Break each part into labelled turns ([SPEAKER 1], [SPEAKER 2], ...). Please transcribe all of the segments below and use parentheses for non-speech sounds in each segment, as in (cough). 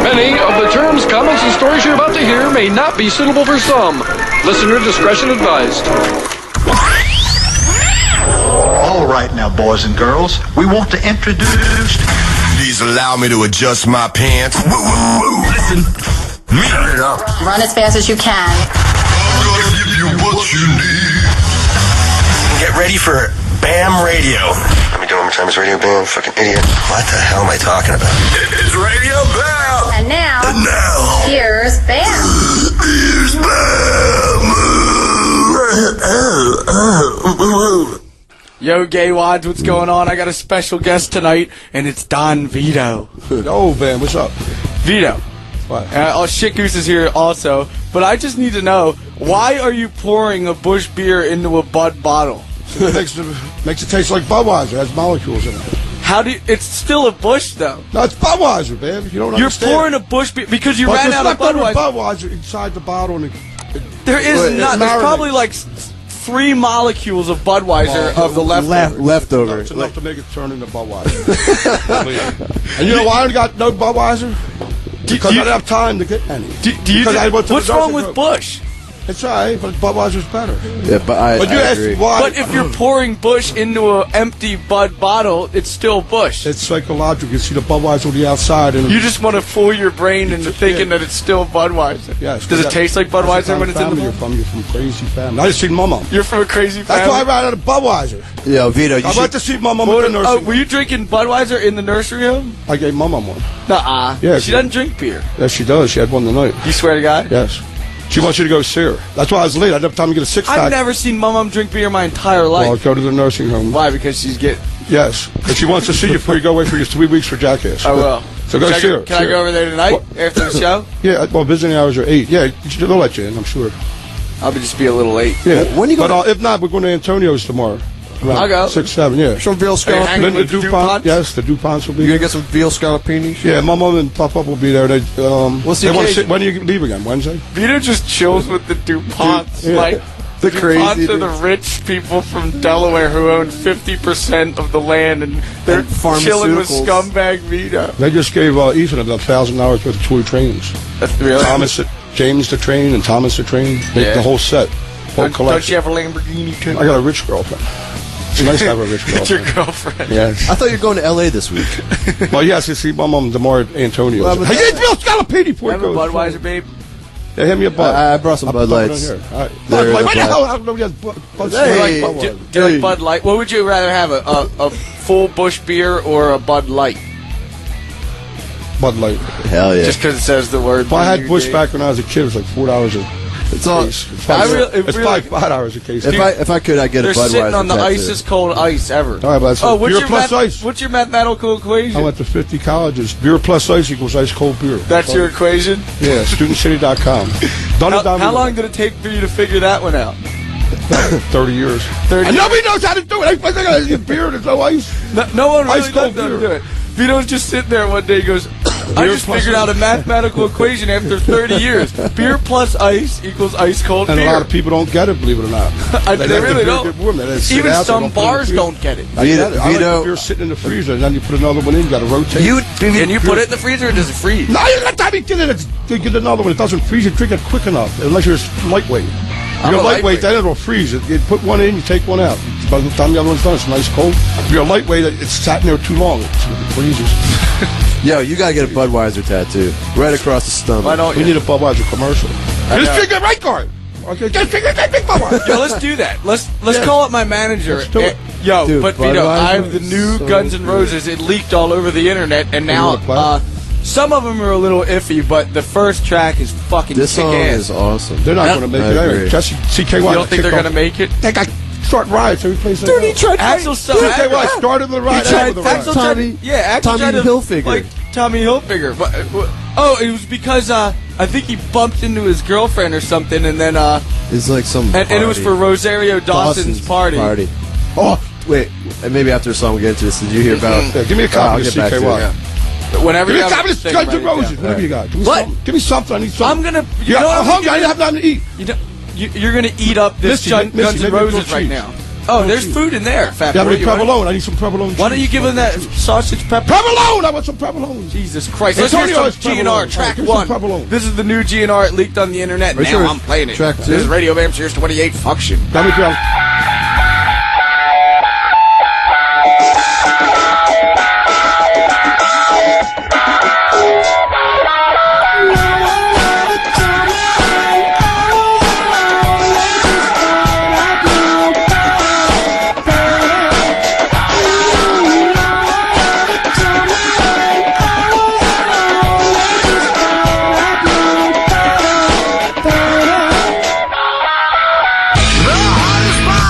[SPEAKER 1] Many of the terms, comments, and stories you're about to hear may not be suitable for some. Listener discretion advised.
[SPEAKER 2] All right now, boys and girls, we want to introduce.
[SPEAKER 3] Please allow me to adjust my pants. Woo, woo, woo. Listen. Turn it up.
[SPEAKER 4] Run as fast as you can.
[SPEAKER 3] I'm gonna give you what you need. Get ready for BAM Radio. Let me do it one more time. It's Radio BAM. Fucking idiot. What the hell am I talking about? It's Radio BAM.
[SPEAKER 4] And now,
[SPEAKER 3] And now,
[SPEAKER 4] here's Bam.
[SPEAKER 3] here's BAM.
[SPEAKER 5] Yo, gay wads,
[SPEAKER 6] Mm.
[SPEAKER 5] what's going on? I got a special guest tonight, and it's Don Vito.
[SPEAKER 6] Oh, man, what's up?
[SPEAKER 5] Vito.
[SPEAKER 6] What?
[SPEAKER 5] Uh, oh, shit goose is here also, but I just need to know why are you pouring a Bush beer into a Bud bottle?
[SPEAKER 6] It makes, it, makes it taste like Budweiser. It has molecules in it.
[SPEAKER 5] How do you, it's still a Bush though?
[SPEAKER 6] No, it's Budweiser, man. You don't
[SPEAKER 5] You're
[SPEAKER 6] understand.
[SPEAKER 5] pouring a Bush beer because you
[SPEAKER 6] But
[SPEAKER 5] ran
[SPEAKER 6] there's
[SPEAKER 5] out of
[SPEAKER 6] leftover
[SPEAKER 5] Budweiser.
[SPEAKER 6] Budweiser inside the bottle. And it,
[SPEAKER 5] there is
[SPEAKER 6] It
[SPEAKER 5] not. There's
[SPEAKER 6] marinates.
[SPEAKER 5] probably like s- three molecules of Budweiser of the left.
[SPEAKER 7] left leftover.
[SPEAKER 6] It's enough to make it turn
[SPEAKER 7] (laughs)
[SPEAKER 6] into Budweiser. and you know why I ain't got no Budweiser? Because
[SPEAKER 5] do you-
[SPEAKER 6] I didn't have time to get any.
[SPEAKER 5] Do, do you?
[SPEAKER 6] Because I went to the
[SPEAKER 5] what's wrong
[SPEAKER 6] nursing
[SPEAKER 5] with
[SPEAKER 6] home.
[SPEAKER 5] Bush?
[SPEAKER 6] It's all right, but Budweiser's better.
[SPEAKER 7] Yeah, but I,
[SPEAKER 6] But you
[SPEAKER 7] I
[SPEAKER 6] asked
[SPEAKER 7] agree.
[SPEAKER 6] why.
[SPEAKER 5] But if you're pouring Bush into an empty Bud bottle, it's still Bush.
[SPEAKER 6] it's psychological. You see the Budweiser on the outside, and
[SPEAKER 5] You just want to fool your brain into thinking that it's still Budweiser.
[SPEAKER 6] yes.
[SPEAKER 5] Does it taste like Budweiser when it's in the
[SPEAKER 6] family. You're
[SPEAKER 5] bottle?
[SPEAKER 6] from you're from crazy family. I just seen my mom.
[SPEAKER 5] You're from a crazy
[SPEAKER 6] That's why I
[SPEAKER 5] family.
[SPEAKER 6] ran out of Budweiser.
[SPEAKER 7] Yo, Vito, you
[SPEAKER 6] I
[SPEAKER 7] should,
[SPEAKER 6] went to see my mom
[SPEAKER 5] What-
[SPEAKER 6] at the nursing.
[SPEAKER 5] oh, were you drinking Budweiser in the nursery home?
[SPEAKER 6] I gave my mom one.
[SPEAKER 5] Nuh-uh.
[SPEAKER 6] Yeah,
[SPEAKER 5] she
[SPEAKER 6] she-
[SPEAKER 5] doesn't drink beer.
[SPEAKER 6] Yes, she does. She had one tonight.
[SPEAKER 5] You swear to God?
[SPEAKER 6] Yes. She wants you to go see her. That's why I was late. I didn't have time to get a six pack.
[SPEAKER 5] I've never seen my mom drink beer my entire
[SPEAKER 6] Well, I'll
[SPEAKER 5] life.
[SPEAKER 6] go to the nursing home.
[SPEAKER 5] Why? Because she's get.
[SPEAKER 6] Yes. But she wants to see you before you go away for your three weeks for jackass.
[SPEAKER 5] I will.
[SPEAKER 6] So go
[SPEAKER 5] oh, Can I
[SPEAKER 6] see her.
[SPEAKER 5] Can
[SPEAKER 6] see
[SPEAKER 5] I go
[SPEAKER 6] her.
[SPEAKER 5] over there tonight
[SPEAKER 6] What?
[SPEAKER 5] after the
[SPEAKER 6] (laughs)
[SPEAKER 5] show?
[SPEAKER 6] Yeah, well, visiting hours are 8. Yeah, they'll let you in, I'm sure.
[SPEAKER 5] I'll be- just be a little late.
[SPEAKER 6] Yeah.
[SPEAKER 7] When you go
[SPEAKER 6] but uh, if not, we're going to Antonio's tomorrow. Around
[SPEAKER 5] I'll go.
[SPEAKER 6] 6, 7, yeah.
[SPEAKER 8] Some veal
[SPEAKER 5] Are you
[SPEAKER 8] scallop.
[SPEAKER 5] hanging
[SPEAKER 6] Linda
[SPEAKER 5] with DuPonts?
[SPEAKER 6] DuPont. Yes, the DuPonts will be
[SPEAKER 8] You gonna
[SPEAKER 6] there.
[SPEAKER 8] get some veal scallopinis?
[SPEAKER 6] Yeah, my mom and Pop Up will be there. They, um,
[SPEAKER 8] What's the
[SPEAKER 6] they wanna
[SPEAKER 8] occasion?
[SPEAKER 6] see- When do you leave again? Wednesday?
[SPEAKER 5] Vito just chills with the DuPonts.
[SPEAKER 6] Yeah.
[SPEAKER 5] Like
[SPEAKER 7] The
[SPEAKER 5] DuPonts
[SPEAKER 7] crazy
[SPEAKER 5] are the rich people from Delaware who own fifty percent of the land and they're
[SPEAKER 7] And
[SPEAKER 5] chilling with
[SPEAKER 7] pharmaceuticals.
[SPEAKER 5] scumbag Vito.
[SPEAKER 6] They just gave uh, Ethan a thousand dollars worth of toy trains. Thomas, the- James the train, and Thomas the train. They,
[SPEAKER 5] Yeah.
[SPEAKER 6] The whole set, whole
[SPEAKER 5] Don't, don't you
[SPEAKER 6] collection.
[SPEAKER 5] have a Lamborghini too? (laughs)
[SPEAKER 6] I got a rich girlfriend. It's nice to have a rich
[SPEAKER 5] It's your
[SPEAKER 6] girlfriend.
[SPEAKER 5] girlfriend.
[SPEAKER 6] yes.
[SPEAKER 7] I thought you were going to L.A. this week.
[SPEAKER 6] (laughs) well, yes, you see, my mom, Demar Antonio.
[SPEAKER 7] Well, but
[SPEAKER 6] hey,
[SPEAKER 7] that-
[SPEAKER 6] you Bill Scalapini before
[SPEAKER 5] Have a
[SPEAKER 6] it goes.
[SPEAKER 5] Budweiser, babe.
[SPEAKER 6] Yeah, hand me a bud.
[SPEAKER 7] I, I brought some
[SPEAKER 6] I'll
[SPEAKER 7] Uh, Bud
[SPEAKER 6] pop it on
[SPEAKER 7] Lights.
[SPEAKER 6] here. All right.
[SPEAKER 7] There
[SPEAKER 6] Bud
[SPEAKER 7] is
[SPEAKER 6] Light.
[SPEAKER 7] a
[SPEAKER 6] Wait,
[SPEAKER 7] Bud.
[SPEAKER 6] no, I don't know. Yes, Bud, Bud,
[SPEAKER 7] Hey.
[SPEAKER 6] Bud
[SPEAKER 5] Do,
[SPEAKER 6] Light.
[SPEAKER 5] do you like
[SPEAKER 7] Hey.
[SPEAKER 5] Bud Light? What would you rather have? A, a, a full Bush beer or a Bud Light?
[SPEAKER 6] Bud Light.
[SPEAKER 7] Hell yeah!
[SPEAKER 5] Just because it says the word.
[SPEAKER 6] Oh, If I had
[SPEAKER 5] Bud
[SPEAKER 6] Bush
[SPEAKER 5] Light.
[SPEAKER 6] back when I was a kid, it was like four dollars a
[SPEAKER 7] it's all,
[SPEAKER 6] case. It's probably,
[SPEAKER 5] really- Uh, it
[SPEAKER 6] it's
[SPEAKER 5] really-
[SPEAKER 6] probably five dollars a case.
[SPEAKER 7] if I if I could, I would get a
[SPEAKER 5] They're
[SPEAKER 7] Budweiser.
[SPEAKER 5] sitting on the
[SPEAKER 7] tattoo.
[SPEAKER 5] icest cold ice ever.
[SPEAKER 6] All right, but that's-
[SPEAKER 5] oh, what's
[SPEAKER 6] beer
[SPEAKER 5] your
[SPEAKER 6] plus
[SPEAKER 5] math-
[SPEAKER 6] ice.
[SPEAKER 5] What's your mathematical equation?
[SPEAKER 6] I went to 50 colleges. Beer plus ice equals ice cold beer.
[SPEAKER 5] That's your equation.
[SPEAKER 6] Yeah,
[SPEAKER 5] (laughs)
[SPEAKER 6] studentcity.com. Done
[SPEAKER 5] How,
[SPEAKER 6] it down
[SPEAKER 5] how
[SPEAKER 6] to
[SPEAKER 5] long did it take for you to figure that one out?
[SPEAKER 6] 30 years.
[SPEAKER 5] 30
[SPEAKER 6] And nobody knows how to do it. Everybody's like, "Oh, there's beer, there's no ice.
[SPEAKER 5] No, no one
[SPEAKER 6] Ice
[SPEAKER 5] really does
[SPEAKER 6] cold
[SPEAKER 5] know how to
[SPEAKER 6] beer.
[SPEAKER 5] do it. Vito's just sitting there one day and
[SPEAKER 6] (coughs)
[SPEAKER 5] goes, I
[SPEAKER 6] Beer
[SPEAKER 5] just
[SPEAKER 6] plus
[SPEAKER 5] figured out a
[SPEAKER 6] (laughs)
[SPEAKER 5] mathematical equation after 30 years. Beer plus ice equals ice cold
[SPEAKER 6] And
[SPEAKER 5] beer.
[SPEAKER 6] a lot of people don't get it, believe it or not.
[SPEAKER 5] (laughs) I- they
[SPEAKER 6] let the
[SPEAKER 5] really
[SPEAKER 6] beer
[SPEAKER 5] don't.
[SPEAKER 6] get warm. They let it sit
[SPEAKER 5] Even
[SPEAKER 6] out. They
[SPEAKER 5] some
[SPEAKER 6] don't put it in the
[SPEAKER 5] bars
[SPEAKER 6] freezer.
[SPEAKER 5] don't get it.
[SPEAKER 6] I get it. I like
[SPEAKER 7] Vito-
[SPEAKER 6] the beer sitting in the freezer, and then you put another one in, you got to rotate.
[SPEAKER 7] You
[SPEAKER 5] Can you put it in the freezer or does it freeze?
[SPEAKER 6] No, you let that be get it. It's, you get another one. It doesn't freeze. You drink it quick enough, unless you're s- lightweight. If
[SPEAKER 5] I'm
[SPEAKER 6] you're
[SPEAKER 5] a lightweight.
[SPEAKER 6] lightweight, then it'll freeze. It, you put one in, you take one out. By the time the other one's done, it's nice cold. If you're lightweight, it- it's sat in there too long. It's, it (laughs) freezes.
[SPEAKER 7] yo, you gotta get a Budweiser tattoo right across the stomach.
[SPEAKER 5] Why don't
[SPEAKER 6] We
[SPEAKER 5] you?
[SPEAKER 6] need a Budweiser commercial. Just drink that right guard. Okay, just drink that big Budweiser.
[SPEAKER 5] Yo, let's do that. Let's let's call up my manager.
[SPEAKER 6] Let's do it.
[SPEAKER 5] Eh, Yo,
[SPEAKER 7] Dude,
[SPEAKER 5] but Vito,
[SPEAKER 7] Budweiser
[SPEAKER 5] I have the
[SPEAKER 7] is
[SPEAKER 5] new
[SPEAKER 7] so
[SPEAKER 5] Guns N' Roses. It leaked all over the internet, and now
[SPEAKER 6] wanna play it?
[SPEAKER 5] uh, some of them are a little iffy. But the first track is fucking
[SPEAKER 7] This
[SPEAKER 5] kick
[SPEAKER 7] song
[SPEAKER 5] ass.
[SPEAKER 7] is awesome.
[SPEAKER 6] They're not going to make
[SPEAKER 7] I
[SPEAKER 6] it
[SPEAKER 7] agree.
[SPEAKER 6] anyway. Jesse, CKY.
[SPEAKER 5] you don't think they're gonna make it?
[SPEAKER 6] They got short rides. Every place they go.
[SPEAKER 5] Axel
[SPEAKER 6] CKY
[SPEAKER 5] Axel
[SPEAKER 6] started the ride.
[SPEAKER 7] tried-
[SPEAKER 6] ended with the ride.
[SPEAKER 7] Axel-
[SPEAKER 5] Tommy,
[SPEAKER 7] Tommy-
[SPEAKER 5] yeah, Axel
[SPEAKER 7] Tommy
[SPEAKER 5] tried to-
[SPEAKER 7] Hilfiger.
[SPEAKER 5] like Tommy Hilfiger. But uh, wh- oh, it was because uh, I think he bumped into his girlfriend or something, and then uh,
[SPEAKER 7] It's like some.
[SPEAKER 5] and, and it was for
[SPEAKER 7] party.
[SPEAKER 5] Rosario Dawson's, party.
[SPEAKER 7] Oh wait, and maybe after a song we get into this. Did you hear about? Oh,
[SPEAKER 6] Yeah, give me a
[SPEAKER 7] I'll
[SPEAKER 6] copy of
[SPEAKER 7] get back to it.
[SPEAKER 6] CKY.
[SPEAKER 5] Whenever
[SPEAKER 6] Give me
[SPEAKER 5] you
[SPEAKER 6] a
[SPEAKER 5] have
[SPEAKER 6] copy of
[SPEAKER 5] think
[SPEAKER 6] Guns
[SPEAKER 5] about
[SPEAKER 6] N'
[SPEAKER 5] it, yeah.
[SPEAKER 6] Roses. What do you got? Give me
[SPEAKER 5] What?
[SPEAKER 6] something. Give me something. I need something.
[SPEAKER 5] I'm gonna. You
[SPEAKER 6] Yeah, uh-huh.
[SPEAKER 5] know what
[SPEAKER 6] I'm
[SPEAKER 5] I'm
[SPEAKER 6] hungry. I
[SPEAKER 5] gonna
[SPEAKER 6] didn't have nothing to eat.
[SPEAKER 5] do? You know, you, you're gonna eat up this
[SPEAKER 6] Missy,
[SPEAKER 5] Jun-
[SPEAKER 6] Missy,
[SPEAKER 5] Guns N'
[SPEAKER 6] make me a grilled
[SPEAKER 5] Roses right
[SPEAKER 6] cheese.
[SPEAKER 5] now. Oh, there's food in there. Fat
[SPEAKER 6] You have
[SPEAKER 5] boy,
[SPEAKER 6] any
[SPEAKER 5] you want it?
[SPEAKER 6] provolone? I need some provolone.
[SPEAKER 5] Why don't you
[SPEAKER 6] cheese.
[SPEAKER 5] give him that sausage pepper?
[SPEAKER 6] provolone? I want some provolone.
[SPEAKER 5] Jesus Christ!
[SPEAKER 6] It's
[SPEAKER 5] Let's
[SPEAKER 6] only
[SPEAKER 5] hear
[SPEAKER 6] ours,
[SPEAKER 5] some GNR
[SPEAKER 6] provolone.
[SPEAKER 5] track
[SPEAKER 6] Give us some
[SPEAKER 5] one.
[SPEAKER 6] provolone.
[SPEAKER 5] This is the new GNR. It leaked on the internet.
[SPEAKER 7] Right
[SPEAKER 5] now
[SPEAKER 7] there,
[SPEAKER 5] I'm playing it.
[SPEAKER 7] track two.
[SPEAKER 5] This is Radio Bam Cheers 28 Function.
[SPEAKER 6] Let me grab-
[SPEAKER 3] The hottest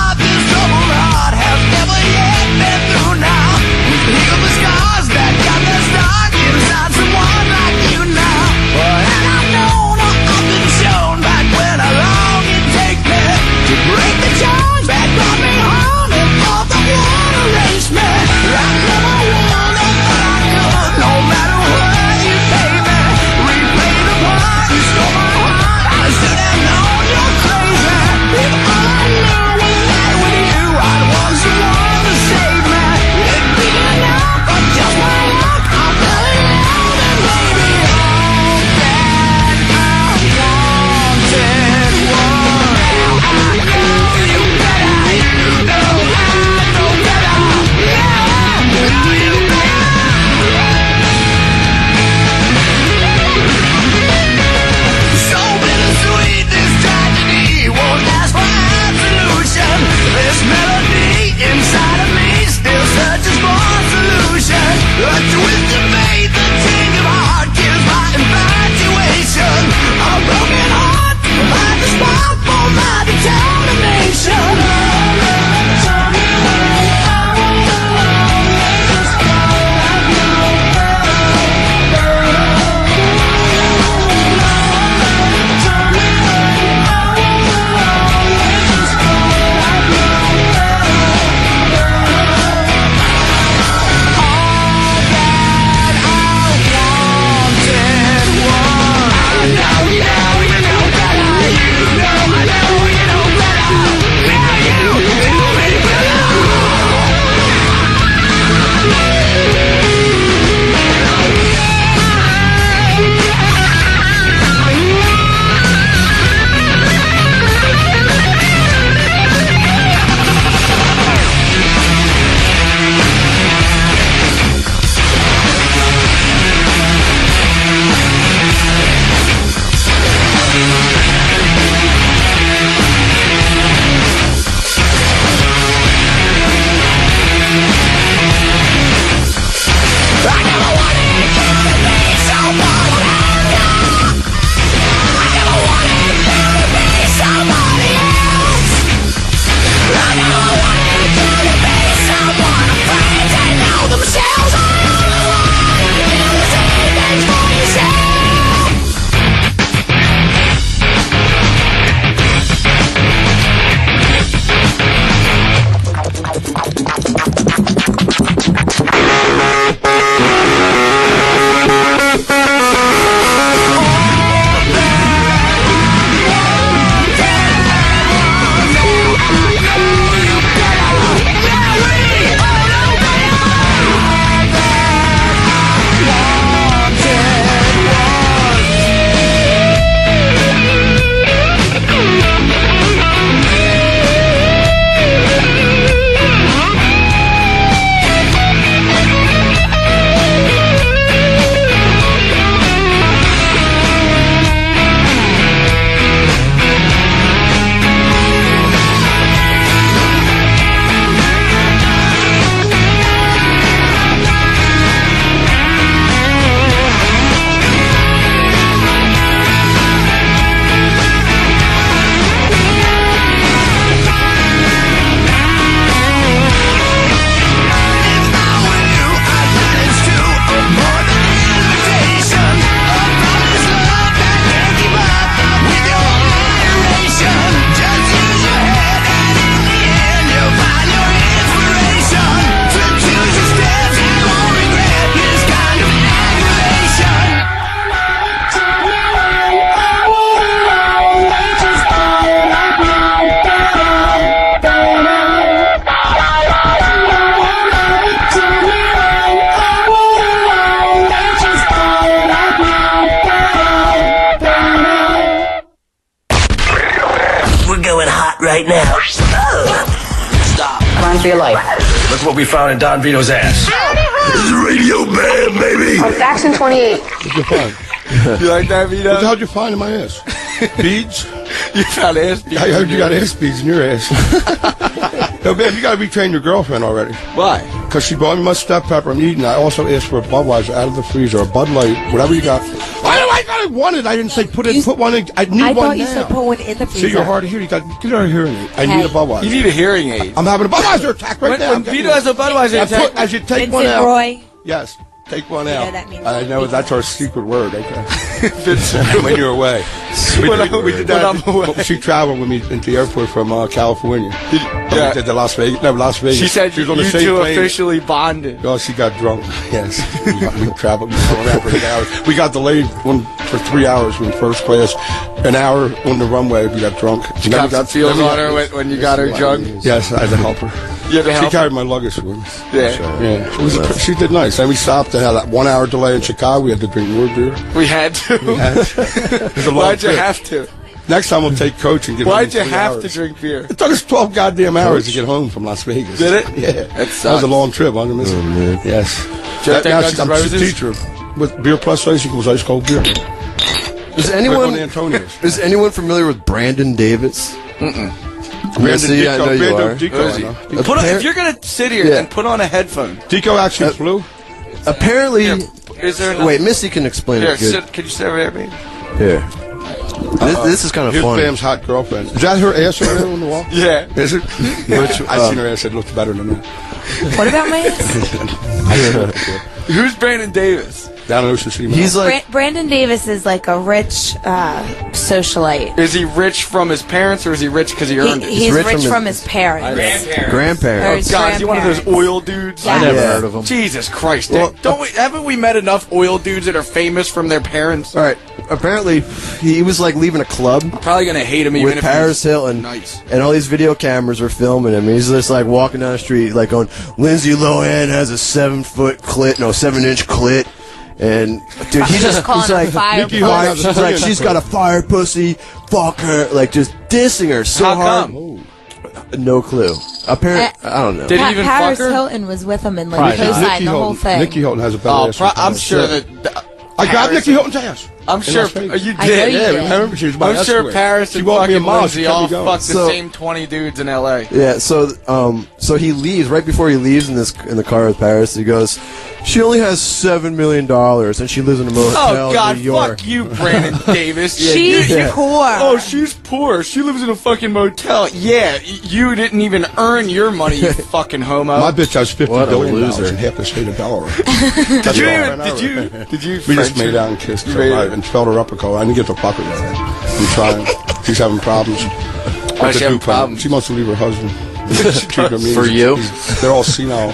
[SPEAKER 3] right now. Stop.
[SPEAKER 8] Run for your life.
[SPEAKER 3] Look what we found in Don Vito's ass. It's Radio Bam, baby.
[SPEAKER 4] On Faction 28.
[SPEAKER 6] What'd you find?
[SPEAKER 5] You like that, Vito?
[SPEAKER 6] What the hell'd you find in my
[SPEAKER 5] (laughs)
[SPEAKER 6] ass? Beads?
[SPEAKER 5] You found ass beating.
[SPEAKER 6] I heard you got ass beads in your ass.
[SPEAKER 5] (laughs)
[SPEAKER 6] no, babe, you gotta retrain your girlfriend already.
[SPEAKER 5] Why?
[SPEAKER 6] Because she bought me my stuff pepper I'm eating. I also asked for a Budweiser out of the freezer, a Bud Light, whatever you got. Why do I got want it? I didn't say put it,
[SPEAKER 9] You-
[SPEAKER 6] put one in. I need
[SPEAKER 9] I
[SPEAKER 6] one
[SPEAKER 9] thought you
[SPEAKER 6] now.
[SPEAKER 9] said put one in the
[SPEAKER 6] See,
[SPEAKER 9] freezer.
[SPEAKER 6] you're hard to hear. You got get out of hearing aid. I need a
[SPEAKER 9] Hey.
[SPEAKER 6] Budweiser.
[SPEAKER 5] You need a hearing aid.
[SPEAKER 6] I'm having a Budweiser attack right
[SPEAKER 5] When,
[SPEAKER 6] now.
[SPEAKER 5] when Vito has a Budweiser
[SPEAKER 6] I
[SPEAKER 5] attack,
[SPEAKER 6] put- I should take
[SPEAKER 9] Vincent
[SPEAKER 6] one out.
[SPEAKER 9] Roy.
[SPEAKER 6] Yes, take one out.
[SPEAKER 9] that means-
[SPEAKER 6] I know that's our secret word.
[SPEAKER 9] (laughs)
[SPEAKER 6] Okay, Vincent, when you're away. We,
[SPEAKER 5] When
[SPEAKER 6] did-
[SPEAKER 5] I'm-
[SPEAKER 6] we
[SPEAKER 5] when
[SPEAKER 6] did that.
[SPEAKER 5] I'm away.
[SPEAKER 6] She traveled with me into the airport from uh, California.
[SPEAKER 5] yeah.
[SPEAKER 6] We did the Las Vegas. No, Las Vegas.
[SPEAKER 5] she said
[SPEAKER 6] she was on the
[SPEAKER 5] you
[SPEAKER 6] same
[SPEAKER 5] two
[SPEAKER 6] plane.
[SPEAKER 5] officially bonded.
[SPEAKER 6] Oh, she got
[SPEAKER 5] (laughs)
[SPEAKER 6] drunk. Yes, we, we traveled. We traveled around for eight hours. We got delayed one for three hours in first class. An hour on the runway. We got drunk. She
[SPEAKER 5] got some feels on her when- when you got her drunk?
[SPEAKER 6] Yes, I had to help her.
[SPEAKER 5] You had to
[SPEAKER 6] she
[SPEAKER 5] help her?
[SPEAKER 6] carried my luggage with me.
[SPEAKER 5] Yeah.
[SPEAKER 6] Yeah, she, was a, she did nice. And we stopped and had that one hour delay in Chicago. We had to drink more
[SPEAKER 5] (laughs)
[SPEAKER 6] beer.
[SPEAKER 5] We had to.
[SPEAKER 6] It's a long
[SPEAKER 5] Why'd you
[SPEAKER 6] trip.
[SPEAKER 5] have to?
[SPEAKER 6] Next time we'll take coach and get. home in
[SPEAKER 5] Why'd you
[SPEAKER 6] three
[SPEAKER 5] have
[SPEAKER 6] hours.
[SPEAKER 5] to drink beer?
[SPEAKER 6] It took us twelve goddamn hours to get home from Las Vegas.
[SPEAKER 5] Did it?
[SPEAKER 6] Yeah,
[SPEAKER 5] That
[SPEAKER 6] was
[SPEAKER 5] sucks.
[SPEAKER 6] a long trip. I didn't miss
[SPEAKER 7] Oh,
[SPEAKER 6] it. Yes.
[SPEAKER 5] Jack
[SPEAKER 6] That- now
[SPEAKER 5] Daniels
[SPEAKER 6] she- I'm
[SPEAKER 5] Roses?
[SPEAKER 6] a teacher with beer plus ice equals ice cold beer.
[SPEAKER 7] Is
[SPEAKER 6] on
[SPEAKER 5] (laughs)
[SPEAKER 6] Antonio's.
[SPEAKER 7] is anyone familiar with Brandon Davis? Mm-mm.
[SPEAKER 6] Brandon
[SPEAKER 7] see, I
[SPEAKER 6] Deco-
[SPEAKER 7] know you
[SPEAKER 6] Brandon
[SPEAKER 7] are.
[SPEAKER 6] Deco, I know.
[SPEAKER 7] Appar-
[SPEAKER 5] Put on, if you're gonna sit here
[SPEAKER 7] Yeah.
[SPEAKER 5] and put on a headphone,
[SPEAKER 6] Deco actually flew.
[SPEAKER 7] apparently,
[SPEAKER 5] Here, is there enough-
[SPEAKER 7] wait, Missy can explain
[SPEAKER 5] here,
[SPEAKER 7] it good.
[SPEAKER 5] sit, can you sit over there, man?
[SPEAKER 7] Here. This,
[SPEAKER 3] Uh-huh.
[SPEAKER 7] this is kind of
[SPEAKER 6] Here's
[SPEAKER 7] funny.
[SPEAKER 6] Bam's hot girlfriend. Is that her ass over there on the wall?
[SPEAKER 5] Yeah.
[SPEAKER 7] (laughs)
[SPEAKER 6] Is it? Which, I
[SPEAKER 7] uh,
[SPEAKER 6] seen her ass. It looked better than that.
[SPEAKER 9] What about my
[SPEAKER 3] (laughs)
[SPEAKER 9] ass?
[SPEAKER 7] (laughs)
[SPEAKER 5] Who's Brandon Davis?
[SPEAKER 6] Down in Ocean City. Mall.
[SPEAKER 7] He's like,
[SPEAKER 9] Bra- Brandon Davis is like a rich uh, socialite.
[SPEAKER 5] Is he rich from his parents or is he rich because he
[SPEAKER 9] He,
[SPEAKER 5] earned it?
[SPEAKER 9] he's
[SPEAKER 7] rich
[SPEAKER 9] rich,
[SPEAKER 7] from his-
[SPEAKER 9] from his parents. Or
[SPEAKER 7] grandparents.
[SPEAKER 9] his
[SPEAKER 5] God, is he Oh, one of those
[SPEAKER 9] grandparents.
[SPEAKER 5] oil dudes?
[SPEAKER 9] Yeah. I
[SPEAKER 7] never heard of him.
[SPEAKER 5] Jesus Christ!
[SPEAKER 7] Well-
[SPEAKER 5] Dick. don't we? Haven't we met enough oil dudes that are famous from their parents?
[SPEAKER 7] All right. Apparently, he was like leaving a club
[SPEAKER 5] Probably gonna hate him even
[SPEAKER 7] with
[SPEAKER 5] if
[SPEAKER 7] Paris
[SPEAKER 5] he's
[SPEAKER 7] Hilton,
[SPEAKER 5] Nice.
[SPEAKER 7] and all these video cameras were filming him. And he's just like walking down the street, like going, "Lindsay Lohan has a seven foot clit, no seven inch clit." And dude, he just
[SPEAKER 9] Calling
[SPEAKER 7] he's
[SPEAKER 9] her
[SPEAKER 7] like,
[SPEAKER 9] fire Nikki
[SPEAKER 6] Haley
[SPEAKER 7] fire-
[SPEAKER 6] has a
[SPEAKER 7] she's like,
[SPEAKER 6] brilliant
[SPEAKER 7] she's
[SPEAKER 6] clit.
[SPEAKER 7] got a fire pussy, fuck her, like just dissing her so
[SPEAKER 5] How
[SPEAKER 7] hard.
[SPEAKER 5] come?
[SPEAKER 7] No clue. Apparently,
[SPEAKER 9] Uh,
[SPEAKER 7] I don't know.
[SPEAKER 5] Did he
[SPEAKER 9] Pa-
[SPEAKER 5] even
[SPEAKER 9] Paris
[SPEAKER 5] fuck her?
[SPEAKER 9] Hilton was with him and like co-signed
[SPEAKER 6] Nikki
[SPEAKER 9] the whole
[SPEAKER 6] Hilton.
[SPEAKER 9] thing.
[SPEAKER 6] Nikki Hilton has a better
[SPEAKER 5] Oh,
[SPEAKER 6] ass.
[SPEAKER 5] pro-
[SPEAKER 6] than
[SPEAKER 5] I'm
[SPEAKER 6] Paris.
[SPEAKER 5] sure
[SPEAKER 6] Yeah.
[SPEAKER 5] that. th-
[SPEAKER 6] I grabbed
[SPEAKER 5] Paris-
[SPEAKER 6] Nikki Hilton's ass.
[SPEAKER 5] I'm
[SPEAKER 6] In
[SPEAKER 5] sure
[SPEAKER 6] Las Vegas.
[SPEAKER 5] you
[SPEAKER 9] I know
[SPEAKER 5] did.
[SPEAKER 9] you
[SPEAKER 6] Yeah,
[SPEAKER 9] did.
[SPEAKER 6] remember she was my
[SPEAKER 5] I'm sure
[SPEAKER 6] escort.
[SPEAKER 5] Paris
[SPEAKER 6] She
[SPEAKER 5] and
[SPEAKER 6] walked me a
[SPEAKER 5] fucking
[SPEAKER 6] mile, she
[SPEAKER 5] Lindsay
[SPEAKER 6] kept me
[SPEAKER 5] all
[SPEAKER 6] going.
[SPEAKER 5] fucked the
[SPEAKER 7] So-
[SPEAKER 5] same 20 dudes in L.A.
[SPEAKER 7] Yeah, so um, so he leaves right before he leaves in this in the car with Paris. He goes, "She only has seven million dollars, and she lives in a motel
[SPEAKER 5] Oh God!
[SPEAKER 7] in New York."
[SPEAKER 5] Fuck you,
[SPEAKER 7] (laughs)
[SPEAKER 5] Brandon Davis.
[SPEAKER 9] She's
[SPEAKER 5] you-
[SPEAKER 7] yeah.
[SPEAKER 9] poor.
[SPEAKER 5] Oh, she's poor. She lives in a fucking motel. Yeah, y- you didn't even earn your money,
[SPEAKER 7] (laughs)
[SPEAKER 5] you fucking homo.
[SPEAKER 6] My bitch has fifty
[SPEAKER 7] What a
[SPEAKER 6] billion dollars
[SPEAKER 7] loser.
[SPEAKER 6] in half the state of Delaware.
[SPEAKER 5] (laughs) did
[SPEAKER 6] That's
[SPEAKER 5] you?
[SPEAKER 6] all.
[SPEAKER 5] Even, did you? Did you?
[SPEAKER 6] We just
[SPEAKER 5] French-
[SPEAKER 6] made out and kissed.
[SPEAKER 5] You made
[SPEAKER 6] I-
[SPEAKER 5] out.
[SPEAKER 6] and felt her up a call. I didn't get the fuck with her. I'm trying. She's having problems. With
[SPEAKER 5] she
[SPEAKER 6] the
[SPEAKER 5] having
[SPEAKER 6] Dupont.
[SPEAKER 5] problems?
[SPEAKER 6] She wants to leave
[SPEAKER 5] (laughs)
[SPEAKER 6] her husband. She treated him mean.
[SPEAKER 5] For you?
[SPEAKER 6] He's- they're all senile.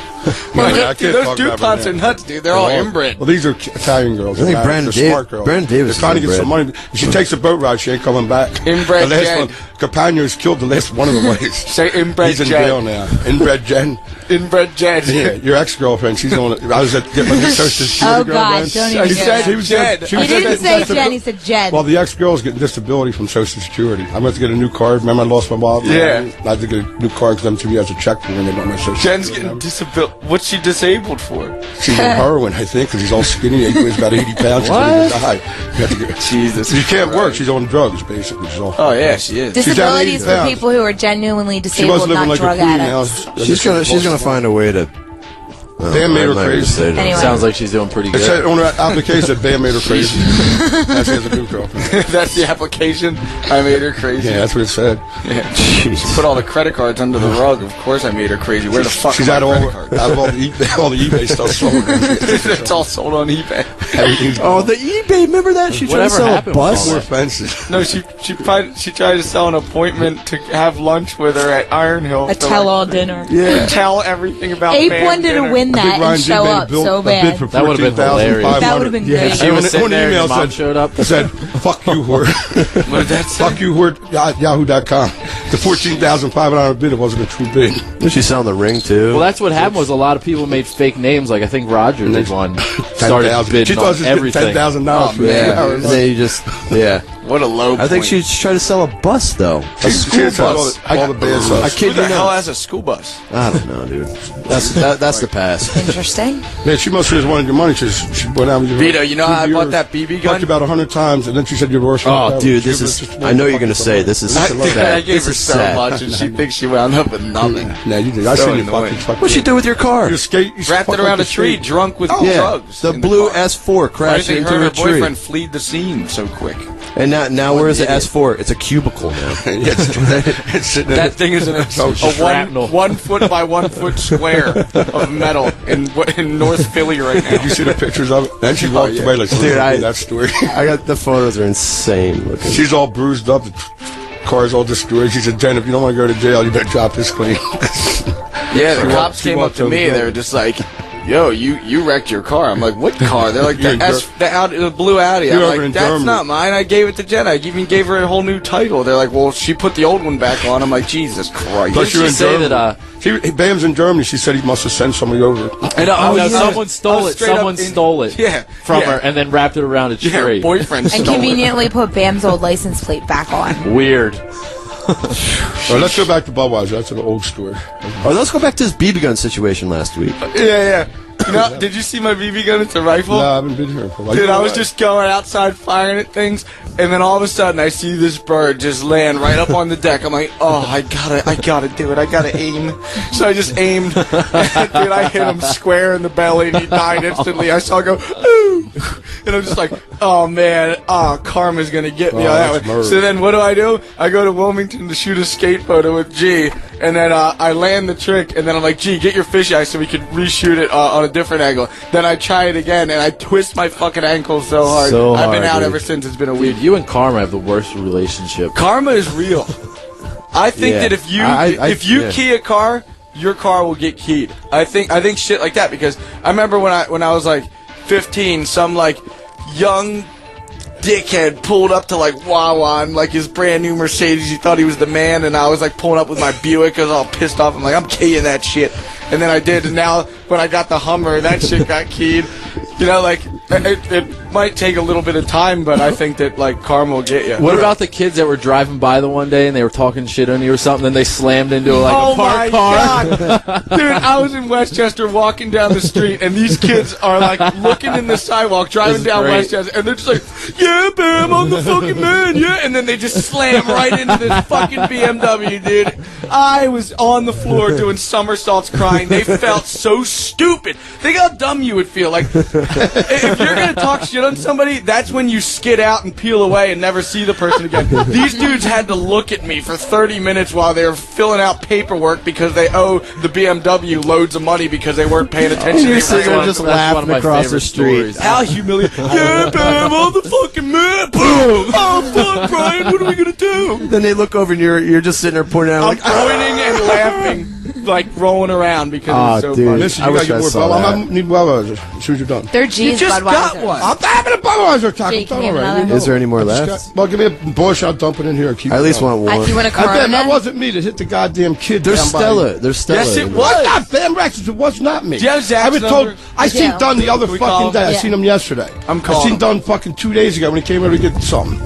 [SPEAKER 5] Well,
[SPEAKER 6] Yeah, I
[SPEAKER 5] dude,
[SPEAKER 6] can't
[SPEAKER 5] those
[SPEAKER 6] talk about
[SPEAKER 5] Duponts
[SPEAKER 6] her
[SPEAKER 5] are
[SPEAKER 6] now.
[SPEAKER 5] nuts, dude. They're all inbred.
[SPEAKER 6] Well, these are Italian girls.
[SPEAKER 7] I think
[SPEAKER 6] They're
[SPEAKER 7] Brandon
[SPEAKER 6] they're smart
[SPEAKER 7] Dav-
[SPEAKER 6] girls.
[SPEAKER 7] Brandon Davis
[SPEAKER 6] They're trying to
[SPEAKER 7] is
[SPEAKER 6] get some money. She takes a boat ride. She ain't coming back.
[SPEAKER 5] Inbred
[SPEAKER 6] The last
[SPEAKER 5] Jen.
[SPEAKER 6] one, Capano's killed the last one
[SPEAKER 5] (laughs)
[SPEAKER 6] of the ladies.
[SPEAKER 5] Say inbred
[SPEAKER 6] He's in
[SPEAKER 5] Jen.
[SPEAKER 6] jail now. Inbred
[SPEAKER 5] (laughs)
[SPEAKER 6] Jen.
[SPEAKER 5] Inbred jets.
[SPEAKER 6] Yeah, your ex girlfriend. She's on. it. I was at get my
[SPEAKER 5] (laughs)
[SPEAKER 6] social security
[SPEAKER 9] Oh, God,
[SPEAKER 6] girlfriend.
[SPEAKER 9] don't even
[SPEAKER 6] She
[SPEAKER 9] do
[SPEAKER 6] said-
[SPEAKER 9] that.
[SPEAKER 6] She was dead. She
[SPEAKER 9] He
[SPEAKER 6] was
[SPEAKER 9] didn't
[SPEAKER 6] dead.
[SPEAKER 9] say Jen, he said Jed.
[SPEAKER 6] Well, the ex girl's getting disability from Social Security. I'm going to get a new card. Remember, I lost my mom.
[SPEAKER 5] Yeah.
[SPEAKER 6] I had to get a new card because MTV has a check for me. They want my Social
[SPEAKER 5] Jen's
[SPEAKER 6] Security
[SPEAKER 5] getting
[SPEAKER 6] number.
[SPEAKER 5] disabled. What's she disabled for? (laughs)
[SPEAKER 6] She's on heroin, I think, because he's all skinny. He weighs about 80 pounds. He's going to die. You have to get-
[SPEAKER 5] Jesus
[SPEAKER 6] You can't work.
[SPEAKER 5] Christ.
[SPEAKER 6] She's on drugs, basically. She's all-
[SPEAKER 5] Oh yeah, she is.
[SPEAKER 6] She's down to
[SPEAKER 9] Disabilities for
[SPEAKER 6] 80,000.
[SPEAKER 9] people who are genuinely
[SPEAKER 6] She was
[SPEAKER 9] disabled,
[SPEAKER 6] living
[SPEAKER 9] not
[SPEAKER 6] like a
[SPEAKER 9] drug
[SPEAKER 6] queen now.
[SPEAKER 9] addicts.
[SPEAKER 7] She's gonna she's gonna find a way to. Oh,
[SPEAKER 6] Damn, made
[SPEAKER 7] I'm
[SPEAKER 6] her
[SPEAKER 7] not gonna
[SPEAKER 6] crazy.
[SPEAKER 7] say that.
[SPEAKER 9] Anyway.
[SPEAKER 10] Sounds like she's doing pretty
[SPEAKER 6] It said
[SPEAKER 10] good.
[SPEAKER 6] on her application that Bam made her crazy. That's has a new
[SPEAKER 5] (laughs)
[SPEAKER 6] girlfriend.
[SPEAKER 5] That's the application. I made her crazy.
[SPEAKER 6] Yeah, that's what it said.
[SPEAKER 5] Put all the credit cards under the rug. Of course, I made her crazy. Where the fuck
[SPEAKER 6] She's
[SPEAKER 5] are my
[SPEAKER 6] out of all,
[SPEAKER 5] credit
[SPEAKER 6] out of all the eBay, (laughs) all the eBay
[SPEAKER 5] (laughs)
[SPEAKER 6] stuff sold.
[SPEAKER 5] cards? (laughs) It's all sold on eBay.
[SPEAKER 6] Everything's
[SPEAKER 7] Oh, the eBay. Remember that she tried to
[SPEAKER 10] Whatever
[SPEAKER 7] sell a
[SPEAKER 10] happened with
[SPEAKER 7] bus.
[SPEAKER 10] all
[SPEAKER 6] more
[SPEAKER 10] that?
[SPEAKER 6] offensive.
[SPEAKER 5] (laughs) No, she she tried she tried to sell an appointment to have lunch with her at Iron Hill.
[SPEAKER 9] A tell-all dinner.
[SPEAKER 5] Yeah. Tell everything about.
[SPEAKER 9] Abe
[SPEAKER 5] band
[SPEAKER 9] wanted to
[SPEAKER 5] dinner.
[SPEAKER 9] win
[SPEAKER 6] I
[SPEAKER 9] that
[SPEAKER 6] think Ryan
[SPEAKER 9] and
[SPEAKER 6] G
[SPEAKER 9] show
[SPEAKER 6] made a
[SPEAKER 9] up
[SPEAKER 6] bill,
[SPEAKER 9] so
[SPEAKER 6] a bid
[SPEAKER 9] bad.
[SPEAKER 6] for
[SPEAKER 10] That would've been
[SPEAKER 6] 14,500.
[SPEAKER 9] That would've been
[SPEAKER 6] Yeah,
[SPEAKER 9] great.
[SPEAKER 10] She
[SPEAKER 6] and
[SPEAKER 10] was
[SPEAKER 6] on-
[SPEAKER 10] sitting
[SPEAKER 6] on
[SPEAKER 10] there and
[SPEAKER 6] email
[SPEAKER 10] your mom
[SPEAKER 6] said-
[SPEAKER 10] showed up.
[SPEAKER 6] It said, "Fuck you, whore."
[SPEAKER 5] What did that say?
[SPEAKER 6] Fuck you, whore. at Yahoo.com. The fourteen thousand five hundred bid. It wasn't a true bid.
[SPEAKER 7] Did she sell the ring too?
[SPEAKER 10] Well, that's what happened. Was a lot of people made fake names. Like I think Roger did one.
[SPEAKER 6] Ten
[SPEAKER 10] Started
[SPEAKER 6] thousand. She
[SPEAKER 10] bidding
[SPEAKER 6] thought
[SPEAKER 10] on
[SPEAKER 6] she was getting ten
[SPEAKER 10] everything.
[SPEAKER 6] thousand dollars.
[SPEAKER 5] Oh, man.
[SPEAKER 7] yeah. And then you just yeah.
[SPEAKER 5] What a low.
[SPEAKER 7] I think
[SPEAKER 5] point.
[SPEAKER 7] she was trying to sell a bus, though. A school
[SPEAKER 6] All
[SPEAKER 7] bus.
[SPEAKER 6] the, all the bad stuff.
[SPEAKER 7] I
[SPEAKER 5] Who
[SPEAKER 7] kid
[SPEAKER 5] the
[SPEAKER 7] you
[SPEAKER 5] hell
[SPEAKER 7] not.
[SPEAKER 5] has a school bus?
[SPEAKER 7] I don't know, dude. That's that, that's the pass.
[SPEAKER 6] (laughs)
[SPEAKER 9] Interesting.
[SPEAKER 6] Man, she must have just wanted your money. She, she went out. with
[SPEAKER 5] Vito, you know how I bought that BB
[SPEAKER 6] Fucked
[SPEAKER 5] gun?
[SPEAKER 6] about a hundred times, and then she said your divorce.
[SPEAKER 7] Oh, dude, this is. I know you're gonna say this is
[SPEAKER 6] I-
[SPEAKER 7] sad.
[SPEAKER 5] I gave
[SPEAKER 7] This
[SPEAKER 5] her
[SPEAKER 7] is
[SPEAKER 5] so
[SPEAKER 7] sad.
[SPEAKER 5] much, and she thinks she wound up with nothing.
[SPEAKER 6] Nah, you did. I
[SPEAKER 5] So
[SPEAKER 6] seen you
[SPEAKER 5] annoying.
[SPEAKER 6] fucking. fucking
[SPEAKER 7] What'd she do with your car?
[SPEAKER 6] Your skate. You
[SPEAKER 5] Wrapped it
[SPEAKER 6] fucked
[SPEAKER 5] around a
[SPEAKER 6] up
[SPEAKER 5] tree,
[SPEAKER 6] skate.
[SPEAKER 5] drunk with
[SPEAKER 7] Oh, yeah,
[SPEAKER 5] drugs.
[SPEAKER 7] the
[SPEAKER 5] in
[SPEAKER 7] blue
[SPEAKER 5] car.
[SPEAKER 7] S4
[SPEAKER 5] Why do you
[SPEAKER 7] crashed
[SPEAKER 5] think
[SPEAKER 7] into
[SPEAKER 5] her and
[SPEAKER 7] a
[SPEAKER 5] her
[SPEAKER 7] tree,
[SPEAKER 5] boyfriend fled the scene so quick.
[SPEAKER 7] and now now where is the S4? It's a cubicle
[SPEAKER 5] (laughs)
[SPEAKER 7] now.
[SPEAKER 6] Yeah,
[SPEAKER 7] (laughs)
[SPEAKER 6] it's, it's sitting in
[SPEAKER 5] That
[SPEAKER 6] the-
[SPEAKER 5] thing is an, (laughs) a
[SPEAKER 10] shrapnel.
[SPEAKER 5] one, one foot by one foot square of metal in in North
[SPEAKER 7] (laughs)
[SPEAKER 5] Philly right now.
[SPEAKER 6] You see the pictures of it? And (laughs) she walked away like,
[SPEAKER 7] Dude,
[SPEAKER 6] Oh, dude,
[SPEAKER 7] I-
[SPEAKER 6] I that story. (laughs)
[SPEAKER 7] I got the photos are insane looking.
[SPEAKER 6] She's all bruised up. The car's all destroyed. She said, Jen, if you don't want to go to jail, you better drop this clean.
[SPEAKER 5] Yeah, the
[SPEAKER 6] She walked-
[SPEAKER 5] cops
[SPEAKER 6] she
[SPEAKER 5] came up
[SPEAKER 6] walked
[SPEAKER 5] to
[SPEAKER 6] over
[SPEAKER 5] me.
[SPEAKER 6] the
[SPEAKER 5] and They were
[SPEAKER 6] road.
[SPEAKER 5] just like, "Yo, you you wrecked your car." I'm like, "What car?" They're
[SPEAKER 6] (laughs)
[SPEAKER 5] like,
[SPEAKER 6] You're
[SPEAKER 5] "The
[SPEAKER 6] a
[SPEAKER 5] S,
[SPEAKER 6] jerk.
[SPEAKER 5] the Audi, the blue Audi."
[SPEAKER 6] You're
[SPEAKER 5] I'm
[SPEAKER 6] over in
[SPEAKER 5] like, "That's
[SPEAKER 6] Germany."
[SPEAKER 5] not mine. I gave it to Jen. I even gave her a whole new title." They're like, "Well, she put the old one back on." I'm like, "Jesus Christ!"
[SPEAKER 6] But
[SPEAKER 10] she say that, uh,
[SPEAKER 6] (laughs) she, Bam's in Germany. She said he must have sent somebody over.
[SPEAKER 5] And I, I
[SPEAKER 10] Oh, no,
[SPEAKER 5] was- I
[SPEAKER 10] someone
[SPEAKER 5] was- I
[SPEAKER 10] stole
[SPEAKER 5] was
[SPEAKER 10] it.
[SPEAKER 5] straight up
[SPEAKER 10] Someone
[SPEAKER 5] in-
[SPEAKER 10] stole it
[SPEAKER 5] Yeah,
[SPEAKER 10] from
[SPEAKER 5] yeah.
[SPEAKER 10] her and then wrapped it around a
[SPEAKER 5] Her
[SPEAKER 10] tree.
[SPEAKER 5] boyfriend
[SPEAKER 9] And
[SPEAKER 5] stole it.
[SPEAKER 9] conveniently put Bam's old license plate back on.
[SPEAKER 10] Weird.
[SPEAKER 6] All right, let's go back to Budweiser. That's an old story.
[SPEAKER 7] Oh, let's go back to this BB gun situation last week.
[SPEAKER 5] Yeah, yeah. You know, did you see my BB gun? It's a rifle.
[SPEAKER 6] No, I haven't been here for a while.
[SPEAKER 5] Dude,
[SPEAKER 6] You
[SPEAKER 5] I
[SPEAKER 6] know
[SPEAKER 5] was
[SPEAKER 6] what?
[SPEAKER 5] just going outside firing at things, and then all of a sudden I see this bird just land right up on the deck. I'm like, oh, I gotta, I gotta do it. I gotta aim. So I just aimed. (laughs) Dude, I hit him square in the belly, and he died instantly. I saw it go, ooh, and I'm just like, oh man, ah, karma's gonna get me
[SPEAKER 6] Oh,
[SPEAKER 5] on that
[SPEAKER 6] that's
[SPEAKER 5] one.
[SPEAKER 6] murder.
[SPEAKER 5] So then what do I do? I go to Wilmington to shoot a skate photo with G, and then uh, I land the trick, and then I'm like, G, get your fisheye so we can reshoot it uh, on a different angle. Then I try it again, and I twist my fucking ankle so hard.
[SPEAKER 7] So
[SPEAKER 5] I've been
[SPEAKER 7] hard,
[SPEAKER 5] out
[SPEAKER 7] dude.
[SPEAKER 5] ever since. It's been a week.
[SPEAKER 10] Dude, you and Karma have the worst relationship.
[SPEAKER 5] Karma is real. I think
[SPEAKER 7] Yeah.
[SPEAKER 5] that if you
[SPEAKER 7] I- I-
[SPEAKER 5] if you
[SPEAKER 7] yeah.
[SPEAKER 5] key a car, your car will get keyed. I think I think shit like that because I remember when I when I was like 15, some like young dickhead pulled up to like Wawa and like his brand new Mercedes. He thought he was the man, and I was like pulling up with my Buick. I was all pissed off. I'm like, I'm keying that shit, and then I did. And now when I got the Hummer, that shit got keyed. You know, like it, it might take a little bit of time, but I think that like karma will get you.
[SPEAKER 10] What about the kids that were driving by the one day and they were talking shit on you or something? Then they slammed into like
[SPEAKER 5] oh
[SPEAKER 10] a parked
[SPEAKER 5] my
[SPEAKER 10] car. (laughs)
[SPEAKER 5] god, dude! I was in Westchester walking down the street, and these kids are like looking in the sidewalk,
[SPEAKER 10] This
[SPEAKER 5] driving
[SPEAKER 10] is
[SPEAKER 5] down
[SPEAKER 10] great.
[SPEAKER 5] Westchester, and they're just like, "Yeah, bam, I'm the fucking man, yeah!" And then they just slam right into this fucking BMW, dude. I was on the floor doing somersaults, crying. They felt so stupid. Think how dumb you would feel. Like if you're gonna talk shit on somebody, that's when you skid out and peel away and never see the
[SPEAKER 7] (laughs)
[SPEAKER 5] person again. These dudes had to look at me for 30 minutes while they were filling out paperwork because they owe the BMW loads of money because they weren't paying attention.
[SPEAKER 7] Oh, You're
[SPEAKER 5] They
[SPEAKER 7] sitting
[SPEAKER 5] were
[SPEAKER 7] there
[SPEAKER 5] on-
[SPEAKER 7] just
[SPEAKER 10] That's one of
[SPEAKER 7] laughing
[SPEAKER 10] my
[SPEAKER 7] across the
[SPEAKER 10] favorite
[SPEAKER 7] street.
[SPEAKER 10] stories.
[SPEAKER 5] (laughs) how
[SPEAKER 7] (laughs)
[SPEAKER 5] humiliating! yeah, man, I'm the fucking man. Boom! Oh fuck, Brian, what are we gonna do?
[SPEAKER 7] Then they look over and you're you're just sitting there pointing
[SPEAKER 6] Oh,
[SPEAKER 7] out
[SPEAKER 5] I'm
[SPEAKER 7] like, (laughs)
[SPEAKER 5] pointing and laughing, like rolling around because
[SPEAKER 7] Ah,
[SPEAKER 5] it's so
[SPEAKER 7] dude.
[SPEAKER 5] funny.
[SPEAKER 6] Listen,
[SPEAKER 7] I
[SPEAKER 6] you
[SPEAKER 7] wish
[SPEAKER 6] got your
[SPEAKER 7] I
[SPEAKER 6] more
[SPEAKER 7] saw
[SPEAKER 6] Budweiser.
[SPEAKER 7] that.
[SPEAKER 6] I need Budweiser as soon as you're done.
[SPEAKER 9] They're G's
[SPEAKER 5] just got
[SPEAKER 9] Budweiser.
[SPEAKER 5] one.
[SPEAKER 6] I'm having a Budweiser taco.
[SPEAKER 9] Jake,
[SPEAKER 6] Don't
[SPEAKER 9] give me
[SPEAKER 6] worry.
[SPEAKER 9] another.
[SPEAKER 6] You know.
[SPEAKER 7] Is there any more
[SPEAKER 6] I just
[SPEAKER 7] left?
[SPEAKER 6] got- Well, give me a bush. I'll dump it in here. and Keep
[SPEAKER 7] I at
[SPEAKER 6] it
[SPEAKER 7] least
[SPEAKER 6] going.
[SPEAKER 9] I-
[SPEAKER 7] want one.
[SPEAKER 9] You want a
[SPEAKER 6] I bet that
[SPEAKER 9] Corona?
[SPEAKER 6] wasn't me that hit the goddamn kid.
[SPEAKER 7] They're
[SPEAKER 6] down by-
[SPEAKER 7] Stella. They're Stella.
[SPEAKER 5] Yes, it was.
[SPEAKER 6] What? Not Bam Rexes. It was not me.
[SPEAKER 5] Do you have Zach's
[SPEAKER 6] I was
[SPEAKER 5] number?
[SPEAKER 6] told. I seen
[SPEAKER 9] Yeah.
[SPEAKER 6] Dunn the other
[SPEAKER 5] Can we call
[SPEAKER 6] fucking
[SPEAKER 5] him?
[SPEAKER 6] day. I
[SPEAKER 9] Yeah.
[SPEAKER 6] seen him yesterday.
[SPEAKER 5] I'm
[SPEAKER 6] I
[SPEAKER 5] calling
[SPEAKER 6] seen
[SPEAKER 5] him.
[SPEAKER 6] Dunn fucking two days ago when he came over to get something.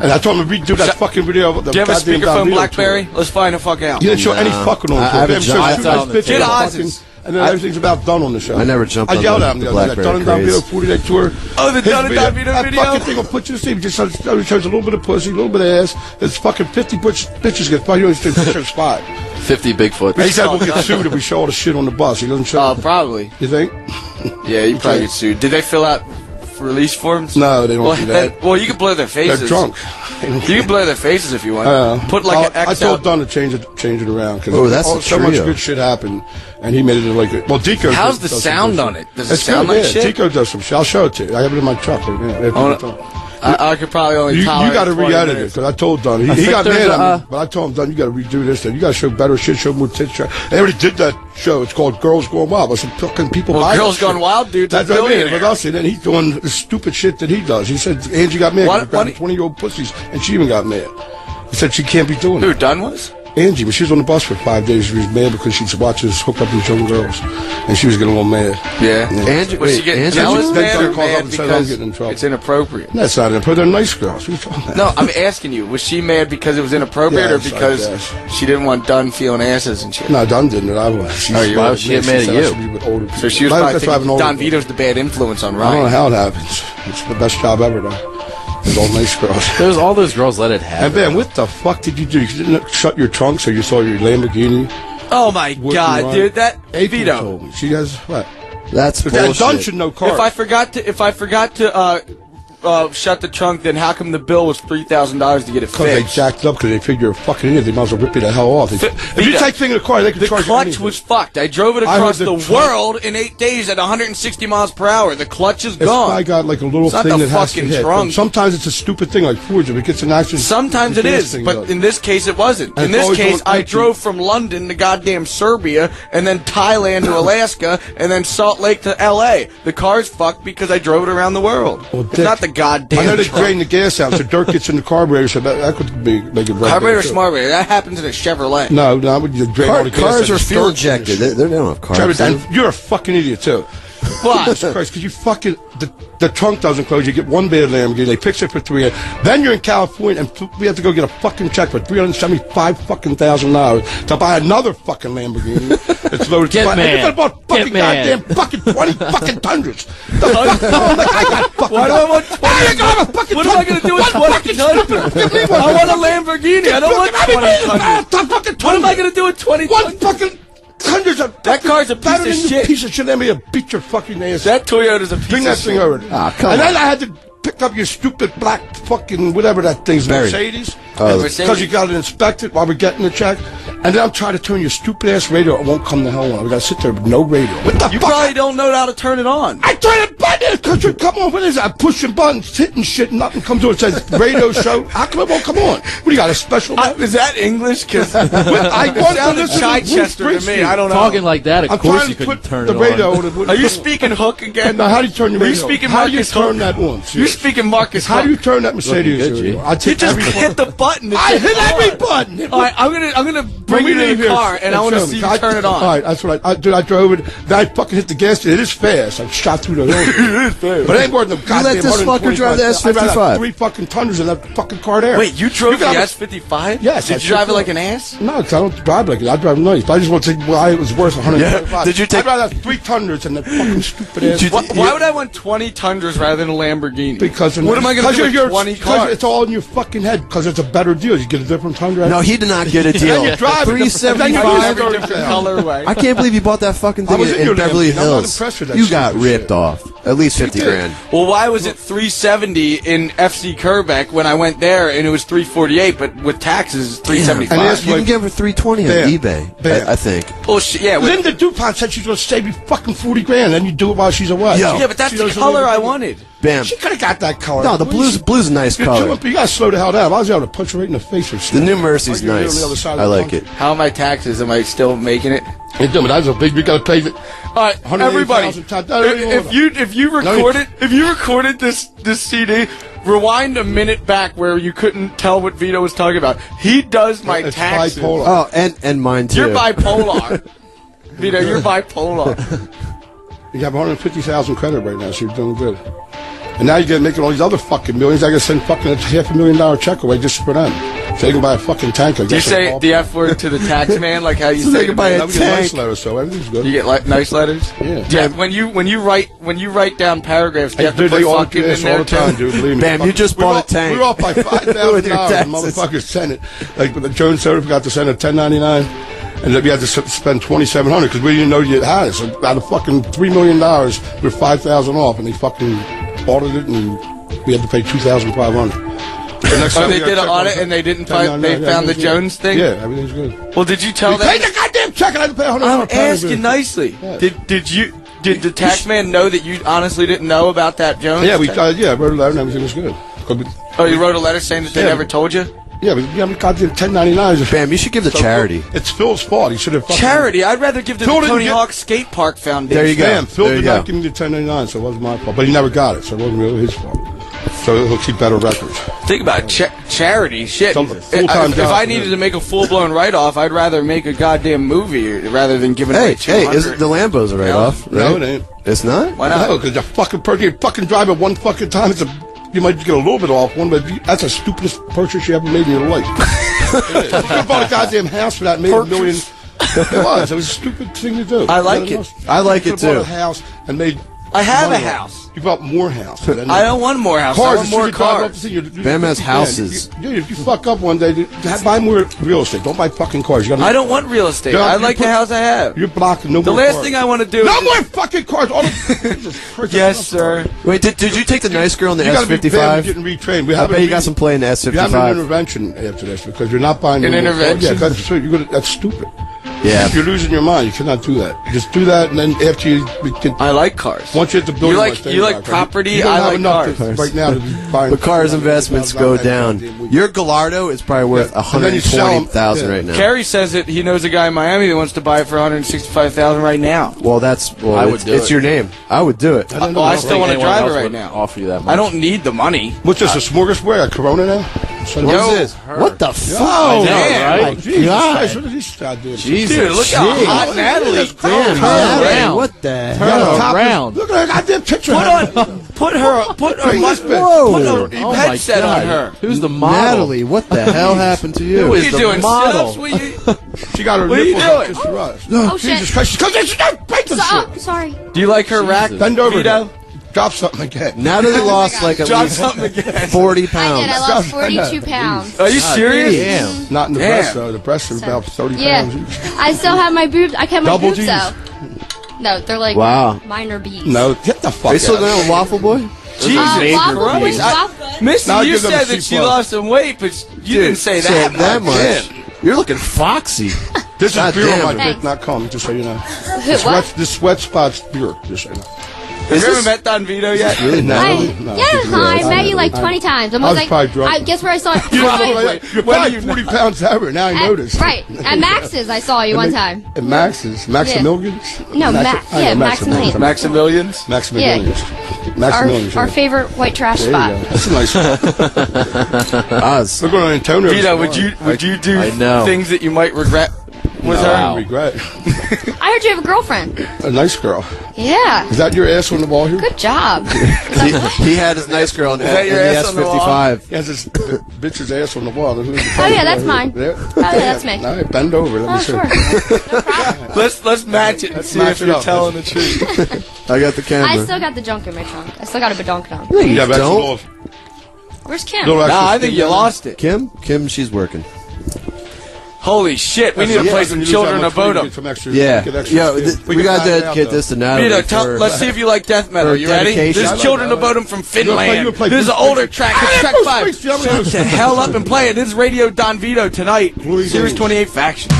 [SPEAKER 6] And I told him to redo that fucking video. Of the
[SPEAKER 5] Do you have a
[SPEAKER 6] goddamn
[SPEAKER 5] speakerphone,
[SPEAKER 6] Don Vito
[SPEAKER 5] BlackBerry?
[SPEAKER 6] tour.
[SPEAKER 5] Let's find the fuck out.
[SPEAKER 6] You didn't show any
[SPEAKER 7] Nah.
[SPEAKER 6] fucking
[SPEAKER 7] I-
[SPEAKER 6] on the
[SPEAKER 7] I
[SPEAKER 6] show.
[SPEAKER 7] haven't
[SPEAKER 6] Bam
[SPEAKER 7] jumped- I
[SPEAKER 6] showed two
[SPEAKER 7] thought-
[SPEAKER 6] nice pictures.
[SPEAKER 5] Get
[SPEAKER 6] of
[SPEAKER 5] Oz's.
[SPEAKER 6] fucking- And then everything's about Dunn on the show.
[SPEAKER 7] I never jumped
[SPEAKER 6] I
[SPEAKER 7] on
[SPEAKER 6] yelled
[SPEAKER 7] the-
[SPEAKER 6] at him.
[SPEAKER 7] the
[SPEAKER 6] the other day,
[SPEAKER 7] BlackBerry
[SPEAKER 6] Dunn and Don Vito
[SPEAKER 7] craze.
[SPEAKER 6] tour that tour.
[SPEAKER 5] Oh, the
[SPEAKER 6] His
[SPEAKER 5] Dunn and Don Vito
[SPEAKER 6] That
[SPEAKER 5] video?
[SPEAKER 6] fucking thing will put you to sleep. It Just shows, it shows a little bit of pussy, a little bit of ass. It's fucking 50 bitch- bitches get five. You only shows five.
[SPEAKER 10] 50 Bigfoot.
[SPEAKER 6] He said we'll get sued if we show all the shit on the bus. He doesn't show.
[SPEAKER 5] Oh, probably.
[SPEAKER 6] You think?
[SPEAKER 5] Yeah, you probably get sued. Did they fill out f- release forms?
[SPEAKER 6] No, they don't
[SPEAKER 5] well,
[SPEAKER 6] do
[SPEAKER 5] (laughs)
[SPEAKER 6] that.
[SPEAKER 5] well, you can blur their faces.
[SPEAKER 6] They're drunk. uh, Oh,
[SPEAKER 5] You can blur their faces if you want. Put like an
[SPEAKER 6] I
[SPEAKER 5] X
[SPEAKER 6] told
[SPEAKER 5] out.
[SPEAKER 6] Don to change it, change it around because
[SPEAKER 7] Oh, that's a
[SPEAKER 6] so much
[SPEAKER 7] trio.
[SPEAKER 6] good shit happened, and he made it like well. Deco.
[SPEAKER 5] How's
[SPEAKER 6] does-
[SPEAKER 5] the
[SPEAKER 6] does some
[SPEAKER 5] sound
[SPEAKER 6] good shit.
[SPEAKER 5] on it? Does it
[SPEAKER 6] It's
[SPEAKER 5] sound
[SPEAKER 6] good,
[SPEAKER 5] like
[SPEAKER 6] yeah.
[SPEAKER 5] shit?
[SPEAKER 6] Deco does some shit. I'll show it to you. I have it in my truck right now.
[SPEAKER 5] I wanna- I, I could probably only
[SPEAKER 6] You, you
[SPEAKER 5] tolerate
[SPEAKER 6] got to
[SPEAKER 5] 20
[SPEAKER 6] re-edit it
[SPEAKER 5] minutes.
[SPEAKER 6] because I told Don. He, he
[SPEAKER 10] think
[SPEAKER 6] got
[SPEAKER 10] there's
[SPEAKER 6] mad
[SPEAKER 10] a,
[SPEAKER 6] at me,
[SPEAKER 10] uh,
[SPEAKER 6] but I told him, Don, you got to redo this. Thing. You got to show better shit. Show more tits. Show. They already did that show. It's called Girls Gone Wild. I said, fucking people.
[SPEAKER 5] Well,
[SPEAKER 6] buy
[SPEAKER 5] Girls
[SPEAKER 6] that
[SPEAKER 5] Gone
[SPEAKER 6] shit.
[SPEAKER 5] Wild, dude,
[SPEAKER 6] That's
[SPEAKER 5] they're
[SPEAKER 6] what I mean.
[SPEAKER 5] billionaires.
[SPEAKER 6] But also, then he's doing the stupid shit that he does. He said Angie got mad.
[SPEAKER 5] What-
[SPEAKER 6] What,
[SPEAKER 5] what-
[SPEAKER 6] Twenty-year-old pussies, and she even got mad. He said she can't be doing it.
[SPEAKER 5] Who, Dunn was?
[SPEAKER 6] Angie, but she was on the bus for five days. She was mad because she's watching us hook up these young girls, and she was getting a little mad.
[SPEAKER 5] Yeah.
[SPEAKER 7] Angie,
[SPEAKER 5] Was she
[SPEAKER 7] wait,
[SPEAKER 5] getting
[SPEAKER 7] Angie-
[SPEAKER 5] jealous,
[SPEAKER 6] Then
[SPEAKER 5] mad
[SPEAKER 6] she
[SPEAKER 5] or
[SPEAKER 6] calls up
[SPEAKER 5] mad
[SPEAKER 6] and says, "I'm
[SPEAKER 5] because
[SPEAKER 6] getting in trouble."
[SPEAKER 5] it's inappropriate?
[SPEAKER 6] That's not inappropriate. They're nice girls. What are you talking about?
[SPEAKER 5] No, I'm asking you. Was she mad because it was inappropriate, or
[SPEAKER 6] Yes, I
[SPEAKER 5] because
[SPEAKER 6] guess.
[SPEAKER 5] she didn't want Dunn feeling asses and shit?
[SPEAKER 6] No, Don didn't. I was. She's
[SPEAKER 5] you- why
[SPEAKER 10] would she get mad at
[SPEAKER 6] said I
[SPEAKER 10] you?
[SPEAKER 6] should be with older
[SPEAKER 5] So
[SPEAKER 6] people.
[SPEAKER 5] she was
[SPEAKER 6] That's
[SPEAKER 5] probably
[SPEAKER 6] why I'm an
[SPEAKER 5] thinking
[SPEAKER 6] older
[SPEAKER 5] Don
[SPEAKER 6] guy.
[SPEAKER 5] Vito's the bad influence on
[SPEAKER 6] I don't know
[SPEAKER 5] Ryan.
[SPEAKER 6] how it happens. It's the best job ever, though. It's all nice
[SPEAKER 5] (laughs)
[SPEAKER 6] girls.
[SPEAKER 10] There's all those girls let it happen.
[SPEAKER 6] And Ben, what the fuck did you do? You didn't shut your trunk so you saw your Lamborghini.
[SPEAKER 5] Oh my
[SPEAKER 6] Wouldn't
[SPEAKER 5] god,
[SPEAKER 6] run.
[SPEAKER 5] dude! That
[SPEAKER 6] April
[SPEAKER 5] Vito.
[SPEAKER 6] told me. She has what?
[SPEAKER 7] That's
[SPEAKER 6] That Don
[SPEAKER 7] bullshit.
[SPEAKER 6] should know cars.
[SPEAKER 5] If I forgot to, if I forgot to uh, uh, shut the trunk, then how come the bill was three thousand dollars to get it
[SPEAKER 6] because they
[SPEAKER 5] fixed?
[SPEAKER 6] jacked up because they figure you're fucking idiot, they might as well rip you the hell off. If, if you
[SPEAKER 5] Vito,
[SPEAKER 6] take thing in the car, they can
[SPEAKER 5] The
[SPEAKER 6] charge you
[SPEAKER 5] clutch
[SPEAKER 6] anything.
[SPEAKER 5] was fucked. I drove it
[SPEAKER 6] I heard
[SPEAKER 5] across
[SPEAKER 6] the
[SPEAKER 5] the,
[SPEAKER 6] trunk-
[SPEAKER 5] world in eight days at 160 miles per hour. The clutch is
[SPEAKER 6] It's
[SPEAKER 5] gone.
[SPEAKER 6] I got like a little
[SPEAKER 5] It's not
[SPEAKER 6] thing
[SPEAKER 5] the
[SPEAKER 6] that has to
[SPEAKER 5] fucking
[SPEAKER 6] hit.
[SPEAKER 5] trunk.
[SPEAKER 6] Sometimes it's a stupid thing like Forge. If it gets an accident,
[SPEAKER 5] Sometimes
[SPEAKER 6] the
[SPEAKER 5] it
[SPEAKER 6] gas
[SPEAKER 5] is,
[SPEAKER 6] thing
[SPEAKER 5] but
[SPEAKER 6] does.
[SPEAKER 5] in this case it wasn't.
[SPEAKER 6] And
[SPEAKER 5] in
[SPEAKER 6] it's
[SPEAKER 5] this
[SPEAKER 6] always
[SPEAKER 5] case,
[SPEAKER 6] on
[SPEAKER 5] I
[SPEAKER 6] empty.
[SPEAKER 5] drove from London to goddamn Serbia, and then Thailand
[SPEAKER 6] (coughs)
[SPEAKER 5] to Alaska, and then Salt Lake to L.A. The car's fucked because I drove it around the world.
[SPEAKER 6] Well,
[SPEAKER 5] it's
[SPEAKER 6] Dick,
[SPEAKER 5] not the goddamn.
[SPEAKER 6] I know they
[SPEAKER 5] truck.
[SPEAKER 6] drain the gas out, so dirt gets in the carburetor. So that, that could be make it. right
[SPEAKER 5] Carburetor,
[SPEAKER 6] (laughs) there, too.
[SPEAKER 5] smart rater. That happens in a Chevrolet.
[SPEAKER 6] No, no, I would you drain all
[SPEAKER 7] Car,
[SPEAKER 6] the gas out,
[SPEAKER 7] cars are
[SPEAKER 6] just
[SPEAKER 7] fuel
[SPEAKER 6] dirt in there.
[SPEAKER 7] injected. They, they don't have cars.
[SPEAKER 6] Trevor, and you're a fucking idiot too. (laughs)
[SPEAKER 5] Why?
[SPEAKER 6] Jesus Christ, because you fucking the, the trunk doesn't close. You get one bad Lamborghini, they fix it for three. Then you're in California, and f- we have to go get a fucking check for three hundred seventy-five fucking thousand dollars to buy another fucking Lamborghini. It's loaded.
[SPEAKER 10] Get
[SPEAKER 6] to buy-
[SPEAKER 10] mad.
[SPEAKER 6] And you bought fucking
[SPEAKER 10] Get mad.
[SPEAKER 6] goddamn fucking
[SPEAKER 5] (laughs)
[SPEAKER 6] twenty fucking tundras. The fuck? I'm like, I got fucking.
[SPEAKER 5] Why do I want
[SPEAKER 6] Why do I got a fucking?
[SPEAKER 5] What am I
[SPEAKER 6] Tundra?
[SPEAKER 5] gonna do
[SPEAKER 6] (laughs)
[SPEAKER 5] with
[SPEAKER 6] One
[SPEAKER 5] twenty tundras? I want a Lamborghini. I don't want
[SPEAKER 6] fucking-
[SPEAKER 5] twenty tundras.
[SPEAKER 6] I mean, Ah, fucking
[SPEAKER 5] What am I
[SPEAKER 6] tundra.
[SPEAKER 5] gonna do with twenty
[SPEAKER 6] One
[SPEAKER 5] tundras?
[SPEAKER 6] fucking hundreds of
[SPEAKER 5] That car's a piece
[SPEAKER 6] better
[SPEAKER 5] of
[SPEAKER 6] than you
[SPEAKER 5] shit.
[SPEAKER 6] Piece of shit. Let me beat your fucking ass.
[SPEAKER 5] That Toyota's a piece
[SPEAKER 6] Bring
[SPEAKER 5] of
[SPEAKER 6] that thing
[SPEAKER 5] shit.
[SPEAKER 6] over. Ah,
[SPEAKER 7] come
[SPEAKER 6] and
[SPEAKER 7] on.
[SPEAKER 6] then I had to pick up your stupid black fucking whatever that thing's
[SPEAKER 7] Berry.
[SPEAKER 6] Mercedes.
[SPEAKER 5] Oh.
[SPEAKER 6] Because you got it inspected while we're getting the check. And then I'm trying to turn your stupid ass radio. It won't come the hell on. We got to sit there with no radio. What the
[SPEAKER 5] You
[SPEAKER 6] Ah, fuck?
[SPEAKER 5] probably don't know how to turn it on.
[SPEAKER 6] I turn the button because you come on. What is it? I'm pushing buttons, hitting shit, nothing comes on. It says radio show. How come it won't come on? What do you got? A special?
[SPEAKER 5] I, is that English?
[SPEAKER 6] (laughs)
[SPEAKER 5] Because
[SPEAKER 6] I
[SPEAKER 5] I
[SPEAKER 6] want to
[SPEAKER 5] sounded
[SPEAKER 6] listen to Bruce
[SPEAKER 5] Chichester to me.
[SPEAKER 6] Springsteen.
[SPEAKER 5] I don't know.
[SPEAKER 10] Talking like that, of
[SPEAKER 6] I'm
[SPEAKER 10] course
[SPEAKER 6] trying
[SPEAKER 10] you
[SPEAKER 6] to put
[SPEAKER 10] couldn't turn
[SPEAKER 6] the
[SPEAKER 10] it
[SPEAKER 6] radio
[SPEAKER 10] on.
[SPEAKER 6] on. it wouldn't
[SPEAKER 5] Are you
[SPEAKER 6] come
[SPEAKER 5] speaking Hook again?
[SPEAKER 6] Now, how do you turn your
[SPEAKER 5] Are you
[SPEAKER 6] radio?
[SPEAKER 5] speaking
[SPEAKER 6] How do you
[SPEAKER 5] Marcus
[SPEAKER 6] turn
[SPEAKER 5] Hook?
[SPEAKER 6] that on?
[SPEAKER 5] You're speaking Marcus
[SPEAKER 6] How do you
[SPEAKER 5] Hook.
[SPEAKER 6] turn that Mercedes?
[SPEAKER 10] Looking good,
[SPEAKER 6] radio?
[SPEAKER 10] G.
[SPEAKER 6] I
[SPEAKER 5] You
[SPEAKER 6] take
[SPEAKER 5] just
[SPEAKER 6] every
[SPEAKER 5] hit the button. It
[SPEAKER 6] I
[SPEAKER 5] says
[SPEAKER 6] hit
[SPEAKER 5] on.
[SPEAKER 6] every button. It
[SPEAKER 5] All right, I'm gonna I'm gonna bring you to the car, and I want to see you turn it
[SPEAKER 6] All
[SPEAKER 5] on.
[SPEAKER 6] right, that's what I, I dude. I drove it. Then I fucking hit the gas. station. It is fast. I shot through
[SPEAKER 5] (laughs)
[SPEAKER 6] the hill. but it ain't worth the goddamn.
[SPEAKER 7] let this fucker drive the
[SPEAKER 6] 125. I ran out
[SPEAKER 7] S55.
[SPEAKER 6] Three fucking tundras in that fucking car there.
[SPEAKER 5] Wait, you drove the
[SPEAKER 6] got a-
[SPEAKER 5] S55?
[SPEAKER 6] Yes, I
[SPEAKER 5] Did you
[SPEAKER 6] sure
[SPEAKER 5] drive it
[SPEAKER 6] did.
[SPEAKER 5] like an ass?
[SPEAKER 6] No, 'cause I don't drive like it. I drive nice. But I just want to see why it was worth 125.
[SPEAKER 5] Yeah, did you take-
[SPEAKER 6] I'd rather have three tundras and that fucking stupid ass.
[SPEAKER 5] Why, why would I want 20 Tundras rather than a Lamborghini?
[SPEAKER 6] Because
[SPEAKER 5] what am I gonna
[SPEAKER 6] because
[SPEAKER 5] do with
[SPEAKER 6] you're- you're-
[SPEAKER 5] 20
[SPEAKER 6] because
[SPEAKER 5] cars?
[SPEAKER 6] It's all in your fucking head. Because it's a better deal. You get a different tundra.
[SPEAKER 7] no, he did not
[SPEAKER 6] (laughs)
[SPEAKER 7] get a deal.
[SPEAKER 6] you drive it.
[SPEAKER 7] Three
[SPEAKER 6] Then
[SPEAKER 7] seventy
[SPEAKER 6] you
[SPEAKER 5] Five
[SPEAKER 6] drive
[SPEAKER 7] five.
[SPEAKER 6] it.
[SPEAKER 5] different colorway.
[SPEAKER 7] I can't believe you bought that fucking
[SPEAKER 6] I
[SPEAKER 7] thing
[SPEAKER 6] was in
[SPEAKER 7] in,
[SPEAKER 6] your
[SPEAKER 7] Beverly
[SPEAKER 6] Lamborghini. I'm not
[SPEAKER 7] Hills.
[SPEAKER 6] impressed with that
[SPEAKER 7] you
[SPEAKER 6] shit.
[SPEAKER 7] got ripped off. At least fifty
[SPEAKER 6] did.
[SPEAKER 7] grand.
[SPEAKER 5] Well, why was it 370 in FC Kerbeck when I went there and it was 348, but with taxes,
[SPEAKER 6] And that's
[SPEAKER 5] 375?
[SPEAKER 7] You
[SPEAKER 6] like-
[SPEAKER 7] can get them for three twenty on
[SPEAKER 6] Bam.
[SPEAKER 7] eBay.
[SPEAKER 6] Bam.
[SPEAKER 7] I, I think.
[SPEAKER 5] Bullshit. Yeah. with-
[SPEAKER 6] Linda DuPont said she's going to save you fucking 40 grand, and you do it while she's away.
[SPEAKER 7] Yo.
[SPEAKER 5] yeah, but that's
[SPEAKER 6] She
[SPEAKER 5] the
[SPEAKER 6] doesn't
[SPEAKER 5] color
[SPEAKER 6] even-
[SPEAKER 5] I wanted.
[SPEAKER 7] Bam.
[SPEAKER 6] She could have got that color.
[SPEAKER 7] No, the
[SPEAKER 6] What
[SPEAKER 7] blue's
[SPEAKER 6] is she-
[SPEAKER 7] blue's a nice
[SPEAKER 6] You're
[SPEAKER 7] color.
[SPEAKER 6] doing- You got to slow the hell down. I was able to punch her right in the face. Or
[SPEAKER 7] The new Mercy's
[SPEAKER 6] You're on the
[SPEAKER 7] nice.
[SPEAKER 6] other side of
[SPEAKER 7] I
[SPEAKER 6] the
[SPEAKER 7] like
[SPEAKER 6] country.
[SPEAKER 7] it.
[SPEAKER 5] How are my taxes? Am I still making it?
[SPEAKER 6] Hey, dude, but that's a big. We got to pay. The,
[SPEAKER 5] All right, everybody.
[SPEAKER 6] $180,000 tax- No, no, no,
[SPEAKER 5] If,
[SPEAKER 6] no.
[SPEAKER 5] if you if you
[SPEAKER 6] No, you-
[SPEAKER 5] recorded if you recorded this this CD, rewind a minute back where you couldn't tell what Vito was talking about. He does my
[SPEAKER 6] it's
[SPEAKER 5] taxes.
[SPEAKER 6] bipolar.
[SPEAKER 7] Oh, and and mine too.
[SPEAKER 5] You're
[SPEAKER 6] (laughs)
[SPEAKER 5] bipolar. Vito, you're bipolar.
[SPEAKER 6] You have 150,000 credit right now, so you're doing good. And now you're going to make all these other fucking millions. I got to send fucking a half a million dollar check away just for them. So they can buy a fucking tanker.
[SPEAKER 5] Do you say the F word to the tax man like how you
[SPEAKER 6] (laughs)
[SPEAKER 7] So they
[SPEAKER 5] say
[SPEAKER 7] can buy a
[SPEAKER 5] it?
[SPEAKER 6] I'm getting
[SPEAKER 7] tank?
[SPEAKER 6] nice letter, so everything's good.
[SPEAKER 5] You get like nice letters.
[SPEAKER 6] Yeah.
[SPEAKER 5] When you when you write when you write down paragraphs, do you
[SPEAKER 6] Hey,
[SPEAKER 5] have to
[SPEAKER 6] dude,
[SPEAKER 5] put
[SPEAKER 6] they all do
[SPEAKER 5] fucking in
[SPEAKER 6] this all
[SPEAKER 5] there
[SPEAKER 6] the time,
[SPEAKER 5] too.
[SPEAKER 6] dude. Believe me.
[SPEAKER 7] Bam, you just
[SPEAKER 6] We're
[SPEAKER 7] bought a
[SPEAKER 6] off-
[SPEAKER 7] tank.
[SPEAKER 6] We're
[SPEAKER 7] (laughs)
[SPEAKER 6] off by five
[SPEAKER 7] With
[SPEAKER 6] thousand
[SPEAKER 7] your
[SPEAKER 6] dollars.
[SPEAKER 7] taxes.
[SPEAKER 6] Motherfuckers sent it. Like the Jones Center forgot to send a ten ninety nine, and then we had to s- spend twenty seven hundred because we didn't know you had it. So out of fucking three million dollars, we're five thousand off, and they fucking audited it, and we had to pay two thousand five hundred.
[SPEAKER 5] Oh, they did an audit and they didn't find they found the Jones thing.
[SPEAKER 6] Yeah, everything's good.
[SPEAKER 5] Well, did you tell
[SPEAKER 6] We paid
[SPEAKER 5] that?
[SPEAKER 6] the goddamn check and I had to pay a hundred.
[SPEAKER 5] I'm
[SPEAKER 6] dollar penalty.
[SPEAKER 5] asking nicely. Did did you did the tax man know that you honestly didn't know about that Jones?
[SPEAKER 6] Yeah, we
[SPEAKER 5] tax?
[SPEAKER 6] uh, yeah, I wrote a letter and everything was good. 'Cause we-
[SPEAKER 5] Oh, you wrote a letter saying that they
[SPEAKER 6] Yeah.
[SPEAKER 5] never told you.
[SPEAKER 6] Yeah, but yeah, we goddamn ten ninety nine.
[SPEAKER 7] Bam, you should give the charity.
[SPEAKER 6] It's Phil's fault. He should have fucking
[SPEAKER 5] Charity. I'd rather give to the
[SPEAKER 6] Phil didn't
[SPEAKER 5] Tony
[SPEAKER 6] get-
[SPEAKER 5] Hawk Skate Park Foundation.
[SPEAKER 7] There you go.
[SPEAKER 6] Damn, Phil
[SPEAKER 7] There you
[SPEAKER 6] did
[SPEAKER 7] go.
[SPEAKER 6] not give me the 1099, so it wasn't my fault. But he never got it, so it wasn't really his fault. So he'll keep better records.
[SPEAKER 5] Think about it. Cha- charity shit.
[SPEAKER 6] Something.
[SPEAKER 5] If-
[SPEAKER 6] Full-time
[SPEAKER 5] if,
[SPEAKER 6] job.
[SPEAKER 5] I needed to make a full blown write off, I'd rather make a goddamn movie rather than giving
[SPEAKER 7] Hey,
[SPEAKER 5] away
[SPEAKER 7] hey,
[SPEAKER 5] 200.
[SPEAKER 7] is it the Lambos are right
[SPEAKER 5] No.
[SPEAKER 7] off? Right?
[SPEAKER 6] No, it ain't.
[SPEAKER 7] It's not.
[SPEAKER 5] Why not?
[SPEAKER 6] No, because you fucking per- you fucking drive it one fucking time. It's a you might get a little bit off one, but you, that's the stupidest purchase you ever made in
[SPEAKER 7] (laughs)
[SPEAKER 6] your life. It is. you bought a goddamn house for that, made a million. It was. It was a stupid thing to do.
[SPEAKER 5] I like
[SPEAKER 6] You know,
[SPEAKER 5] it.
[SPEAKER 6] was-
[SPEAKER 7] I like
[SPEAKER 6] you
[SPEAKER 7] it
[SPEAKER 6] could've Bought
[SPEAKER 7] too.
[SPEAKER 6] a house and made.
[SPEAKER 5] I have
[SPEAKER 6] money
[SPEAKER 5] a
[SPEAKER 6] off.
[SPEAKER 5] house.
[SPEAKER 6] You bought more house.
[SPEAKER 5] I don't want more house. I
[SPEAKER 6] Cars,
[SPEAKER 5] want
[SPEAKER 6] the
[SPEAKER 5] more
[SPEAKER 6] shit you drive up
[SPEAKER 5] cars.
[SPEAKER 6] to see, you- you-
[SPEAKER 7] Bam has
[SPEAKER 6] you-
[SPEAKER 7] houses.
[SPEAKER 6] You, you, if you fuck up one day, you- buy more real estate. Don't buy fucking cars. You gotta,
[SPEAKER 5] I don't want real estate.
[SPEAKER 6] You're-
[SPEAKER 5] I
[SPEAKER 6] you're
[SPEAKER 5] like the
[SPEAKER 6] put-
[SPEAKER 5] house I have.
[SPEAKER 6] You're blocking no
[SPEAKER 5] The
[SPEAKER 6] more.
[SPEAKER 5] last
[SPEAKER 6] cars.
[SPEAKER 5] thing I want to do.
[SPEAKER 6] No
[SPEAKER 5] is
[SPEAKER 6] more fucking cars. All the, (laughs) Jesus Christ,
[SPEAKER 5] Yes,
[SPEAKER 6] that's enough.
[SPEAKER 5] sir.
[SPEAKER 7] Wait, did, did you take the nice girl in the
[SPEAKER 6] You
[SPEAKER 7] S
[SPEAKER 6] gotta be
[SPEAKER 7] fifty
[SPEAKER 6] damn
[SPEAKER 7] five?
[SPEAKER 6] getting retrained. We
[SPEAKER 7] I
[SPEAKER 6] have
[SPEAKER 7] bet
[SPEAKER 6] a
[SPEAKER 7] you got
[SPEAKER 6] re-
[SPEAKER 7] some play in the S
[SPEAKER 6] You
[SPEAKER 7] fifty
[SPEAKER 6] have an
[SPEAKER 7] five.
[SPEAKER 6] intervention after this because you're not buying
[SPEAKER 5] An
[SPEAKER 6] new cars.
[SPEAKER 5] intervention?
[SPEAKER 6] Yeah, that's, so you're gonna, that's stupid.
[SPEAKER 7] Yeah.
[SPEAKER 6] you're losing your mind. You cannot do that. Just do that, and then after you, we can,
[SPEAKER 5] I like cars.
[SPEAKER 6] once you hit the building,
[SPEAKER 5] You like-
[SPEAKER 6] price, then
[SPEAKER 5] you like
[SPEAKER 6] buy a car.
[SPEAKER 5] property,
[SPEAKER 6] You don't
[SPEAKER 5] I
[SPEAKER 6] have
[SPEAKER 5] like
[SPEAKER 6] enough
[SPEAKER 5] cars.
[SPEAKER 6] To, right now to be buying.
[SPEAKER 7] But cars investments go down. Your Gallardo is probably worth
[SPEAKER 6] Yeah,
[SPEAKER 7] one
[SPEAKER 6] and then you
[SPEAKER 7] hundred
[SPEAKER 6] sell 'em.
[SPEAKER 7] twenty thousand
[SPEAKER 6] Yeah.
[SPEAKER 7] right now.
[SPEAKER 5] Kerry says it. He knows a guy in Miami that wants to buy it for 165000 right now.
[SPEAKER 7] Well, that's well,
[SPEAKER 10] I would
[SPEAKER 7] it's,
[SPEAKER 10] do
[SPEAKER 7] it's
[SPEAKER 10] it.
[SPEAKER 7] your name. I would do it.
[SPEAKER 5] Oh, I still want to
[SPEAKER 10] anyone
[SPEAKER 5] drive it
[SPEAKER 10] else
[SPEAKER 5] right
[SPEAKER 10] would
[SPEAKER 5] now.
[SPEAKER 10] offer you that
[SPEAKER 5] I
[SPEAKER 10] much.
[SPEAKER 5] don't need the money.
[SPEAKER 6] What's this? A smorgasbord? A Corona now? Son of
[SPEAKER 5] Yo.
[SPEAKER 6] a-
[SPEAKER 7] What is this? What the fuck?
[SPEAKER 5] Oh,
[SPEAKER 10] man.
[SPEAKER 6] Oh,
[SPEAKER 10] right?
[SPEAKER 6] Jesus Christ! What did he start doing?
[SPEAKER 10] Jesus.
[SPEAKER 5] Dude, look how
[SPEAKER 10] Jeez.
[SPEAKER 5] hot Natalie.
[SPEAKER 7] Damn,
[SPEAKER 10] Turn
[SPEAKER 7] Natalie,
[SPEAKER 10] around.
[SPEAKER 7] What the
[SPEAKER 6] Look at
[SPEAKER 7] hell?
[SPEAKER 6] the top of-
[SPEAKER 10] around.
[SPEAKER 6] Look at that goddamn picture.
[SPEAKER 5] Put on, put her, put a,
[SPEAKER 6] Bring this
[SPEAKER 5] put
[SPEAKER 6] back.
[SPEAKER 5] a,
[SPEAKER 10] Oh my
[SPEAKER 5] headset
[SPEAKER 10] God.
[SPEAKER 5] on her.
[SPEAKER 10] Who's the model?
[SPEAKER 7] Natalie, what the hell happened to you?
[SPEAKER 10] Who
[SPEAKER 5] What
[SPEAKER 10] is
[SPEAKER 5] you
[SPEAKER 10] the
[SPEAKER 5] doing?
[SPEAKER 10] model?
[SPEAKER 5] sit-ups? What you-
[SPEAKER 6] She got her
[SPEAKER 5] What are you
[SPEAKER 6] nipples out
[SPEAKER 5] doing?
[SPEAKER 6] just rust.
[SPEAKER 9] Oh, shit.
[SPEAKER 6] Jesus Christ! She comes in. She got break the
[SPEAKER 4] Oh,
[SPEAKER 9] So-
[SPEAKER 6] shit.
[SPEAKER 9] sorry.
[SPEAKER 5] Do you like her rack?
[SPEAKER 6] Bend over.
[SPEAKER 5] Vito?
[SPEAKER 6] Drop something again.
[SPEAKER 7] Natalie lost like at
[SPEAKER 5] Drop
[SPEAKER 7] least
[SPEAKER 5] something again.
[SPEAKER 7] forty
[SPEAKER 9] I did. I
[SPEAKER 7] pounds.
[SPEAKER 9] lost
[SPEAKER 6] Stop. I know. (laughs)
[SPEAKER 9] 42 pounds.
[SPEAKER 5] Are you serious?
[SPEAKER 7] Damn.
[SPEAKER 6] Not in the
[SPEAKER 5] Damn.
[SPEAKER 6] breast though. The breasts are about thirty
[SPEAKER 4] Yeah.
[SPEAKER 6] pounds.
[SPEAKER 4] I still have my boobs. I kept my
[SPEAKER 6] Double
[SPEAKER 4] boobs
[SPEAKER 6] Gs.
[SPEAKER 4] out. No, they're like
[SPEAKER 7] Wow.
[SPEAKER 4] minor B's.
[SPEAKER 6] No, get the fuck.
[SPEAKER 7] Are you still
[SPEAKER 6] out.
[SPEAKER 7] going with Waffle Boy?
[SPEAKER 4] Uh,
[SPEAKER 5] Jesus
[SPEAKER 4] waffle,
[SPEAKER 5] Christ. I-
[SPEAKER 4] waffle.
[SPEAKER 5] Missy,
[SPEAKER 6] Now
[SPEAKER 5] you
[SPEAKER 6] give them
[SPEAKER 5] said
[SPEAKER 6] a
[SPEAKER 5] that
[SPEAKER 6] C
[SPEAKER 5] she
[SPEAKER 6] plus.
[SPEAKER 5] lost some weight, but you didn't say that.
[SPEAKER 7] Said that
[SPEAKER 5] much.
[SPEAKER 7] much. You're looking foxy.
[SPEAKER 6] This
[SPEAKER 7] God
[SPEAKER 6] is beer on
[SPEAKER 7] damn
[SPEAKER 6] my
[SPEAKER 7] it.
[SPEAKER 6] dick, not cum. Just so you know.
[SPEAKER 4] Who- (laughs)
[SPEAKER 6] Sweat,
[SPEAKER 4] what?
[SPEAKER 6] this sweat spot's beer. Just so you know.
[SPEAKER 5] Have you ever met Don Vito yet?
[SPEAKER 6] Really? No.
[SPEAKER 4] I,
[SPEAKER 6] no.
[SPEAKER 4] yeah, I met you like 20 times. I'm
[SPEAKER 6] I was
[SPEAKER 4] like,
[SPEAKER 6] probably drunk.
[SPEAKER 4] I guess where I saw
[SPEAKER 6] (laughs)
[SPEAKER 4] you.
[SPEAKER 6] You're
[SPEAKER 4] Right.
[SPEAKER 6] probably, you're
[SPEAKER 5] When
[SPEAKER 6] probably
[SPEAKER 5] are you
[SPEAKER 6] 40 pounds heavier. Now I
[SPEAKER 4] At-
[SPEAKER 6] noticed.
[SPEAKER 4] Right. At Max's, I saw
[SPEAKER 6] (laughs)
[SPEAKER 4] you one time.
[SPEAKER 6] At Max's. Maximilian's?
[SPEAKER 4] No, Max-
[SPEAKER 6] I know,
[SPEAKER 4] yeah, Maximilian.
[SPEAKER 5] Maximilians?
[SPEAKER 6] Maximilian's.
[SPEAKER 4] Our,
[SPEAKER 6] Maximilian's.
[SPEAKER 4] our
[SPEAKER 6] yeah.
[SPEAKER 4] favorite white trash
[SPEAKER 6] There you
[SPEAKER 4] spot.
[SPEAKER 6] go. That's a nice one.
[SPEAKER 7] Oz.
[SPEAKER 6] We're going to Antonio.
[SPEAKER 5] Vito, would you would you do
[SPEAKER 10] I know.
[SPEAKER 5] things that you might regret with
[SPEAKER 10] No.
[SPEAKER 5] her?
[SPEAKER 6] Regret.
[SPEAKER 4] I heard you have a girlfriend.
[SPEAKER 6] A nice girl.
[SPEAKER 4] Yeah.
[SPEAKER 11] (laughs)
[SPEAKER 6] Is that your ass on the wall here?
[SPEAKER 4] Good job.
[SPEAKER 7] He, he had his nice girl in, in the
[SPEAKER 5] that your ass
[SPEAKER 7] S
[SPEAKER 5] on the
[SPEAKER 7] fifty
[SPEAKER 5] wall?
[SPEAKER 7] five.
[SPEAKER 6] Yes, it's bitch's ass on the wall. Who's the
[SPEAKER 4] Oh, yeah, that's mine.
[SPEAKER 6] There.
[SPEAKER 4] Oh, yeah, that's me.
[SPEAKER 6] All right, bend over. Let me
[SPEAKER 4] Oh,
[SPEAKER 6] see.
[SPEAKER 4] sure.
[SPEAKER 11] (laughs)
[SPEAKER 4] No problem.
[SPEAKER 5] Let's let's match it and see
[SPEAKER 6] match
[SPEAKER 5] if
[SPEAKER 6] it
[SPEAKER 5] you're
[SPEAKER 6] up.
[SPEAKER 5] telling the truth.
[SPEAKER 7] I got the
[SPEAKER 4] I
[SPEAKER 7] camera.
[SPEAKER 4] still got the junk in my trunk. I still got a badonk down.
[SPEAKER 6] Yeah, but that's a
[SPEAKER 7] Don't.
[SPEAKER 6] little-
[SPEAKER 4] Where's Kim?
[SPEAKER 6] little
[SPEAKER 5] Nah,
[SPEAKER 6] extra
[SPEAKER 5] I think
[SPEAKER 6] skin
[SPEAKER 5] you lost it.
[SPEAKER 7] Kim, Kim, she's working.
[SPEAKER 5] Holy shit, we need
[SPEAKER 6] Yeah,
[SPEAKER 5] to play
[SPEAKER 6] when
[SPEAKER 5] some
[SPEAKER 6] you lose
[SPEAKER 5] children
[SPEAKER 6] that
[SPEAKER 5] of
[SPEAKER 6] much weight, you
[SPEAKER 5] Bodom.
[SPEAKER 6] get some extra-
[SPEAKER 7] Yeah,
[SPEAKER 6] you get extra
[SPEAKER 7] yo,
[SPEAKER 6] skin.
[SPEAKER 7] th- we, got
[SPEAKER 6] can
[SPEAKER 7] to
[SPEAKER 6] find out,
[SPEAKER 7] dedicate
[SPEAKER 6] though.
[SPEAKER 7] this to Natalie.
[SPEAKER 5] Vito,
[SPEAKER 7] for-
[SPEAKER 5] tell, let's see if you like death metal.
[SPEAKER 7] for
[SPEAKER 5] You ready?
[SPEAKER 7] dedication.
[SPEAKER 5] This is Children of Bodom from
[SPEAKER 6] You play-
[SPEAKER 5] Finland.
[SPEAKER 6] you play-
[SPEAKER 5] This is an older track. It's track
[SPEAKER 6] Bruce
[SPEAKER 5] five.
[SPEAKER 6] Springsteen, I'm gonna
[SPEAKER 5] Shut
[SPEAKER 6] lose.
[SPEAKER 5] the hell up and play it. This is Radio Don Vito tonight.
[SPEAKER 6] you
[SPEAKER 5] Series
[SPEAKER 6] doing?
[SPEAKER 5] 28 Faction.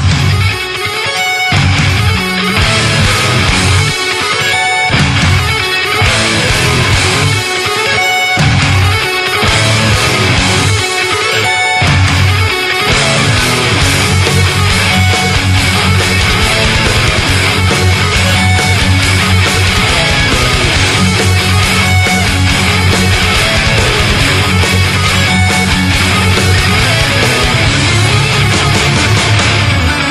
[SPEAKER 8] Thank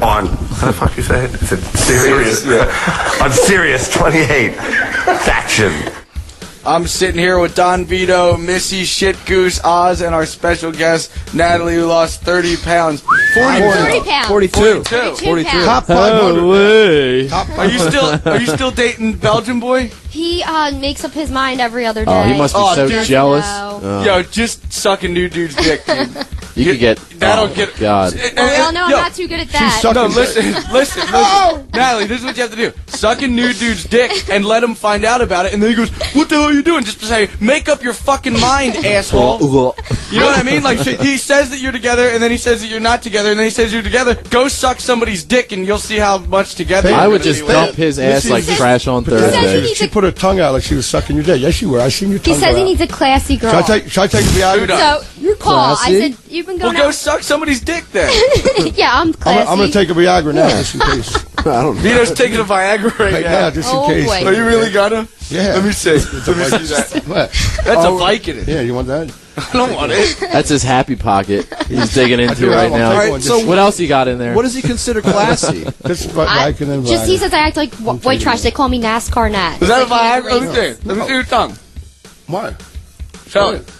[SPEAKER 3] What the fuck you said? It's a serious. (laughs) I'm serious. 28 faction.
[SPEAKER 5] I'm sitting here with Don Vito, Missy, Shit Goose, Oz, and our special guest, Natalie, who lost 30 pounds.
[SPEAKER 4] 40 pounds.
[SPEAKER 7] 42.
[SPEAKER 4] 42
[SPEAKER 6] 42.
[SPEAKER 4] pounds.
[SPEAKER 6] Top 500.
[SPEAKER 10] way.
[SPEAKER 6] Top
[SPEAKER 5] Are you
[SPEAKER 6] 500.
[SPEAKER 5] still are you still dating Belgian boy?
[SPEAKER 4] He uh, makes up his mind every other day.
[SPEAKER 10] Oh, he must be
[SPEAKER 5] Oh,
[SPEAKER 10] so
[SPEAKER 5] dude.
[SPEAKER 10] jealous.
[SPEAKER 4] No.
[SPEAKER 5] Yo, just sucking new dude's dick, dude.
[SPEAKER 10] (laughs) You could get.
[SPEAKER 5] That'll
[SPEAKER 10] oh,
[SPEAKER 5] get-
[SPEAKER 10] God.
[SPEAKER 4] Well, we all know I'm not too good at that.
[SPEAKER 6] sucked
[SPEAKER 5] No,
[SPEAKER 6] his
[SPEAKER 5] (laughs) listen, listen, listen. Oh! Natalie, this is what you have to do. Suck a new dude's dick and let him find out about it, and then he goes, what the hell are you doing? Just to say, make up your fucking mind,
[SPEAKER 10] (laughs)
[SPEAKER 5] asshole. You know what I mean? Like, shit, he says that you're together, and then he says that you're not together, and then he says you're together. Go suck somebody's dick, and you'll see how much together
[SPEAKER 10] I
[SPEAKER 5] you're
[SPEAKER 10] would
[SPEAKER 5] gonna
[SPEAKER 10] just
[SPEAKER 5] be later.
[SPEAKER 10] dump his ass
[SPEAKER 6] This
[SPEAKER 10] like
[SPEAKER 6] is-
[SPEAKER 10] trash on
[SPEAKER 6] But that's-
[SPEAKER 4] says
[SPEAKER 10] Thursday.
[SPEAKER 4] he
[SPEAKER 6] she,
[SPEAKER 4] needs a-
[SPEAKER 6] put her tongue out like she was sucking your dick. Yes, you were. I seen your
[SPEAKER 4] He
[SPEAKER 6] tongue.
[SPEAKER 4] says
[SPEAKER 6] go
[SPEAKER 4] he
[SPEAKER 6] out.
[SPEAKER 4] needs a classy girl.
[SPEAKER 6] Should I take? Should I take the
[SPEAKER 5] Dude, uh,
[SPEAKER 6] Viagra?
[SPEAKER 4] so you call. I
[SPEAKER 7] Classy?
[SPEAKER 4] said you've been
[SPEAKER 5] Well,
[SPEAKER 4] going
[SPEAKER 5] go
[SPEAKER 4] out.
[SPEAKER 5] suck somebody's dick then.
[SPEAKER 4] (laughs)
[SPEAKER 10] (laughs)
[SPEAKER 4] yeah, I'm
[SPEAKER 6] I'm,
[SPEAKER 4] classy.
[SPEAKER 6] gonna- I'm gonna take a Viagra now, just in
[SPEAKER 5] (laughs)
[SPEAKER 6] case.
[SPEAKER 7] I don't know.
[SPEAKER 5] Vito's taking a Viagra right
[SPEAKER 6] Right
[SPEAKER 5] now.
[SPEAKER 6] now, just
[SPEAKER 4] Oh,
[SPEAKER 6] in case.
[SPEAKER 4] boy.
[SPEAKER 5] Are you really gonna?
[SPEAKER 6] Yeah.
[SPEAKER 5] Let me see. Let me see that. Oh.
[SPEAKER 6] What?
[SPEAKER 5] That's a Viking.
[SPEAKER 6] Yeah, you want that?
[SPEAKER 5] I don't want it.
[SPEAKER 10] That's his happy pocket. He's digging into
[SPEAKER 6] do
[SPEAKER 10] right
[SPEAKER 6] have one. Take
[SPEAKER 10] now.
[SPEAKER 6] one, just-
[SPEAKER 10] what else you got in there?
[SPEAKER 7] What does he
[SPEAKER 10] (laughs)
[SPEAKER 7] consider classy?
[SPEAKER 6] This is what
[SPEAKER 4] I-
[SPEAKER 6] I can invite.
[SPEAKER 4] just he says I act like wh- white trash. They call me NASCAR Nat.
[SPEAKER 5] Is that a
[SPEAKER 4] It's like,
[SPEAKER 5] Viagra? Let me see. Let me see your tongue.
[SPEAKER 6] Why?
[SPEAKER 5] Show it.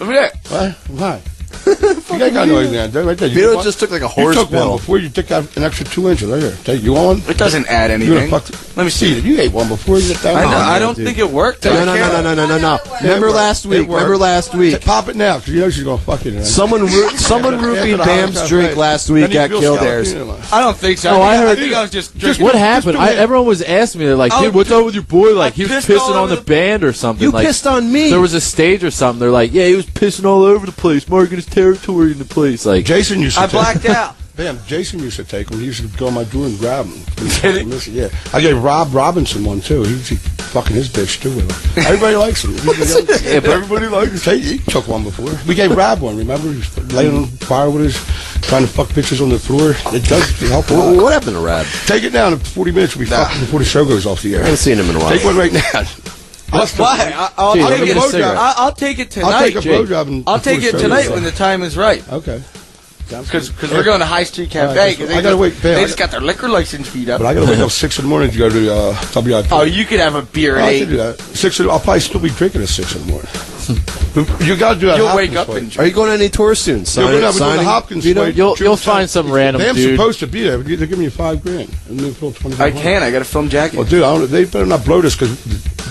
[SPEAKER 5] Let me see.
[SPEAKER 6] Why? (laughs) Why? you ain't got no idea. There, right there. You
[SPEAKER 7] Vito
[SPEAKER 6] want-
[SPEAKER 7] just took like a
[SPEAKER 6] you
[SPEAKER 7] horse
[SPEAKER 6] took one
[SPEAKER 7] pill.
[SPEAKER 6] before. You took out an extra two inches. Right here. Take you want one.
[SPEAKER 5] It doesn't add
[SPEAKER 6] You
[SPEAKER 5] anything.
[SPEAKER 6] gonna fuck?
[SPEAKER 5] Let me see.
[SPEAKER 6] it. You ate one before you get that.
[SPEAKER 5] I, know,
[SPEAKER 6] one.
[SPEAKER 5] I don't
[SPEAKER 7] dude.
[SPEAKER 5] think it worked.
[SPEAKER 7] No, no, no, no, no, no, no, no. Remember last week? Remember last week?
[SPEAKER 6] Pop it now, because you know she's gonna fuck it. right?
[SPEAKER 7] Someone, ru-
[SPEAKER 6] (laughs)
[SPEAKER 7] someone ruined Bam's drink last week.
[SPEAKER 6] Then you
[SPEAKER 7] Got
[SPEAKER 6] feel
[SPEAKER 7] killed
[SPEAKER 6] scared.
[SPEAKER 7] theirs.
[SPEAKER 5] I don't think so.
[SPEAKER 10] Oh, I
[SPEAKER 5] I, think-
[SPEAKER 10] heard-
[SPEAKER 5] I think I was just drinking.
[SPEAKER 10] what happened? I, everyone was asking me, they're like,
[SPEAKER 5] I
[SPEAKER 10] dude,
[SPEAKER 5] was
[SPEAKER 10] what's up with your boy? Like,
[SPEAKER 5] I
[SPEAKER 10] he was
[SPEAKER 5] pissed all
[SPEAKER 10] pissing on
[SPEAKER 5] over
[SPEAKER 10] the,
[SPEAKER 5] the-
[SPEAKER 10] band or something.
[SPEAKER 7] You
[SPEAKER 10] like,
[SPEAKER 7] pissed on me.
[SPEAKER 10] There was a stage or something. They're like, yeah, he was pissing all over the place, marking his territory in the place. Like,
[SPEAKER 6] Jason used to.
[SPEAKER 5] I
[SPEAKER 6] take-
[SPEAKER 10] (laughs)
[SPEAKER 5] blacked out.
[SPEAKER 6] Bam, Jason used to take them. He used to go on my door and grab
[SPEAKER 7] (laughs)
[SPEAKER 6] them.
[SPEAKER 5] Did he?
[SPEAKER 6] yeah. I gave Rob Robinson one too. He was fucking his bitch too.
[SPEAKER 7] (laughs)
[SPEAKER 6] With him. Everybody likes him.
[SPEAKER 10] Yeah, but-
[SPEAKER 6] Everybody likes him. He, he took one before. We gave Rob one. Remember, he was laying on fire with us, trying to fuck bitches on the floor. It does help. a
[SPEAKER 7] Wha-
[SPEAKER 6] lot.
[SPEAKER 7] What happened to Rab?
[SPEAKER 6] Take it down in 40 minutes. We'll be fucking before the show goes off the
[SPEAKER 7] I
[SPEAKER 6] air.
[SPEAKER 7] haven't seen him in a while.
[SPEAKER 6] Take one right now. I'll,
[SPEAKER 5] Why? I, I'll,
[SPEAKER 10] Gee, let
[SPEAKER 5] take
[SPEAKER 10] me
[SPEAKER 5] it.
[SPEAKER 10] get a cigarette.
[SPEAKER 5] I, I'll take it tonight.
[SPEAKER 6] I'll take a
[SPEAKER 10] Jake.
[SPEAKER 6] blowjob. and-
[SPEAKER 5] I'll take
[SPEAKER 6] before
[SPEAKER 5] it
[SPEAKER 6] the show goes
[SPEAKER 5] tonight
[SPEAKER 6] off.
[SPEAKER 5] when the time is right.
[SPEAKER 6] Okay. Sounds
[SPEAKER 5] Because
[SPEAKER 6] good.
[SPEAKER 5] we're going to High Street
[SPEAKER 6] All
[SPEAKER 5] Cafe.
[SPEAKER 6] right,
[SPEAKER 5] 'cause
[SPEAKER 6] I
[SPEAKER 5] they
[SPEAKER 6] gotta
[SPEAKER 5] just-
[SPEAKER 6] wait, Bam,
[SPEAKER 5] They
[SPEAKER 6] I-
[SPEAKER 5] just got their liquor license beat up.
[SPEAKER 6] But I gotta wake up six in the morning to go to uh, WIP.
[SPEAKER 5] Oh, you could have a beer at
[SPEAKER 6] I can do
[SPEAKER 5] eight.
[SPEAKER 6] that. Six. in- I'll probably still be drinking at six in the morning.
[SPEAKER 5] (laughs)
[SPEAKER 6] you gotta do that.
[SPEAKER 5] You'll
[SPEAKER 6] Hopkins
[SPEAKER 5] wake up
[SPEAKER 6] way.
[SPEAKER 5] and
[SPEAKER 7] Are you going on any tour soon?
[SPEAKER 6] You're
[SPEAKER 7] Sign,
[SPEAKER 6] gonna have to
[SPEAKER 7] signing?
[SPEAKER 6] Hopkins.
[SPEAKER 7] Vito?
[SPEAKER 6] way.
[SPEAKER 10] You'll- you'll
[SPEAKER 6] Jim Town.
[SPEAKER 10] find some random
[SPEAKER 6] They're
[SPEAKER 10] dude.
[SPEAKER 6] supposed to be there. They're giving me five grand. And they fill twenty.
[SPEAKER 5] I can. I got to film jacket.
[SPEAKER 6] Well, dude, I don't, they better not blow this because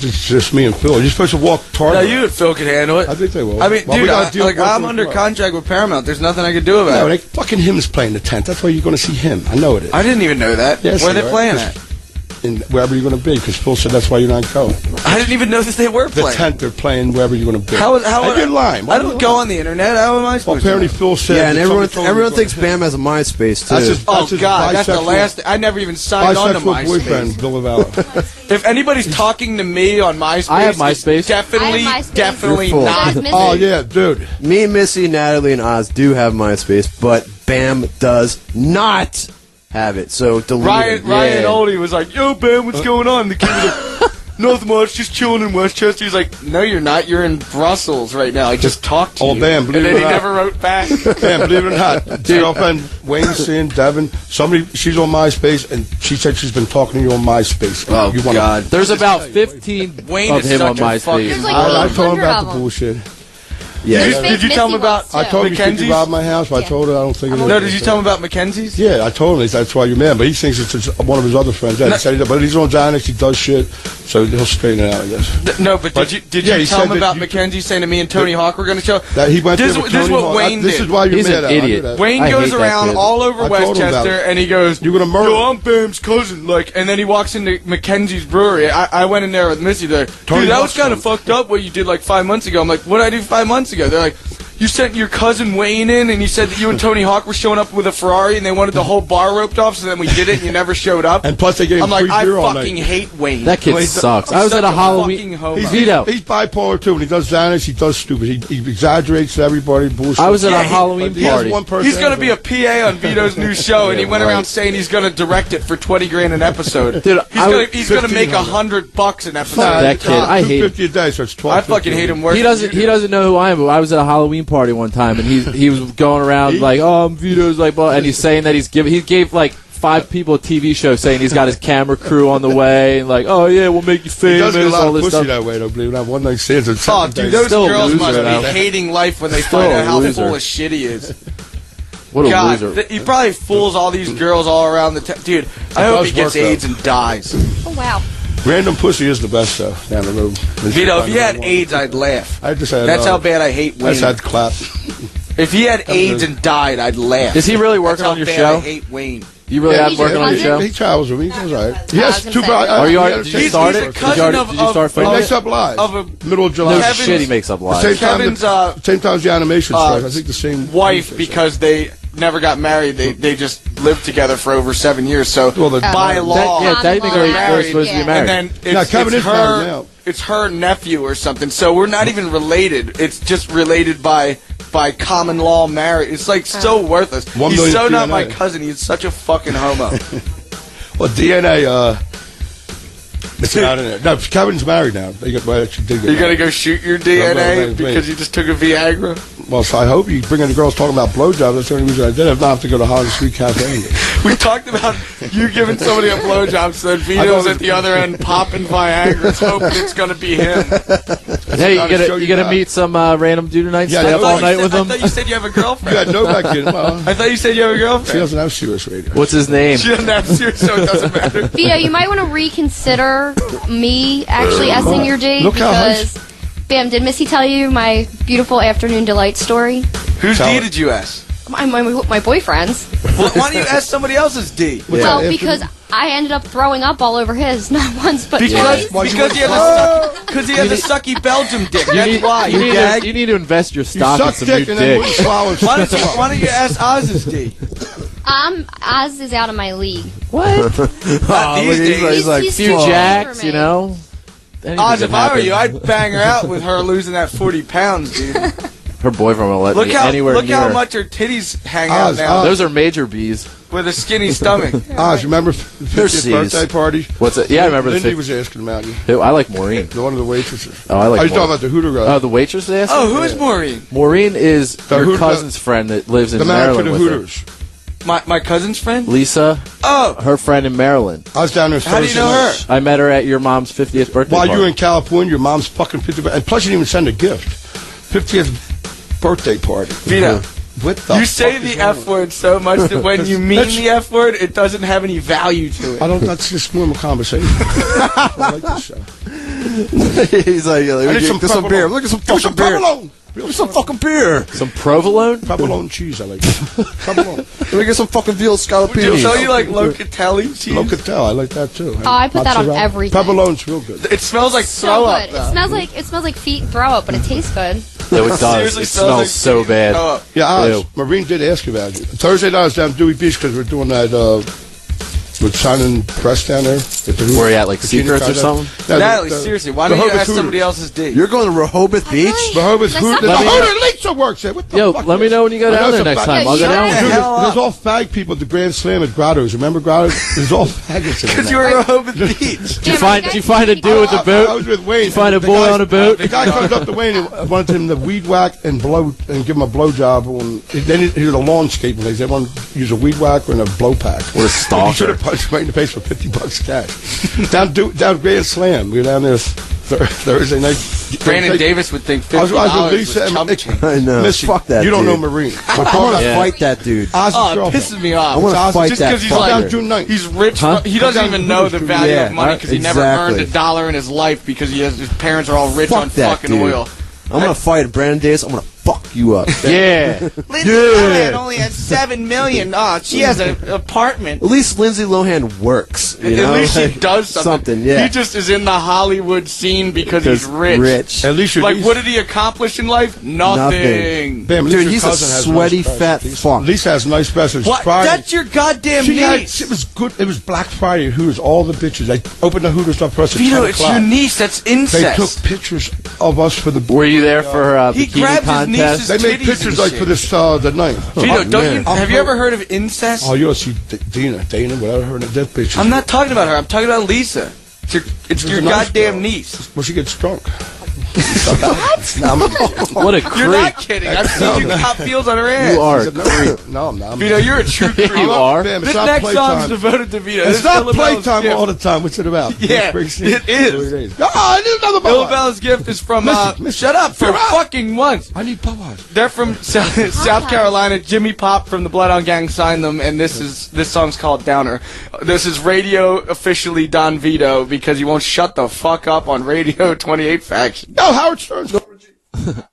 [SPEAKER 6] it's just me and Phil. You're supposed to walk
[SPEAKER 5] No,
[SPEAKER 6] target.
[SPEAKER 5] you and Phil could handle it.
[SPEAKER 6] I think they will.
[SPEAKER 5] I mean,
[SPEAKER 6] Well, we
[SPEAKER 5] dude,
[SPEAKER 6] gotta
[SPEAKER 5] I,
[SPEAKER 6] deal
[SPEAKER 5] like,
[SPEAKER 6] with
[SPEAKER 5] I'm
[SPEAKER 6] what's
[SPEAKER 5] under
[SPEAKER 6] what.
[SPEAKER 5] contract with Paramount. There's nothing I could do
[SPEAKER 6] No,
[SPEAKER 5] about
[SPEAKER 6] they
[SPEAKER 5] it.
[SPEAKER 6] fucking him is playing the tenth. That's why you're gonna see him. I know it is.
[SPEAKER 5] I didn't even know that.
[SPEAKER 6] Yes,
[SPEAKER 5] Where
[SPEAKER 6] you
[SPEAKER 5] they
[SPEAKER 6] are.
[SPEAKER 5] playing
[SPEAKER 6] Just-
[SPEAKER 5] at?
[SPEAKER 6] and wherever you're gonna be, because Phil said that's why you're not going.
[SPEAKER 5] I didn't even know that they were
[SPEAKER 6] The
[SPEAKER 5] playing.
[SPEAKER 6] tenth, they're playing wherever you're gonna be.
[SPEAKER 5] How, how
[SPEAKER 6] And you're lying. Why
[SPEAKER 5] I
[SPEAKER 6] are you
[SPEAKER 5] don't go
[SPEAKER 6] lying?
[SPEAKER 5] on the internet. How am I
[SPEAKER 6] Well,
[SPEAKER 5] supposed
[SPEAKER 6] apparently
[SPEAKER 5] to?
[SPEAKER 6] Phil said.
[SPEAKER 7] Yeah, and
[SPEAKER 6] that
[SPEAKER 7] everyone,
[SPEAKER 6] somebody told him
[SPEAKER 7] everyone
[SPEAKER 6] he was
[SPEAKER 7] thinks Bam has a MySpace too.
[SPEAKER 6] That's his-
[SPEAKER 5] Oh
[SPEAKER 6] That's his
[SPEAKER 5] God, that's the
[SPEAKER 6] bisexual-
[SPEAKER 5] last. I never even signed on to
[SPEAKER 6] bisexual boyfriend
[SPEAKER 5] MySpace.
[SPEAKER 6] Bill (laughs) Laval.
[SPEAKER 5] If anybody's talking to me on MySpace,
[SPEAKER 10] I have
[SPEAKER 5] it's
[SPEAKER 10] MySpace.
[SPEAKER 5] Definitely,
[SPEAKER 4] I have MySpace.
[SPEAKER 5] definitely
[SPEAKER 7] You're full.
[SPEAKER 5] not.
[SPEAKER 4] Guys, miss
[SPEAKER 6] oh
[SPEAKER 4] it.
[SPEAKER 6] yeah, dude.
[SPEAKER 7] Me, Missy, Natalie, and Oz do have MySpace, but Bam does not have it. So delete
[SPEAKER 5] Ryan
[SPEAKER 7] it.
[SPEAKER 5] Ryan
[SPEAKER 7] Yeah.
[SPEAKER 5] Oldie was like, "Yo, Ben,
[SPEAKER 6] Uh,
[SPEAKER 5] what's going on?" The kid was like,
[SPEAKER 6] (laughs)
[SPEAKER 5] "Nothing much, just chilling in Westchester." He's like, "No, you're not. You're in Brussels right now. I just talked to
[SPEAKER 6] Oh,
[SPEAKER 5] you."
[SPEAKER 6] Ben,
[SPEAKER 5] and
[SPEAKER 6] believe
[SPEAKER 5] then
[SPEAKER 6] it
[SPEAKER 5] he
[SPEAKER 6] or not.
[SPEAKER 5] never wrote
[SPEAKER 6] (laughs)
[SPEAKER 5] back.
[SPEAKER 6] Man, believe it or (laughs) not, girlfriend Wayne Sin, Devin, somebody she's on MySpace and she said she's been talking to you on MySpace.
[SPEAKER 5] Oh,
[SPEAKER 6] you
[SPEAKER 5] God.
[SPEAKER 10] there's about 15
[SPEAKER 5] Wayne
[SPEAKER 10] of
[SPEAKER 5] is
[SPEAKER 10] him
[SPEAKER 5] such
[SPEAKER 10] on
[SPEAKER 5] a fucking-
[SPEAKER 10] MySpace.
[SPEAKER 4] There's like
[SPEAKER 6] I, I Um, told
[SPEAKER 4] 800
[SPEAKER 6] him about
[SPEAKER 4] of
[SPEAKER 6] the
[SPEAKER 4] them.
[SPEAKER 6] bullshit.
[SPEAKER 7] Yeah.
[SPEAKER 5] Did you tell him about-
[SPEAKER 6] I told him you think
[SPEAKER 5] Mackenzie's?
[SPEAKER 6] you robbed my house, but I
[SPEAKER 4] Yeah.
[SPEAKER 6] told her I don't think it is.
[SPEAKER 5] no, did you tell him about Mackenzie's?
[SPEAKER 6] Yeah, I told him that's why you're mad, but he thinks it's just one of his other friends. Yeah, he said he- but he's on Xanax, he does shit, so he'll straighten it out, I guess.
[SPEAKER 5] Th- No, but did
[SPEAKER 6] But-
[SPEAKER 5] you did
[SPEAKER 6] yeah,
[SPEAKER 5] you
[SPEAKER 6] he
[SPEAKER 5] tell
[SPEAKER 6] said
[SPEAKER 5] him
[SPEAKER 6] that
[SPEAKER 5] about
[SPEAKER 6] you-
[SPEAKER 5] Mackenzie saying to me and Tony Hawk we're going to show?
[SPEAKER 6] That he went
[SPEAKER 5] this,
[SPEAKER 6] there
[SPEAKER 5] is-
[SPEAKER 6] with
[SPEAKER 5] this is
[SPEAKER 6] Tony
[SPEAKER 5] what
[SPEAKER 6] Hawk. I-
[SPEAKER 5] Wayne
[SPEAKER 6] This
[SPEAKER 5] did.
[SPEAKER 6] is why you're
[SPEAKER 10] He's
[SPEAKER 6] mad
[SPEAKER 10] an
[SPEAKER 6] at him. I knew
[SPEAKER 10] idiot.
[SPEAKER 6] that.
[SPEAKER 5] Wayne
[SPEAKER 10] I
[SPEAKER 5] goes
[SPEAKER 10] hate that
[SPEAKER 5] around
[SPEAKER 10] kid.
[SPEAKER 5] all over
[SPEAKER 6] I told him
[SPEAKER 5] Westchester
[SPEAKER 6] about it.
[SPEAKER 5] and he goes,
[SPEAKER 6] You're gonna murder
[SPEAKER 5] Yo,
[SPEAKER 6] him."
[SPEAKER 5] I'm Bam's cousin." Like, and then he walks into Mackenzie's brewery. I, I went in there with Missy. They're like,
[SPEAKER 6] Tony
[SPEAKER 5] "Dude, that was
[SPEAKER 6] Hawk's
[SPEAKER 5] kind of
[SPEAKER 6] cousin.
[SPEAKER 5] fucked up what you did like five months ago." I'm like, "What did I do five months ago?" They're like. You sent your cousin Wayne in, and you said that you and Tony Hawk were showing up with a Ferrari, and they wanted the whole bar roped off. So then we did it, and you never showed up.
[SPEAKER 6] And plus they gave him
[SPEAKER 5] I'm like,
[SPEAKER 6] free
[SPEAKER 5] I
[SPEAKER 6] beer all
[SPEAKER 5] fucking
[SPEAKER 6] night.
[SPEAKER 5] hate Wayne.
[SPEAKER 10] That kid
[SPEAKER 5] Like,
[SPEAKER 10] sucks.
[SPEAKER 5] I'm
[SPEAKER 10] I was
[SPEAKER 5] such
[SPEAKER 10] at a
[SPEAKER 5] fucking
[SPEAKER 10] Halloween.
[SPEAKER 5] homo.
[SPEAKER 6] He's,
[SPEAKER 10] Vito.
[SPEAKER 6] he's bipolar too. When he does Xanax, he does stupid. He, he exaggerates everybody. Bullshit.
[SPEAKER 10] I was at
[SPEAKER 5] Yeah,
[SPEAKER 10] a
[SPEAKER 5] he-
[SPEAKER 10] Halloween
[SPEAKER 6] He has
[SPEAKER 10] party.
[SPEAKER 6] one person.
[SPEAKER 5] He's going to be a PA on Vito's new show, and he went around
[SPEAKER 10] right.
[SPEAKER 5] saying he's going to direct it for twenty grand an episode.
[SPEAKER 10] Dude,
[SPEAKER 5] he's
[SPEAKER 10] I
[SPEAKER 5] going
[SPEAKER 10] would-
[SPEAKER 5] to he's going to make a hundred bucks an episode.
[SPEAKER 10] Fuck that kid. I hate him.
[SPEAKER 6] Ah, Fifty a day, so it's twelve.
[SPEAKER 5] I fucking hate him worse.
[SPEAKER 10] He doesn't. He doesn't know who I am. But I was at a Halloween party one time, and he he was going around like, "Oh, I'm Vito's like," blah, and he's saying that he's giving. He gave like five people at TV show saying he's got his camera crew on the way, and like, oh yeah, we'll make you
[SPEAKER 6] He
[SPEAKER 10] famous,
[SPEAKER 6] does get a lot
[SPEAKER 10] all
[SPEAKER 6] of
[SPEAKER 10] this
[SPEAKER 6] pussy
[SPEAKER 10] stuff.
[SPEAKER 6] that way, though. Believe it or not, one night stands. and
[SPEAKER 5] Oh,
[SPEAKER 6] second
[SPEAKER 5] dude,
[SPEAKER 6] days.
[SPEAKER 5] those
[SPEAKER 10] Still a
[SPEAKER 5] girls
[SPEAKER 10] loser,
[SPEAKER 5] must
[SPEAKER 10] though.
[SPEAKER 5] be hating life when they
[SPEAKER 10] Still
[SPEAKER 5] find
[SPEAKER 10] a
[SPEAKER 5] out how
[SPEAKER 10] loser.
[SPEAKER 5] full of shit he is.
[SPEAKER 10] What a
[SPEAKER 5] God,
[SPEAKER 10] loser!
[SPEAKER 5] th- he probably fools all these girls all around the town. Dude, I hope
[SPEAKER 6] does
[SPEAKER 5] he gets
[SPEAKER 6] work, though.
[SPEAKER 5] AIDS and dies.
[SPEAKER 4] Oh wow.
[SPEAKER 6] Random pussy is the best though. Down the road.
[SPEAKER 5] Vito, if you had AIDS, I'd laugh.
[SPEAKER 6] I just had.
[SPEAKER 5] That's
[SPEAKER 6] uh,
[SPEAKER 5] how bad I hate
[SPEAKER 6] That's
[SPEAKER 5] women.
[SPEAKER 6] had clap.
[SPEAKER 5] if he had AIDS
[SPEAKER 6] good.
[SPEAKER 5] and died, I'd laugh.
[SPEAKER 10] Is he really
[SPEAKER 5] That's
[SPEAKER 10] working
[SPEAKER 5] how
[SPEAKER 10] on your
[SPEAKER 5] bad I
[SPEAKER 10] show?
[SPEAKER 5] hate Wayne.
[SPEAKER 10] You really
[SPEAKER 4] Yeah,
[SPEAKER 10] have working on your
[SPEAKER 4] he's
[SPEAKER 10] show?
[SPEAKER 6] He travels with me. He was alright.
[SPEAKER 4] I
[SPEAKER 6] Yes,
[SPEAKER 4] was gonna
[SPEAKER 6] two.
[SPEAKER 4] say.
[SPEAKER 6] bro- I-
[SPEAKER 10] Are you
[SPEAKER 6] I-
[SPEAKER 10] already? Did you
[SPEAKER 5] He's-
[SPEAKER 10] start
[SPEAKER 5] he's a
[SPEAKER 10] it? Did you
[SPEAKER 5] cousin
[SPEAKER 10] already-
[SPEAKER 5] of-
[SPEAKER 10] did you start
[SPEAKER 5] of-
[SPEAKER 10] filming?
[SPEAKER 5] of-
[SPEAKER 6] Next up live.
[SPEAKER 5] Of a-
[SPEAKER 6] middle of July.
[SPEAKER 10] No
[SPEAKER 5] Kevin's-
[SPEAKER 10] shit, he makes up
[SPEAKER 6] The
[SPEAKER 10] lies.
[SPEAKER 6] same time.
[SPEAKER 5] Kevin's,
[SPEAKER 6] the,
[SPEAKER 5] uh,
[SPEAKER 6] same time as the animation
[SPEAKER 5] uh,
[SPEAKER 6] strike. I think the same
[SPEAKER 5] Wife, because they never got married, they, they just lived together for over seven years. So
[SPEAKER 6] Well, the-
[SPEAKER 5] by
[SPEAKER 6] That-
[SPEAKER 5] law,
[SPEAKER 10] yeah, they think they're, they're
[SPEAKER 4] Married,
[SPEAKER 10] supposed to
[SPEAKER 4] yeah.
[SPEAKER 10] be married.
[SPEAKER 5] And then it's,
[SPEAKER 6] Now, Kevin
[SPEAKER 5] it's
[SPEAKER 6] is married
[SPEAKER 5] her,
[SPEAKER 6] now.
[SPEAKER 5] it's her nephew or something. So we're not even related. It's just related by by common law marriage. It's like so worthless.
[SPEAKER 6] One
[SPEAKER 5] He's
[SPEAKER 6] million
[SPEAKER 5] so not my
[SPEAKER 6] DNA.
[SPEAKER 5] cousin. He's such a fucking
[SPEAKER 6] (laughs)
[SPEAKER 5] homo.
[SPEAKER 6] Well, DNA. Uh, it's not in there. (laughs) No, Kevin's married now. They got. Well, actually, did get
[SPEAKER 5] You're gonna
[SPEAKER 6] married.
[SPEAKER 5] go shoot your
[SPEAKER 6] No, no,
[SPEAKER 5] DNA
[SPEAKER 6] wait, wait.
[SPEAKER 5] because you just took a Viagra.
[SPEAKER 6] Well, so I hope you bring in the girls talking about blowjobs. That's the only reason I did. it. If not, I have to go to Holland Street Cafe.
[SPEAKER 5] (laughs) We talked about you giving somebody a blowjob, so that Vito's at the other end popping Viagra, hoping it's gonna be
[SPEAKER 10] (laughs)
[SPEAKER 5] him.
[SPEAKER 10] hey, you
[SPEAKER 6] gotta show
[SPEAKER 10] gonna you
[SPEAKER 6] you
[SPEAKER 10] gonna
[SPEAKER 6] that.
[SPEAKER 10] meet some uh, random dude tonight?
[SPEAKER 6] Yeah,
[SPEAKER 10] stay
[SPEAKER 6] I
[SPEAKER 10] up
[SPEAKER 6] thought
[SPEAKER 10] all
[SPEAKER 6] you
[SPEAKER 10] night
[SPEAKER 5] said-
[SPEAKER 10] with
[SPEAKER 5] I
[SPEAKER 10] him.
[SPEAKER 5] thought you said you have a
[SPEAKER 6] (laughs) you
[SPEAKER 5] girlfriend.
[SPEAKER 6] had no back in. Well,
[SPEAKER 5] I thought you said you have a
[SPEAKER 6] she
[SPEAKER 5] girlfriend.
[SPEAKER 6] doesn't have serious radio.
[SPEAKER 10] What's his name?
[SPEAKER 5] She (laughs) doesn't have serious, so it doesn't matter.
[SPEAKER 4] Vito, you might want to reconsider me actually essing your date
[SPEAKER 6] Look how high
[SPEAKER 4] because, Bam, did Missy tell you my beautiful afternoon delight story?
[SPEAKER 5] Whose
[SPEAKER 6] Tell
[SPEAKER 5] D
[SPEAKER 6] her.
[SPEAKER 5] did you ask?
[SPEAKER 4] My, my, my boyfriend's.
[SPEAKER 5] Why why don't you ask somebody else's D?
[SPEAKER 4] Well,
[SPEAKER 6] afternoon?
[SPEAKER 4] because I ended up throwing up all over his, (laughs) not once but
[SPEAKER 5] Because,
[SPEAKER 4] twice.
[SPEAKER 6] Why'd you
[SPEAKER 5] because he has a sucky, cause he has a sucky Belgium dick.
[SPEAKER 10] You
[SPEAKER 5] That's
[SPEAKER 10] need,
[SPEAKER 5] why.
[SPEAKER 10] you,
[SPEAKER 5] You
[SPEAKER 10] need
[SPEAKER 5] gag.
[SPEAKER 10] to, you need to invest your
[SPEAKER 6] you
[SPEAKER 10] stock in
[SPEAKER 6] suck
[SPEAKER 10] some
[SPEAKER 6] dick
[SPEAKER 10] new
[SPEAKER 6] and then
[SPEAKER 10] dick.
[SPEAKER 6] wouldn't
[SPEAKER 10] (laughs)
[SPEAKER 6] swallow and
[SPEAKER 5] why,
[SPEAKER 6] spit
[SPEAKER 5] don't you,
[SPEAKER 6] them out.
[SPEAKER 5] why don't you ask Oz's D?
[SPEAKER 4] Um, Oz is out of my league.
[SPEAKER 10] Aw,
[SPEAKER 5] these
[SPEAKER 10] look at-
[SPEAKER 5] days.
[SPEAKER 10] he's like
[SPEAKER 4] He's- he's
[SPEAKER 10] few
[SPEAKER 4] too
[SPEAKER 10] jacks,
[SPEAKER 4] overrated.
[SPEAKER 10] you know. Anything
[SPEAKER 5] Oz,
[SPEAKER 10] can
[SPEAKER 5] if I were
[SPEAKER 10] happen.
[SPEAKER 5] you, I'd bang her out with her losing that 40 pounds, dude.
[SPEAKER 10] her boyfriend will let
[SPEAKER 5] Look
[SPEAKER 10] me
[SPEAKER 5] how
[SPEAKER 10] anywhere
[SPEAKER 5] look
[SPEAKER 10] near.
[SPEAKER 5] how
[SPEAKER 10] her.
[SPEAKER 5] much her titties hang
[SPEAKER 6] Oz,
[SPEAKER 5] out now
[SPEAKER 6] Oz.
[SPEAKER 10] Those are major bees.
[SPEAKER 5] with a skinny
[SPEAKER 6] (laughs)
[SPEAKER 5] stomach.
[SPEAKER 6] Oz, remember the 50th
[SPEAKER 10] Seas.
[SPEAKER 6] birthday party?
[SPEAKER 10] What's it? Yeah, I remember the.
[SPEAKER 6] Lindy
[SPEAKER 10] fif-
[SPEAKER 6] was asking about you.
[SPEAKER 10] Who- I like Maureen.
[SPEAKER 6] The one of the waitresses.
[SPEAKER 10] Oh, I like
[SPEAKER 6] I was
[SPEAKER 10] Maureen.
[SPEAKER 6] talking about the Hooter guy.
[SPEAKER 10] Oh, the waitress asked.
[SPEAKER 5] oh, who is Maureen?
[SPEAKER 10] Maureen is your
[SPEAKER 6] Hooters-
[SPEAKER 10] cousin's friend that lives in
[SPEAKER 6] the man for
[SPEAKER 10] Maryland
[SPEAKER 6] the
[SPEAKER 10] with her.
[SPEAKER 6] Hooters.
[SPEAKER 5] My my cousin's friend?
[SPEAKER 10] Lisa,
[SPEAKER 5] Oh,
[SPEAKER 10] her friend in Maryland.
[SPEAKER 6] I was down there.
[SPEAKER 5] How do you
[SPEAKER 6] Thursday
[SPEAKER 5] know her?
[SPEAKER 6] night.
[SPEAKER 10] I met her at your mom's 50th birthday
[SPEAKER 6] While
[SPEAKER 10] party.
[SPEAKER 6] you were in California, your mom's fucking 50th. And plus, you didn't even send a gift. 50th birthday party.
[SPEAKER 5] Vito.
[SPEAKER 6] What the?
[SPEAKER 5] You say
[SPEAKER 6] fuck is
[SPEAKER 5] the
[SPEAKER 6] wrong
[SPEAKER 5] F
[SPEAKER 6] with-
[SPEAKER 5] word so much that when you mean
[SPEAKER 6] That's-
[SPEAKER 5] the F word, it doesn't have any value to
[SPEAKER 6] I
[SPEAKER 5] it.
[SPEAKER 6] don't. That's just
[SPEAKER 7] (laughs)
[SPEAKER 6] normal conversation. I like this show.
[SPEAKER 7] He's like, yeah,
[SPEAKER 6] I
[SPEAKER 7] like
[SPEAKER 6] need some
[SPEAKER 7] get some
[SPEAKER 6] provolone.
[SPEAKER 7] beer. Look at some
[SPEAKER 6] Give me
[SPEAKER 7] fucking
[SPEAKER 6] some
[SPEAKER 7] beer.
[SPEAKER 6] provolone. Give me
[SPEAKER 7] Some fucking beer.
[SPEAKER 10] Some provolone?
[SPEAKER 6] provolone cheese. I like.
[SPEAKER 7] (laughs)
[SPEAKER 6] Provolone.
[SPEAKER 7] Let me get some fucking veal
[SPEAKER 5] Dude,
[SPEAKER 7] scalopini.
[SPEAKER 5] so you like locatelli cheese?
[SPEAKER 6] Locatelle. I like that too.
[SPEAKER 4] Oh, I put that on
[SPEAKER 6] Mozzarella.
[SPEAKER 4] everything.
[SPEAKER 6] Provolone's real good.
[SPEAKER 5] It smells like
[SPEAKER 4] So
[SPEAKER 5] throw up.
[SPEAKER 4] good. It smells like it smells like feet and throw up, but it tastes good.
[SPEAKER 10] No, it does.
[SPEAKER 5] Seriously,
[SPEAKER 10] It smells so
[SPEAKER 5] like-
[SPEAKER 10] bad.
[SPEAKER 5] Oh,
[SPEAKER 6] Yeah, Oz,
[SPEAKER 10] Ew.
[SPEAKER 6] Marine did ask about you. Thursday night I was down at Dewey Beach because we're doing that. Uh, we're signing press down there.
[SPEAKER 10] Where you at, like, Secrets or something?
[SPEAKER 5] Natalie, seriously, why don't you ask somebody else's D?
[SPEAKER 7] You're going to Rehoboth Beach?
[SPEAKER 6] The Hobart's
[SPEAKER 4] Like,
[SPEAKER 6] food.
[SPEAKER 4] some
[SPEAKER 6] The
[SPEAKER 4] people-
[SPEAKER 6] Hobart Lisa works there. What the
[SPEAKER 10] Yo,
[SPEAKER 6] fuck
[SPEAKER 10] let me
[SPEAKER 6] is-
[SPEAKER 10] know when you go
[SPEAKER 6] I know
[SPEAKER 10] down there
[SPEAKER 6] some
[SPEAKER 10] next
[SPEAKER 6] fag-
[SPEAKER 10] time. I'll go
[SPEAKER 4] Yeah,
[SPEAKER 10] down
[SPEAKER 4] you
[SPEAKER 10] with
[SPEAKER 6] Dude,
[SPEAKER 10] you.
[SPEAKER 5] the hell
[SPEAKER 6] there's,
[SPEAKER 5] up.
[SPEAKER 6] there's all fag people at the Grand Slam at Grottos. Remember Grottos? There's all faggots
[SPEAKER 10] (laughs)
[SPEAKER 6] in there.
[SPEAKER 5] Because you were a Rehoboth Beach.
[SPEAKER 10] Did you find, did you find a dude with a
[SPEAKER 6] I- I, was
[SPEAKER 10] boat?
[SPEAKER 6] with Wayne.
[SPEAKER 10] You find a
[SPEAKER 6] The
[SPEAKER 10] boy
[SPEAKER 6] guy-
[SPEAKER 10] on a boat?
[SPEAKER 6] The guy comes up to Wayne and wanted him to weed whack and blow and give him a blowjob. on- They didn't hear the landscaping. They said, "Want to use a weed whack and a blow pack?"
[SPEAKER 10] What a
[SPEAKER 6] You should
[SPEAKER 10] stalker.
[SPEAKER 6] have punched Wayne in the face for fifty bucks cash. down, do, down Grand Slam. We were down there th- Thursday night.
[SPEAKER 5] Brandon
[SPEAKER 6] Thursday-
[SPEAKER 5] Davis would think
[SPEAKER 6] I
[SPEAKER 5] fifty
[SPEAKER 6] was, I was with
[SPEAKER 5] dollars
[SPEAKER 6] Lisa
[SPEAKER 5] was
[SPEAKER 6] and
[SPEAKER 5] chump change.
[SPEAKER 7] I know.
[SPEAKER 6] Missy,
[SPEAKER 7] Fuck that
[SPEAKER 6] You don't
[SPEAKER 7] dude.
[SPEAKER 6] know Marine. My
[SPEAKER 7] I want to
[SPEAKER 10] Yeah.
[SPEAKER 7] fight that dude.
[SPEAKER 6] Oz's
[SPEAKER 5] Oh, it
[SPEAKER 6] girlfriend.
[SPEAKER 5] pisses me off.
[SPEAKER 7] I want to fight
[SPEAKER 5] just
[SPEAKER 7] that
[SPEAKER 5] because he's
[SPEAKER 6] Come
[SPEAKER 5] like-
[SPEAKER 6] down
[SPEAKER 7] fucker.
[SPEAKER 6] June 9th.
[SPEAKER 5] He's rich.
[SPEAKER 10] Huh?
[SPEAKER 5] He doesn't even know the value
[SPEAKER 7] Yeah,
[SPEAKER 5] of money because he never
[SPEAKER 7] exactly.
[SPEAKER 5] earned a dollar in his life because he has, his parents are all rich
[SPEAKER 7] Fuck
[SPEAKER 5] on
[SPEAKER 7] that
[SPEAKER 5] fucking
[SPEAKER 7] dude.
[SPEAKER 5] oil.
[SPEAKER 7] I'm going to fight Brandon Davis. I'm going to fuck you up. (laughs) At
[SPEAKER 10] Yeah.
[SPEAKER 5] Lindsay Lohan only has seven million. Oh, she has an apartment.
[SPEAKER 7] least Lindsay Lohan works. you know?
[SPEAKER 5] At least he
[SPEAKER 7] Like,
[SPEAKER 5] does something.
[SPEAKER 7] Something, yeah.
[SPEAKER 5] He just is in the Hollywood scene because he's
[SPEAKER 7] Just
[SPEAKER 5] rich.
[SPEAKER 7] Rich.
[SPEAKER 6] At least you're
[SPEAKER 5] Like,
[SPEAKER 6] Lisa.
[SPEAKER 5] what did he accomplish in life? Nothing.
[SPEAKER 7] Nothing.
[SPEAKER 6] Damn, at least
[SPEAKER 7] Dude,
[SPEAKER 6] your
[SPEAKER 7] he's a
[SPEAKER 6] cousin has
[SPEAKER 7] sweaty,
[SPEAKER 6] nice
[SPEAKER 7] fat
[SPEAKER 6] breasts.
[SPEAKER 7] fuck.
[SPEAKER 6] Lisa has nice breasts. It's
[SPEAKER 5] What?
[SPEAKER 6] Friday.
[SPEAKER 5] That's your goddamn
[SPEAKER 6] She had,
[SPEAKER 5] niece.
[SPEAKER 6] it was good. It was Black Friday. at Hooters, all the bitches. They opened the Hooters up for us at
[SPEAKER 5] Vito,
[SPEAKER 6] 10
[SPEAKER 5] it's
[SPEAKER 6] o'clock.
[SPEAKER 5] your niece. That's
[SPEAKER 6] They
[SPEAKER 5] incest.
[SPEAKER 6] took pictures of us for the.
[SPEAKER 10] Were you there for uh,
[SPEAKER 5] He
[SPEAKER 10] bikini
[SPEAKER 5] grabbed his
[SPEAKER 10] contest?
[SPEAKER 5] niece's-
[SPEAKER 6] They
[SPEAKER 5] titties
[SPEAKER 6] made
[SPEAKER 5] and
[SPEAKER 6] pictures like
[SPEAKER 5] shit.
[SPEAKER 6] for this uh, the night.
[SPEAKER 5] Vito, don't you,
[SPEAKER 6] I'll
[SPEAKER 5] have you
[SPEAKER 6] go-
[SPEAKER 5] ever heard of incest?
[SPEAKER 6] Oh, you'll see D- Dina, Dana, whatever her name. That bitch. is-
[SPEAKER 5] I'm
[SPEAKER 6] (laughs)
[SPEAKER 5] not talking about her. I'm talking about Lisa. It's your, it's
[SPEAKER 6] She's
[SPEAKER 5] your
[SPEAKER 6] a nice
[SPEAKER 5] goddamn
[SPEAKER 6] girl.
[SPEAKER 5] niece. (laughs)
[SPEAKER 6] Well, she gets drunk. what? (laughs)
[SPEAKER 12] What a creep.
[SPEAKER 5] You're not kidding. I've seen you cop fields on her ass.
[SPEAKER 12] You are.
[SPEAKER 6] no, no, I'm not.
[SPEAKER 5] Vito, you're a true creep.
[SPEAKER 12] You are.
[SPEAKER 6] Bam, it's
[SPEAKER 5] This
[SPEAKER 6] not
[SPEAKER 5] next song's
[SPEAKER 6] playtime.
[SPEAKER 5] devoted to Vito.
[SPEAKER 6] It's
[SPEAKER 5] This
[SPEAKER 6] not
[SPEAKER 5] is Bill Bell's
[SPEAKER 6] playtime
[SPEAKER 5] gift.
[SPEAKER 6] all the time. What's it (laughs) about?
[SPEAKER 5] (laughs) Yeah,
[SPEAKER 6] Bruce Springsteen.
[SPEAKER 5] it is.
[SPEAKER 6] What it Ah, it is nothing about
[SPEAKER 5] Bill
[SPEAKER 6] that.
[SPEAKER 5] Bell's gift is from.
[SPEAKER 6] Listen,
[SPEAKER 5] uh,
[SPEAKER 6] listen,
[SPEAKER 5] shut up for
[SPEAKER 6] you're up.
[SPEAKER 5] fucking once.
[SPEAKER 6] I need Popeyes.
[SPEAKER 5] They're from (laughs) South, South Carolina. Jimmy Pop from the Blood on Gang signed them, and this is this song's called Downer. This is radio officially Don Vito because he won't shut the fuck up on Radio (laughs) 28 Faction.
[SPEAKER 6] No, Howard Stern's going to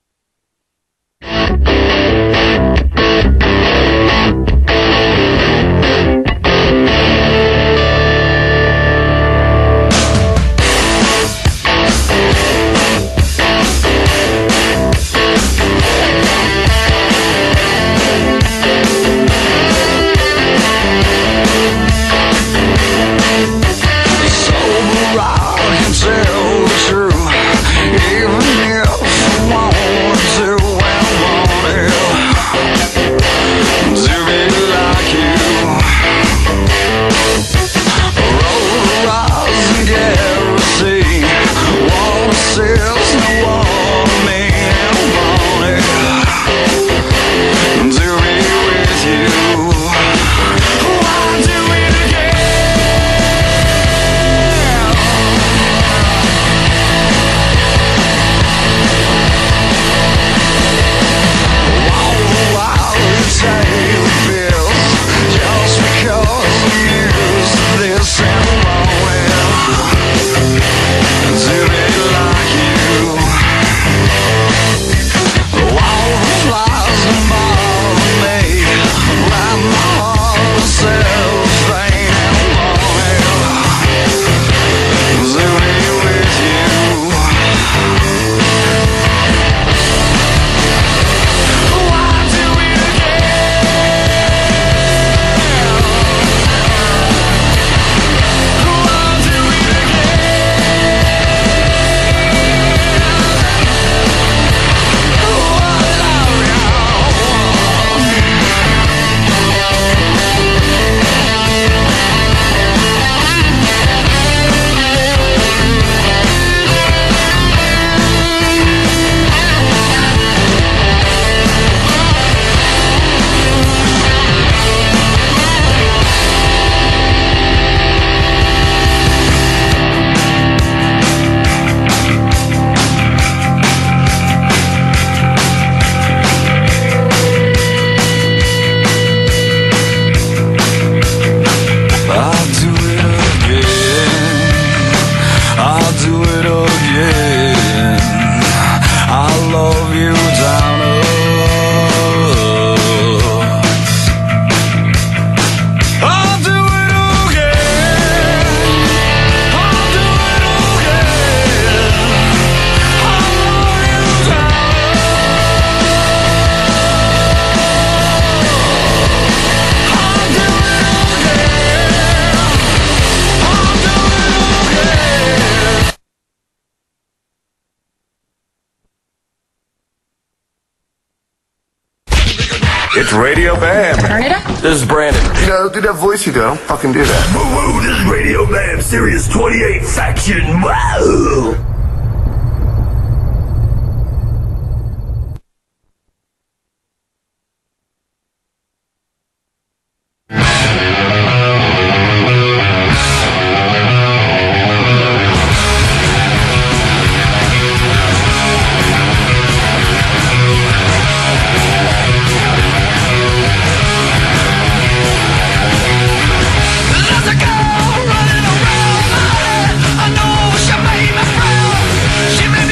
[SPEAKER 11] It's Radio Bam. Turn it up. This is Brandon. You know, do that voice you do. Don't fucking do that. Woo woo, this is Radio Bam, Sirius 28 Faction. Wow.
[SPEAKER 13] There's a girl running around my head. I know she made me proud.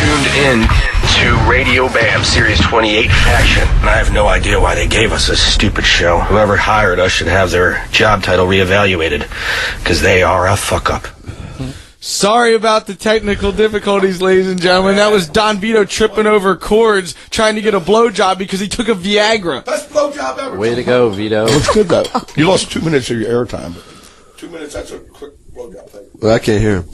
[SPEAKER 3] to Radio BAM Series 28 Faction, and I have no idea why they gave us this stupid show. Whoever hired us should have their job title reevaluated, because they are a fuck up.
[SPEAKER 5] Sorry about the technical difficulties, ladies and gentlemen. That was Don Vito tripping over cords trying to get a blowjob because he took a Viagra.
[SPEAKER 6] Best blowjob ever.
[SPEAKER 10] Way to go, Vito.
[SPEAKER 6] Looks good though. You lost two minutes of your airtime. but Two minutes. That's a quick blowjob thing.
[SPEAKER 7] Well, I can't hear him.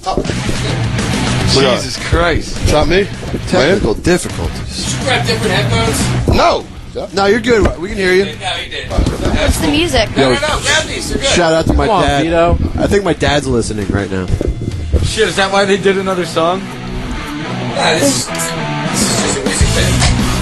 [SPEAKER 5] Jesus Christ.
[SPEAKER 6] It's not me. Man?
[SPEAKER 7] Technical difficulties.
[SPEAKER 5] Grab different headphones.
[SPEAKER 6] No.
[SPEAKER 7] No, you're good. We can hear you.
[SPEAKER 5] No, he did.
[SPEAKER 4] What's the music?
[SPEAKER 5] no, grab these. They're good.
[SPEAKER 7] Shout out to my
[SPEAKER 10] Come on,
[SPEAKER 7] dad.
[SPEAKER 10] Vito.
[SPEAKER 7] I think my dad's listening right now.
[SPEAKER 5] Shit, is that why they did another song? (laughs)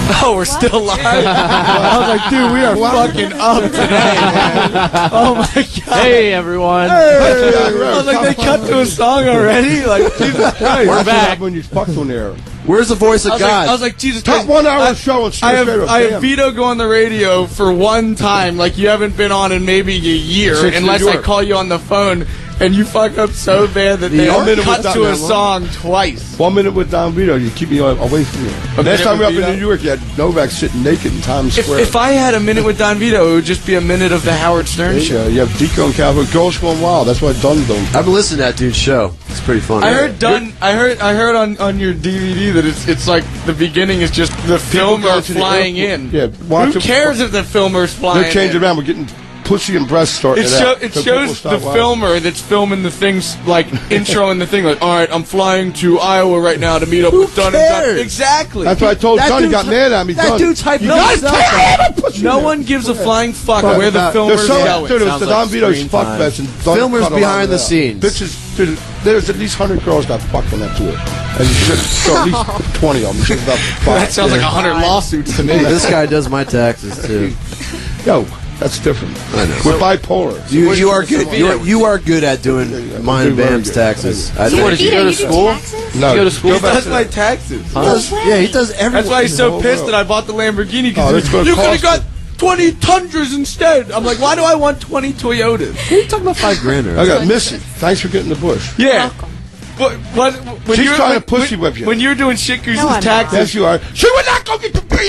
[SPEAKER 5] Oh, we're still live. I was like, dude, we are fucking up today. Oh my god.
[SPEAKER 10] Hey, everyone.
[SPEAKER 5] I was like, they cut to a song already.
[SPEAKER 6] (laughs)
[SPEAKER 5] Like, Jesus Christ.
[SPEAKER 6] We're
[SPEAKER 10] back.
[SPEAKER 6] When you fucked on there.
[SPEAKER 7] Where's the voice of
[SPEAKER 5] I was, like,
[SPEAKER 7] God?
[SPEAKER 5] I was like, Jesus
[SPEAKER 6] Top
[SPEAKER 5] Christ.
[SPEAKER 6] one hour
[SPEAKER 5] I-
[SPEAKER 6] show on
[SPEAKER 5] I have,
[SPEAKER 6] Sirius
[SPEAKER 5] I
[SPEAKER 6] Radio.
[SPEAKER 5] have Vito go on the radio for one time, like you haven't been on in maybe a year,
[SPEAKER 6] Six New
[SPEAKER 5] unless I
[SPEAKER 6] York.
[SPEAKER 5] call you on the phone and you fuck up so bad that they
[SPEAKER 6] York?
[SPEAKER 5] all
[SPEAKER 6] One minute was
[SPEAKER 5] cut
[SPEAKER 6] done,
[SPEAKER 5] to a
[SPEAKER 6] man.
[SPEAKER 5] song twice.
[SPEAKER 6] One minute with Don Vito, you keep me away from you. Last
[SPEAKER 5] minute
[SPEAKER 6] time we were up
[SPEAKER 5] with Vito?
[SPEAKER 6] in New York, you had Novak sitting naked in Times
[SPEAKER 5] If,
[SPEAKER 6] Square.
[SPEAKER 5] if I had a minute with Don Vito, it would just be a minute of the Howard Stern show.
[SPEAKER 6] Yeah, you have Deco and Calvin. Girls going wild. That's why Don them.
[SPEAKER 7] I've been listening to that dude's show. It's pretty funny.
[SPEAKER 5] I heard Don. I heard. I heard on, on your DVD that it's it's like the beginning is just the filmer
[SPEAKER 6] go to the
[SPEAKER 5] flying in.
[SPEAKER 6] airport. Yeah, watch
[SPEAKER 5] Who
[SPEAKER 6] them-
[SPEAKER 5] cares if the filmer's flying?
[SPEAKER 6] They're changing
[SPEAKER 5] in?
[SPEAKER 6] around. We're getting pussy and breasts starting
[SPEAKER 5] It,
[SPEAKER 6] out.
[SPEAKER 5] show, it
[SPEAKER 6] So people
[SPEAKER 5] shows the
[SPEAKER 6] start wild.
[SPEAKER 5] filmer that's filming the things,
[SPEAKER 6] (laughs)
[SPEAKER 5] like introing the thing, like, all right, I'm flying to Iowa right now to meet up with Dunn and Dunn.
[SPEAKER 7] cares?
[SPEAKER 5] Exactly.
[SPEAKER 6] That's what I told
[SPEAKER 7] That
[SPEAKER 6] Don. He
[SPEAKER 7] dude's-
[SPEAKER 6] got mad at me.
[SPEAKER 7] that
[SPEAKER 6] Don,
[SPEAKER 7] dude's hyping
[SPEAKER 6] you
[SPEAKER 7] up
[SPEAKER 6] gotta
[SPEAKER 7] himself.
[SPEAKER 6] tear him and pussy
[SPEAKER 5] no
[SPEAKER 6] in
[SPEAKER 5] one gives a flying fuck
[SPEAKER 6] But
[SPEAKER 5] where the
[SPEAKER 7] about-
[SPEAKER 6] there.
[SPEAKER 5] filmer's
[SPEAKER 6] There's so
[SPEAKER 5] going.
[SPEAKER 6] much, dude, it
[SPEAKER 7] (laughs)
[SPEAKER 6] was
[SPEAKER 7] Sounds
[SPEAKER 6] the
[SPEAKER 7] like
[SPEAKER 6] Don Vito's
[SPEAKER 7] screen
[SPEAKER 6] fuck
[SPEAKER 7] time.
[SPEAKER 6] fest. And Don
[SPEAKER 7] Filmers
[SPEAKER 6] cut a lot
[SPEAKER 7] behind
[SPEAKER 6] of
[SPEAKER 7] the
[SPEAKER 6] it out.
[SPEAKER 7] scenes.
[SPEAKER 6] This is, dude, there's at least 100 girls got fucked on that tour. And you should, so
[SPEAKER 5] (laughs)
[SPEAKER 6] at least 20 of them should have got fucked.
[SPEAKER 5] That sounds like a hundred lawsuits to me.
[SPEAKER 7] Hey, this guy does my taxes too.
[SPEAKER 6] Yo, that's different. I know. We're bipolar.
[SPEAKER 7] You, you are good. You are, you are good at
[SPEAKER 6] yeah,
[SPEAKER 7] doing mine and
[SPEAKER 6] do very
[SPEAKER 7] Bam's
[SPEAKER 6] good.
[SPEAKER 7] taxes. I
[SPEAKER 4] You
[SPEAKER 7] think.
[SPEAKER 10] does he
[SPEAKER 4] Vito,
[SPEAKER 10] go to
[SPEAKER 4] you do
[SPEAKER 10] school?
[SPEAKER 4] taxes?
[SPEAKER 6] no,
[SPEAKER 10] go to school?
[SPEAKER 6] Go back
[SPEAKER 5] That's
[SPEAKER 6] to
[SPEAKER 5] my
[SPEAKER 6] that.
[SPEAKER 5] taxes.
[SPEAKER 7] He does- yeah, he does everything.
[SPEAKER 5] That's why he's so
[SPEAKER 6] whole
[SPEAKER 5] pissed
[SPEAKER 6] world.
[SPEAKER 5] that I bought the Lamborghini
[SPEAKER 6] Oh,
[SPEAKER 5] because
[SPEAKER 6] that's gonna
[SPEAKER 5] you could have
[SPEAKER 6] cost
[SPEAKER 5] got 20 Tundras instead. I'm like, why do I want
[SPEAKER 9] (laughs)
[SPEAKER 5] 20 Toyotas?
[SPEAKER 7] You're talking about five grand.
[SPEAKER 6] I got Missy. Thanks for getting the bush.
[SPEAKER 5] Yeah. But what, when
[SPEAKER 6] She's
[SPEAKER 5] you're,
[SPEAKER 6] trying
[SPEAKER 5] when,
[SPEAKER 6] to pussy
[SPEAKER 5] when,
[SPEAKER 6] whip you.
[SPEAKER 5] When you're doing shit, you're
[SPEAKER 9] No, I'm not. (laughs)
[SPEAKER 5] taxes.
[SPEAKER 6] Yes, you are. She would not go get the pussy.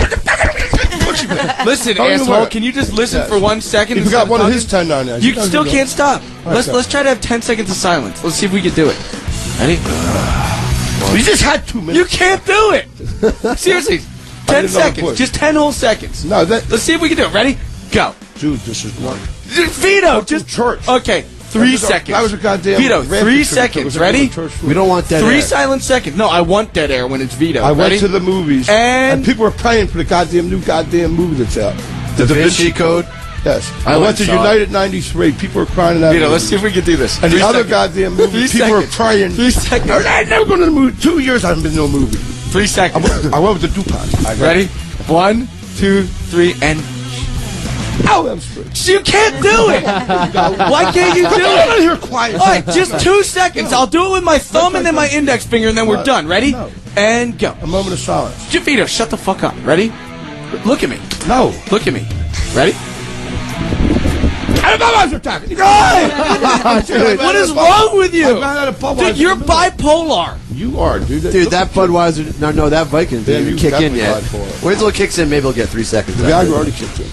[SPEAKER 6] whip.
[SPEAKER 5] Listen,
[SPEAKER 6] Oh, you
[SPEAKER 5] asshole,
[SPEAKER 6] were.
[SPEAKER 5] can you just listen
[SPEAKER 6] Yes.
[SPEAKER 5] for one second?
[SPEAKER 6] He
[SPEAKER 5] instead
[SPEAKER 6] forgot
[SPEAKER 5] of
[SPEAKER 6] one of
[SPEAKER 5] talking?
[SPEAKER 6] his 1099.
[SPEAKER 5] You still can't stop. Let's
[SPEAKER 6] Okay.
[SPEAKER 5] let's try to have ten seconds of silence. Let's see if we can do it. Ready?
[SPEAKER 6] You just had two minutes.
[SPEAKER 5] You can't do it.
[SPEAKER 6] (laughs)
[SPEAKER 5] Seriously, ten
[SPEAKER 6] didn't know to
[SPEAKER 5] seconds.
[SPEAKER 6] push.
[SPEAKER 5] Just ten whole seconds.
[SPEAKER 6] No, that
[SPEAKER 5] Let's see if we can do it. Ready? Go.
[SPEAKER 6] dude, this is one.
[SPEAKER 5] Vito,
[SPEAKER 6] to
[SPEAKER 5] just
[SPEAKER 6] church.
[SPEAKER 5] Okay, three
[SPEAKER 6] That was a-
[SPEAKER 5] seconds.
[SPEAKER 6] that was a goddamn
[SPEAKER 5] Vito.
[SPEAKER 6] rampant
[SPEAKER 5] Three
[SPEAKER 6] church. It was
[SPEAKER 5] seconds.
[SPEAKER 6] a
[SPEAKER 5] Ready?
[SPEAKER 6] church
[SPEAKER 7] We don't want that.
[SPEAKER 5] Three
[SPEAKER 7] air.
[SPEAKER 5] silent seconds. No, I want dead air when it's Vito.
[SPEAKER 6] I went
[SPEAKER 5] Ready?
[SPEAKER 6] to the movies
[SPEAKER 5] And-
[SPEAKER 6] people were praying for the goddamn new goddamn movie that's out.
[SPEAKER 7] The Da Vinci Code.
[SPEAKER 6] Yes, I,
[SPEAKER 7] went
[SPEAKER 6] went to
[SPEAKER 7] and saw
[SPEAKER 6] United '93. People were crying out.
[SPEAKER 5] Vito, let's see if we can do this.
[SPEAKER 6] And
[SPEAKER 5] Three
[SPEAKER 6] the other
[SPEAKER 5] seconds.
[SPEAKER 6] goddamn movie,
[SPEAKER 5] Three
[SPEAKER 6] people were
[SPEAKER 5] seconds.
[SPEAKER 6] praying.
[SPEAKER 5] Three seconds.
[SPEAKER 6] I never going to the movie. Two years I haven't been to a movie.
[SPEAKER 5] Three
[SPEAKER 6] I
[SPEAKER 5] seconds.
[SPEAKER 6] went, I went with the Dupont. I got-
[SPEAKER 5] Ready? One, two, three, and
[SPEAKER 6] Ow, I'm screwed.
[SPEAKER 5] you can't do it. Why can't you do
[SPEAKER 6] Get out
[SPEAKER 5] it?
[SPEAKER 6] of here, quiet.
[SPEAKER 5] All right, just two seconds. I'll do it with my thumb and then my index finger, and then we're done. Ready?
[SPEAKER 6] No.
[SPEAKER 5] And go.
[SPEAKER 6] A moment of silence.
[SPEAKER 5] Javito, shut the fuck up. Ready? Look at me.
[SPEAKER 6] No.
[SPEAKER 5] Look at me. Ready? (laughs) What is wrong with you?
[SPEAKER 6] I ran out of Budweiser.
[SPEAKER 5] Dude, you're bipolar.
[SPEAKER 6] You are, dude.
[SPEAKER 7] Dude, that Budweiser, no, no, that Viking
[SPEAKER 6] Yeah,
[SPEAKER 7] didn't
[SPEAKER 6] you
[SPEAKER 7] even kick in
[SPEAKER 6] definitely
[SPEAKER 7] yet.
[SPEAKER 6] tried for it.
[SPEAKER 7] Wait till it kicks in, maybe I'll get three seconds.
[SPEAKER 6] The
[SPEAKER 7] out
[SPEAKER 6] Viagra
[SPEAKER 7] of
[SPEAKER 6] already
[SPEAKER 7] it.
[SPEAKER 6] kicked in.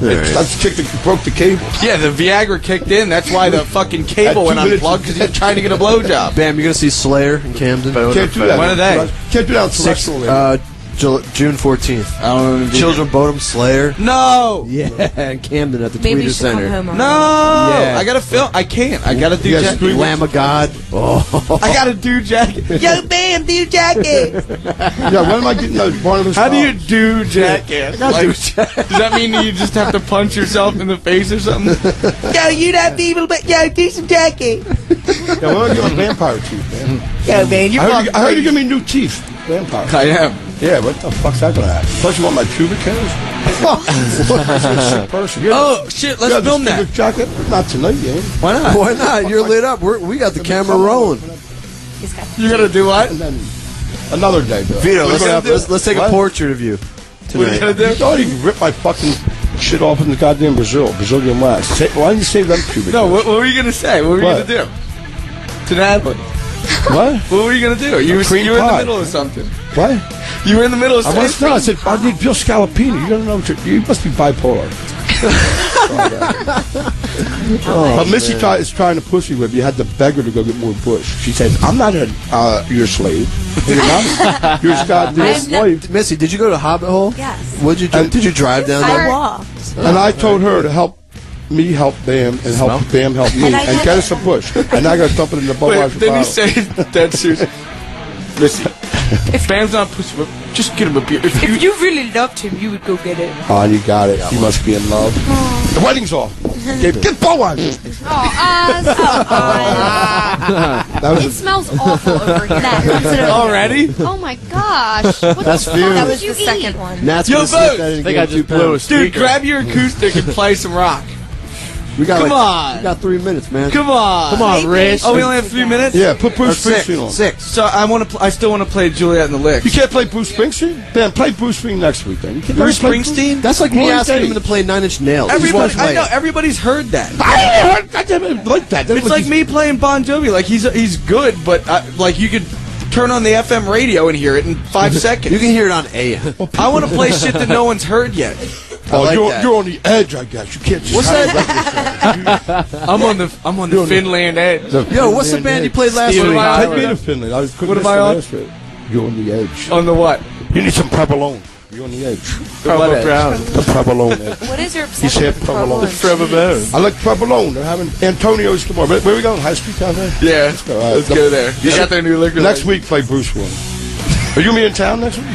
[SPEAKER 7] All right.
[SPEAKER 6] That's kicked. The, broke the cable.
[SPEAKER 5] Yeah, the Viagra kicked in. That's why the fucking cable
[SPEAKER 6] At two
[SPEAKER 5] went
[SPEAKER 6] minutes-
[SPEAKER 5] unplugged because he was trying to get a blowjob.
[SPEAKER 7] Bam, you're gonna see Slayer in Camden.
[SPEAKER 6] Can't do that.
[SPEAKER 5] When are they?
[SPEAKER 6] Can't do that on
[SPEAKER 7] Six,
[SPEAKER 6] terrestrial radio.
[SPEAKER 7] uh, Ju- June fourteenth. Children Bodum Slayer.
[SPEAKER 5] No.
[SPEAKER 7] Yeah, in Camden at the
[SPEAKER 9] Maybe you
[SPEAKER 7] Tweeter
[SPEAKER 9] should come
[SPEAKER 7] Center.
[SPEAKER 9] home.
[SPEAKER 5] No.
[SPEAKER 7] Yeah.
[SPEAKER 5] I gotta film. I can't. I gotta do
[SPEAKER 6] Yes,
[SPEAKER 5] jacket.
[SPEAKER 6] three-
[SPEAKER 7] Lamb of God. Oh,
[SPEAKER 5] I gotta
[SPEAKER 7] (laughs)
[SPEAKER 5] do jacket. Yo, bam, do jacket.
[SPEAKER 6] yeah, when am I getting uh, those Barnabas?
[SPEAKER 5] How do you
[SPEAKER 6] Files?
[SPEAKER 5] do jacket? does that mean that you just have to punch yourself in the face or (laughs) something? yo, you that people, but yo, do some jacket.
[SPEAKER 6] Yeah, when am I getting my vampire teeth, man?
[SPEAKER 5] Yo, man,
[SPEAKER 6] I heard, you, I heard you're giving me new teeth. Vampire.
[SPEAKER 5] I am.
[SPEAKER 6] Yeah, what the fuck's that gonna happen? Plus, you want my pubic hairs? Fuck. Look, you're a sick person. You're
[SPEAKER 5] Oh shit, let's
[SPEAKER 6] yeah,
[SPEAKER 5] film
[SPEAKER 6] this
[SPEAKER 5] that.
[SPEAKER 6] pubic Jacket? Not tonight, yeah.
[SPEAKER 5] Why not?
[SPEAKER 7] why not? You're lit up. We're, we got the camera rolling.
[SPEAKER 5] You gotta do what?
[SPEAKER 6] And then another day, though.
[SPEAKER 7] Vito,
[SPEAKER 6] We're
[SPEAKER 7] let's,
[SPEAKER 6] gonna have to-
[SPEAKER 7] let's, let's take a
[SPEAKER 6] What?
[SPEAKER 7] portrait of you
[SPEAKER 6] What are you
[SPEAKER 7] tonight.
[SPEAKER 6] gonna do? You thought you could rip my fucking shit off in the goddamn Brazil, Brazilian wax. Say, why did you save them pubic?
[SPEAKER 5] No,
[SPEAKER 6] hairs?
[SPEAKER 5] what, what were you gonna say? What were
[SPEAKER 6] What?
[SPEAKER 5] you gonna do? To Natalie.
[SPEAKER 6] What?
[SPEAKER 5] What were you gonna do? You, were,
[SPEAKER 6] cream
[SPEAKER 5] you were in the
[SPEAKER 6] pie.
[SPEAKER 5] middle of something.
[SPEAKER 6] What?
[SPEAKER 5] You were in the middle of
[SPEAKER 6] I
[SPEAKER 5] something.
[SPEAKER 6] was not. I said, I need Bill Scalapini. You don't know. What you're, you must be (laughs) bipolar. but Missy try, is trying to push me with. me. You had to beg her to go get more Bush. She says, "I'm not a uh, your slave. You're not. You're just goddamn
[SPEAKER 9] I'm not-
[SPEAKER 6] slave."
[SPEAKER 7] Missy, did you go to Hobbit Hole?
[SPEAKER 9] Yes.
[SPEAKER 7] Would you dri-
[SPEAKER 6] And-
[SPEAKER 7] did you drive down
[SPEAKER 9] I
[SPEAKER 7] there?
[SPEAKER 9] walked.
[SPEAKER 6] And I told her to help me help Bam and help Bam help
[SPEAKER 9] And
[SPEAKER 6] me and,
[SPEAKER 9] I had-
[SPEAKER 6] get us a Bush. And I got to dump it in the
[SPEAKER 5] Wait,
[SPEAKER 6] Budweiser
[SPEAKER 5] then he
[SPEAKER 6] bottle.
[SPEAKER 5] (laughs) said, "Dead serious, Missy. If Bam's not pussy, whip, just get him a beer. If you,
[SPEAKER 8] If you really loved him, you would go get it.
[SPEAKER 6] oh, you got it. You must be in love. The wedding's off. Get, get Budweiser.
[SPEAKER 4] Oh, Oz.
[SPEAKER 6] That
[SPEAKER 4] It
[SPEAKER 6] was
[SPEAKER 4] smells awful over here.
[SPEAKER 5] (laughs) already,
[SPEAKER 4] Oh my gosh. What
[SPEAKER 7] That's
[SPEAKER 4] the
[SPEAKER 7] Fury.
[SPEAKER 4] fuck
[SPEAKER 9] That
[SPEAKER 4] did
[SPEAKER 9] was
[SPEAKER 4] you
[SPEAKER 9] the second
[SPEAKER 4] eat?
[SPEAKER 9] one.
[SPEAKER 7] Nat's
[SPEAKER 5] Yo,
[SPEAKER 7] gonna slip that
[SPEAKER 5] Bose!
[SPEAKER 7] in
[SPEAKER 10] I
[SPEAKER 7] and
[SPEAKER 10] think
[SPEAKER 7] give
[SPEAKER 10] I
[SPEAKER 7] him two
[SPEAKER 10] just blew a
[SPEAKER 7] pounds.
[SPEAKER 5] dude,
[SPEAKER 10] speaker.
[SPEAKER 5] grab your acoustic and play some rock.
[SPEAKER 7] We got
[SPEAKER 5] Come
[SPEAKER 7] like-
[SPEAKER 5] on.
[SPEAKER 7] we got three minutes, man.
[SPEAKER 5] Come on,
[SPEAKER 10] Come on, Rich.
[SPEAKER 5] Oh, we only have three minutes.
[SPEAKER 6] yeah. Put
[SPEAKER 7] Or
[SPEAKER 6] Bruce
[SPEAKER 7] six,
[SPEAKER 6] Springsteen on.
[SPEAKER 7] six.
[SPEAKER 5] So I want to. Pl- I still want to play Juliet and the
[SPEAKER 6] You
[SPEAKER 5] Licks.
[SPEAKER 6] can't play Bruce Springsteen? Ben, play Bruce Springsteen next week then. You can't
[SPEAKER 5] Bruce
[SPEAKER 6] play
[SPEAKER 5] Springsteen?
[SPEAKER 7] That's like me
[SPEAKER 6] Glory
[SPEAKER 7] asking
[SPEAKER 6] days.
[SPEAKER 7] him to play Nine Inch Nails. He's
[SPEAKER 5] Everybody,
[SPEAKER 7] one
[SPEAKER 5] I know
[SPEAKER 7] player.
[SPEAKER 5] (laughs) everybody's heard that.
[SPEAKER 6] I didn't hear- I didn't like that. That
[SPEAKER 5] It's
[SPEAKER 6] was
[SPEAKER 5] like
[SPEAKER 6] just-
[SPEAKER 5] me playing Bon Jovi. Like he's he's good, but uh like you could turn on the FM radio and hear it in five seconds.
[SPEAKER 7] You can hear it on AM.
[SPEAKER 5] I want to
[SPEAKER 7] (laughs)
[SPEAKER 5] play shit that no one's heard yet.
[SPEAKER 6] Oh,
[SPEAKER 7] like
[SPEAKER 6] you're,
[SPEAKER 7] that.
[SPEAKER 6] you're on the edge, I guess. You can't just. What's
[SPEAKER 5] I'm on the I'm on the Finland edge.
[SPEAKER 7] Yo, what's the band you played last
[SPEAKER 5] Steven
[SPEAKER 7] week?
[SPEAKER 5] Tyler.
[SPEAKER 6] Take me to Finland. I was couldn't
[SPEAKER 5] What
[SPEAKER 6] miss
[SPEAKER 5] am I
[SPEAKER 6] the
[SPEAKER 5] on?
[SPEAKER 6] last bit. You're on the edge.
[SPEAKER 5] On the what?
[SPEAKER 6] You need some provolone. You're on the edge.
[SPEAKER 5] Purple Brown.
[SPEAKER 6] The provolone edge.
[SPEAKER 9] What is your
[SPEAKER 6] He
[SPEAKER 9] obsession
[SPEAKER 6] said
[SPEAKER 9] with provolone?
[SPEAKER 6] provolone. I like provolone. They're having Antonio's tomorrow. Where, where we going? High Street down there?
[SPEAKER 5] Yeah,
[SPEAKER 6] All right.
[SPEAKER 5] let's go there. You got their new liquor.
[SPEAKER 6] Next
[SPEAKER 5] license.
[SPEAKER 6] week, play Bruce one. Are you gonna be in town next week?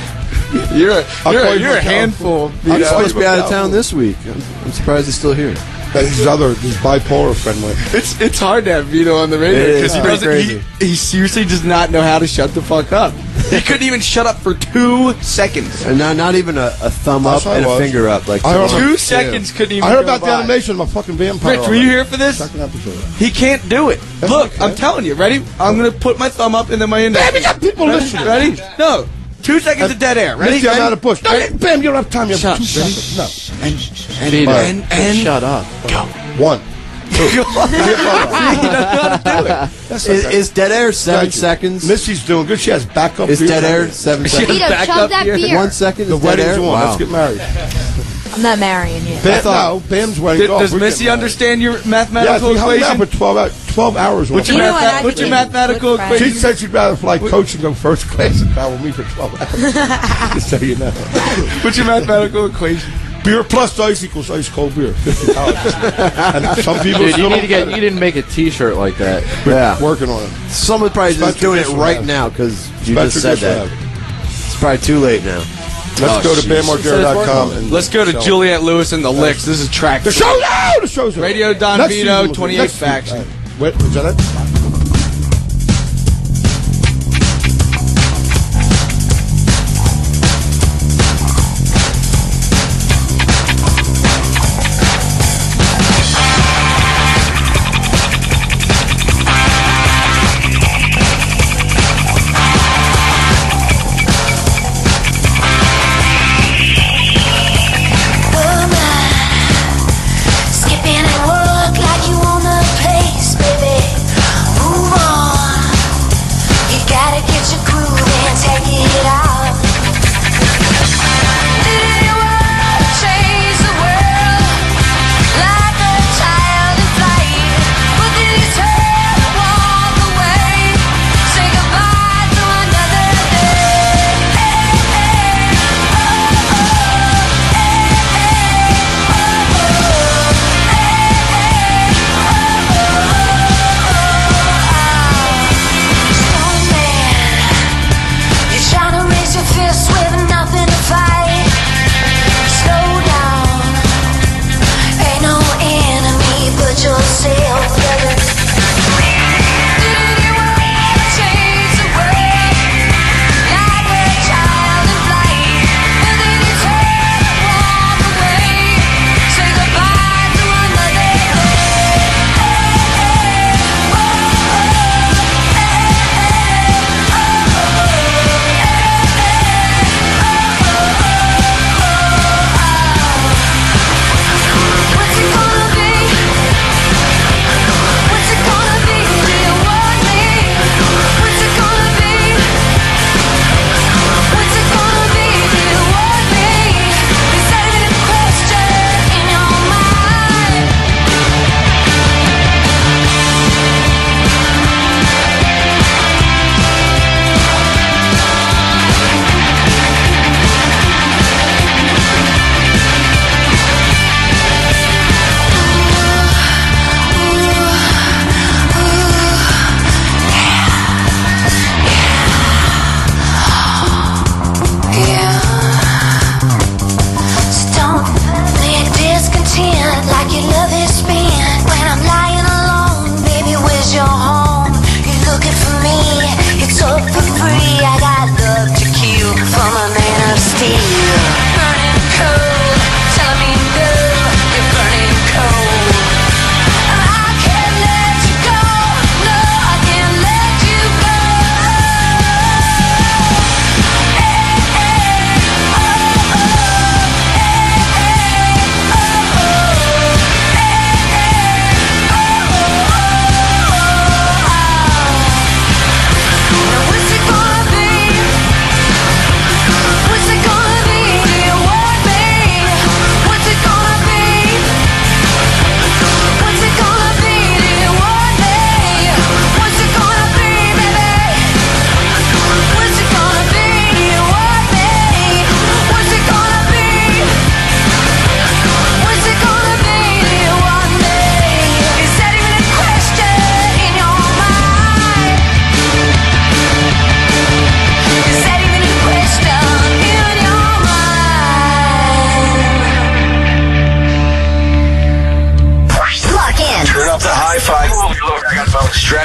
[SPEAKER 5] you're a,
[SPEAKER 6] I'll
[SPEAKER 5] you're,
[SPEAKER 6] call
[SPEAKER 5] a,
[SPEAKER 6] you
[SPEAKER 5] you're a
[SPEAKER 6] from
[SPEAKER 5] handful.
[SPEAKER 6] California.
[SPEAKER 5] you
[SPEAKER 6] I'm
[SPEAKER 5] know?
[SPEAKER 6] sorry.
[SPEAKER 7] supposed to be out of town this week. I'm, I'm surprised he's still here.
[SPEAKER 6] That his other, his bipolar friend went.
[SPEAKER 5] It's it's hard to have Vito on the radio
[SPEAKER 7] It
[SPEAKER 5] because
[SPEAKER 7] is
[SPEAKER 5] he
[SPEAKER 7] pretty
[SPEAKER 5] doesn't. He, he seriously does not know how to shut the fuck up. He couldn't even shut up for two seconds.
[SPEAKER 7] And not, not even a, a thumb up
[SPEAKER 6] That's how I
[SPEAKER 7] and a
[SPEAKER 6] was.
[SPEAKER 7] finger up. Like
[SPEAKER 6] I
[SPEAKER 7] someone-
[SPEAKER 6] don't-
[SPEAKER 5] Two seconds couldn't even.
[SPEAKER 6] I heard
[SPEAKER 5] go
[SPEAKER 6] about the
[SPEAKER 5] by.
[SPEAKER 6] animation of my fucking vampire.
[SPEAKER 5] Rich, were you
[SPEAKER 6] already.
[SPEAKER 5] here for this?
[SPEAKER 6] Second episode.
[SPEAKER 5] He can't do it.
[SPEAKER 6] That's
[SPEAKER 5] Look,
[SPEAKER 6] okay.
[SPEAKER 5] I'm telling you. Ready? I'm gonna put my thumb up and then my index.
[SPEAKER 6] Damn, you got people
[SPEAKER 5] ready?
[SPEAKER 6] listening.
[SPEAKER 5] Ready? No. Two seconds of dead air. Ready?
[SPEAKER 6] Misty, I'm
[SPEAKER 5] Ready?
[SPEAKER 6] out of push.
[SPEAKER 5] Ready?
[SPEAKER 6] Bam, you don't have time. You
[SPEAKER 5] Shut
[SPEAKER 6] have two
[SPEAKER 5] up.
[SPEAKER 6] seconds. No.
[SPEAKER 5] And and, and
[SPEAKER 10] Shut
[SPEAKER 5] (laughs)
[SPEAKER 10] up.
[SPEAKER 6] One.
[SPEAKER 7] is, is dead air seven seconds?
[SPEAKER 6] Misty's doing good. She has backup.
[SPEAKER 7] is
[SPEAKER 6] beer.
[SPEAKER 7] dead air
[SPEAKER 5] (laughs)
[SPEAKER 7] seven seconds?
[SPEAKER 4] Vito,
[SPEAKER 5] Back
[SPEAKER 4] chug
[SPEAKER 5] up
[SPEAKER 4] that
[SPEAKER 5] here.
[SPEAKER 4] beer.
[SPEAKER 7] One second
[SPEAKER 6] The
[SPEAKER 7] is dead
[SPEAKER 6] wedding's
[SPEAKER 7] air.
[SPEAKER 6] on.
[SPEAKER 7] Wow.
[SPEAKER 6] Let's get married.
[SPEAKER 9] I'm not marrying you.
[SPEAKER 6] Bam, no, Bam's wedding.
[SPEAKER 5] Did- does Missy understand your
[SPEAKER 6] Yes,
[SPEAKER 5] mathematical
[SPEAKER 6] we hung out
[SPEAKER 5] equation?
[SPEAKER 6] for 12, hours- 12 hours. on
[SPEAKER 5] What's
[SPEAKER 6] a
[SPEAKER 5] your,
[SPEAKER 9] You know
[SPEAKER 5] math-
[SPEAKER 9] what I
[SPEAKER 5] what's your
[SPEAKER 9] think?
[SPEAKER 5] mathematical
[SPEAKER 9] Good friend.
[SPEAKER 6] She
[SPEAKER 5] equation?
[SPEAKER 6] said she'd rather fly coach and go first class and travel me for
[SPEAKER 5] (laughs)
[SPEAKER 6] 12 hours. Just so you know.
[SPEAKER 5] What's your mathematical equation?
[SPEAKER 6] Beer plus ice equals ice cold
[SPEAKER 7] (laughs)
[SPEAKER 6] beer. $50. and some people
[SPEAKER 10] Dude, you
[SPEAKER 6] still
[SPEAKER 10] need to
[SPEAKER 6] don't
[SPEAKER 10] get.
[SPEAKER 6] get
[SPEAKER 10] You didn't make a T-shirt like that.
[SPEAKER 7] Yeah.
[SPEAKER 6] working on it.
[SPEAKER 7] Someone probably just
[SPEAKER 6] Spencer
[SPEAKER 7] doing it
[SPEAKER 6] Gishwab.
[SPEAKER 7] right now because you
[SPEAKER 6] That's
[SPEAKER 7] just
[SPEAKER 6] your
[SPEAKER 7] said that.
[SPEAKER 6] good job.
[SPEAKER 7] It's probably too late now. Oh,
[SPEAKER 6] Let's go to BamMargera.com. and
[SPEAKER 5] Let's go to
[SPEAKER 6] sell it.
[SPEAKER 5] Juliet Lewis and the Licks. This is track.
[SPEAKER 6] The show now! The show's over.
[SPEAKER 5] Radio Don
[SPEAKER 6] Next
[SPEAKER 5] Vito,
[SPEAKER 6] season will be-
[SPEAKER 5] 28
[SPEAKER 6] next season.
[SPEAKER 5] Faction.
[SPEAKER 6] All right. Wait, is that it?
[SPEAKER 8] Skipping and walk like you own the place, baby.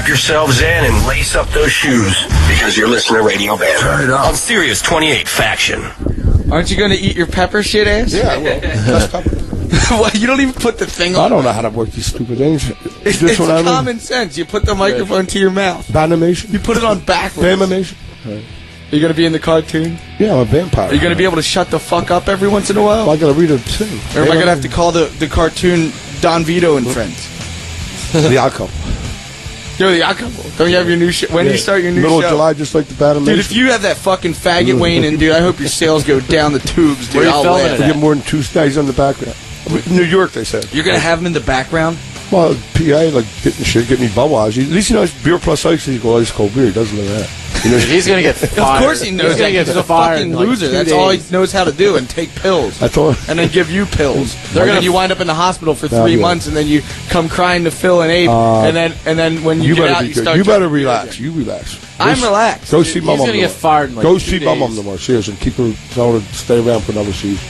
[SPEAKER 3] yourselves in and lace up those shoes because you're listening to Radio Band. Turn it up. On Sirius 28 Faction.
[SPEAKER 5] Aren't you going to eat your pepper shit ass?
[SPEAKER 6] Yeah, I will.
[SPEAKER 5] (laughs)
[SPEAKER 6] That's pepper.
[SPEAKER 5] well, you don't even put the thing on.
[SPEAKER 6] I don't know how to work these stupid (laughs) things.
[SPEAKER 5] It's,
[SPEAKER 6] This
[SPEAKER 5] it's
[SPEAKER 6] one I learned.
[SPEAKER 5] common sense. You put the microphone to your mouth.
[SPEAKER 6] Banimation?
[SPEAKER 5] You put it on backwards.
[SPEAKER 6] Banimation?
[SPEAKER 5] Are you going to be in the cartoon?
[SPEAKER 6] Yeah, I'm a vampire.
[SPEAKER 5] Are you going to be able to shut the fuck up every once in a while?
[SPEAKER 6] I gotta read a thing.
[SPEAKER 5] Or am I going to have to call the, the cartoon Don Vito and Friends?
[SPEAKER 6] (laughs) The outcome.
[SPEAKER 5] Yo, the outcome. Don't you have your new shit? When do you
[SPEAKER 6] Yeah.
[SPEAKER 5] start your new
[SPEAKER 6] Middle
[SPEAKER 5] show?
[SPEAKER 6] of July, just like the Banimation.
[SPEAKER 5] Dude, if you have that fucking faggot Wayne in, dude, I hope your sales go down the tubes, dude.
[SPEAKER 6] Where you
[SPEAKER 5] I'll
[SPEAKER 6] filming
[SPEAKER 5] laugh.
[SPEAKER 6] it at? We get more than two stags on the background. New York, they said.
[SPEAKER 5] You're gonna have him in the background.
[SPEAKER 6] Well, PA, like, getting shit, getting me Budweiser. At least, you know, it's beer plus ice equal ice cold beer. He doesn't know that. You know,
[SPEAKER 10] He's gonna get
[SPEAKER 5] Of
[SPEAKER 10] fired.
[SPEAKER 5] course he knows
[SPEAKER 10] He's
[SPEAKER 5] that.
[SPEAKER 10] gonna get
[SPEAKER 5] He's a
[SPEAKER 10] fired
[SPEAKER 5] fucking
[SPEAKER 10] in, like,
[SPEAKER 5] loser.
[SPEAKER 10] two
[SPEAKER 5] That's all he
[SPEAKER 10] days.
[SPEAKER 5] knows how to do, and take pills.
[SPEAKER 6] I told
[SPEAKER 5] And then give you pills.
[SPEAKER 10] They're
[SPEAKER 5] and
[SPEAKER 10] gonna-
[SPEAKER 5] then you wind up in the hospital for
[SPEAKER 6] Yeah,
[SPEAKER 5] three
[SPEAKER 6] yeah.
[SPEAKER 5] months, and then you come crying to Phil and Abe, and then and then when you,
[SPEAKER 6] Uh, you
[SPEAKER 5] get
[SPEAKER 6] better
[SPEAKER 5] out,
[SPEAKER 6] be
[SPEAKER 5] you
[SPEAKER 6] good.
[SPEAKER 5] start.
[SPEAKER 6] You better relax. You relax. Go
[SPEAKER 5] I'm
[SPEAKER 6] s-
[SPEAKER 5] relaxed.
[SPEAKER 6] Go see my
[SPEAKER 10] He's
[SPEAKER 6] mom.
[SPEAKER 10] gonna get
[SPEAKER 6] tomorrow.
[SPEAKER 10] fired in, like,
[SPEAKER 6] Go
[SPEAKER 10] two
[SPEAKER 6] see my mom
[SPEAKER 10] days.
[SPEAKER 6] tomorrow. Seriously, keep her. Tell her to stay around for another season.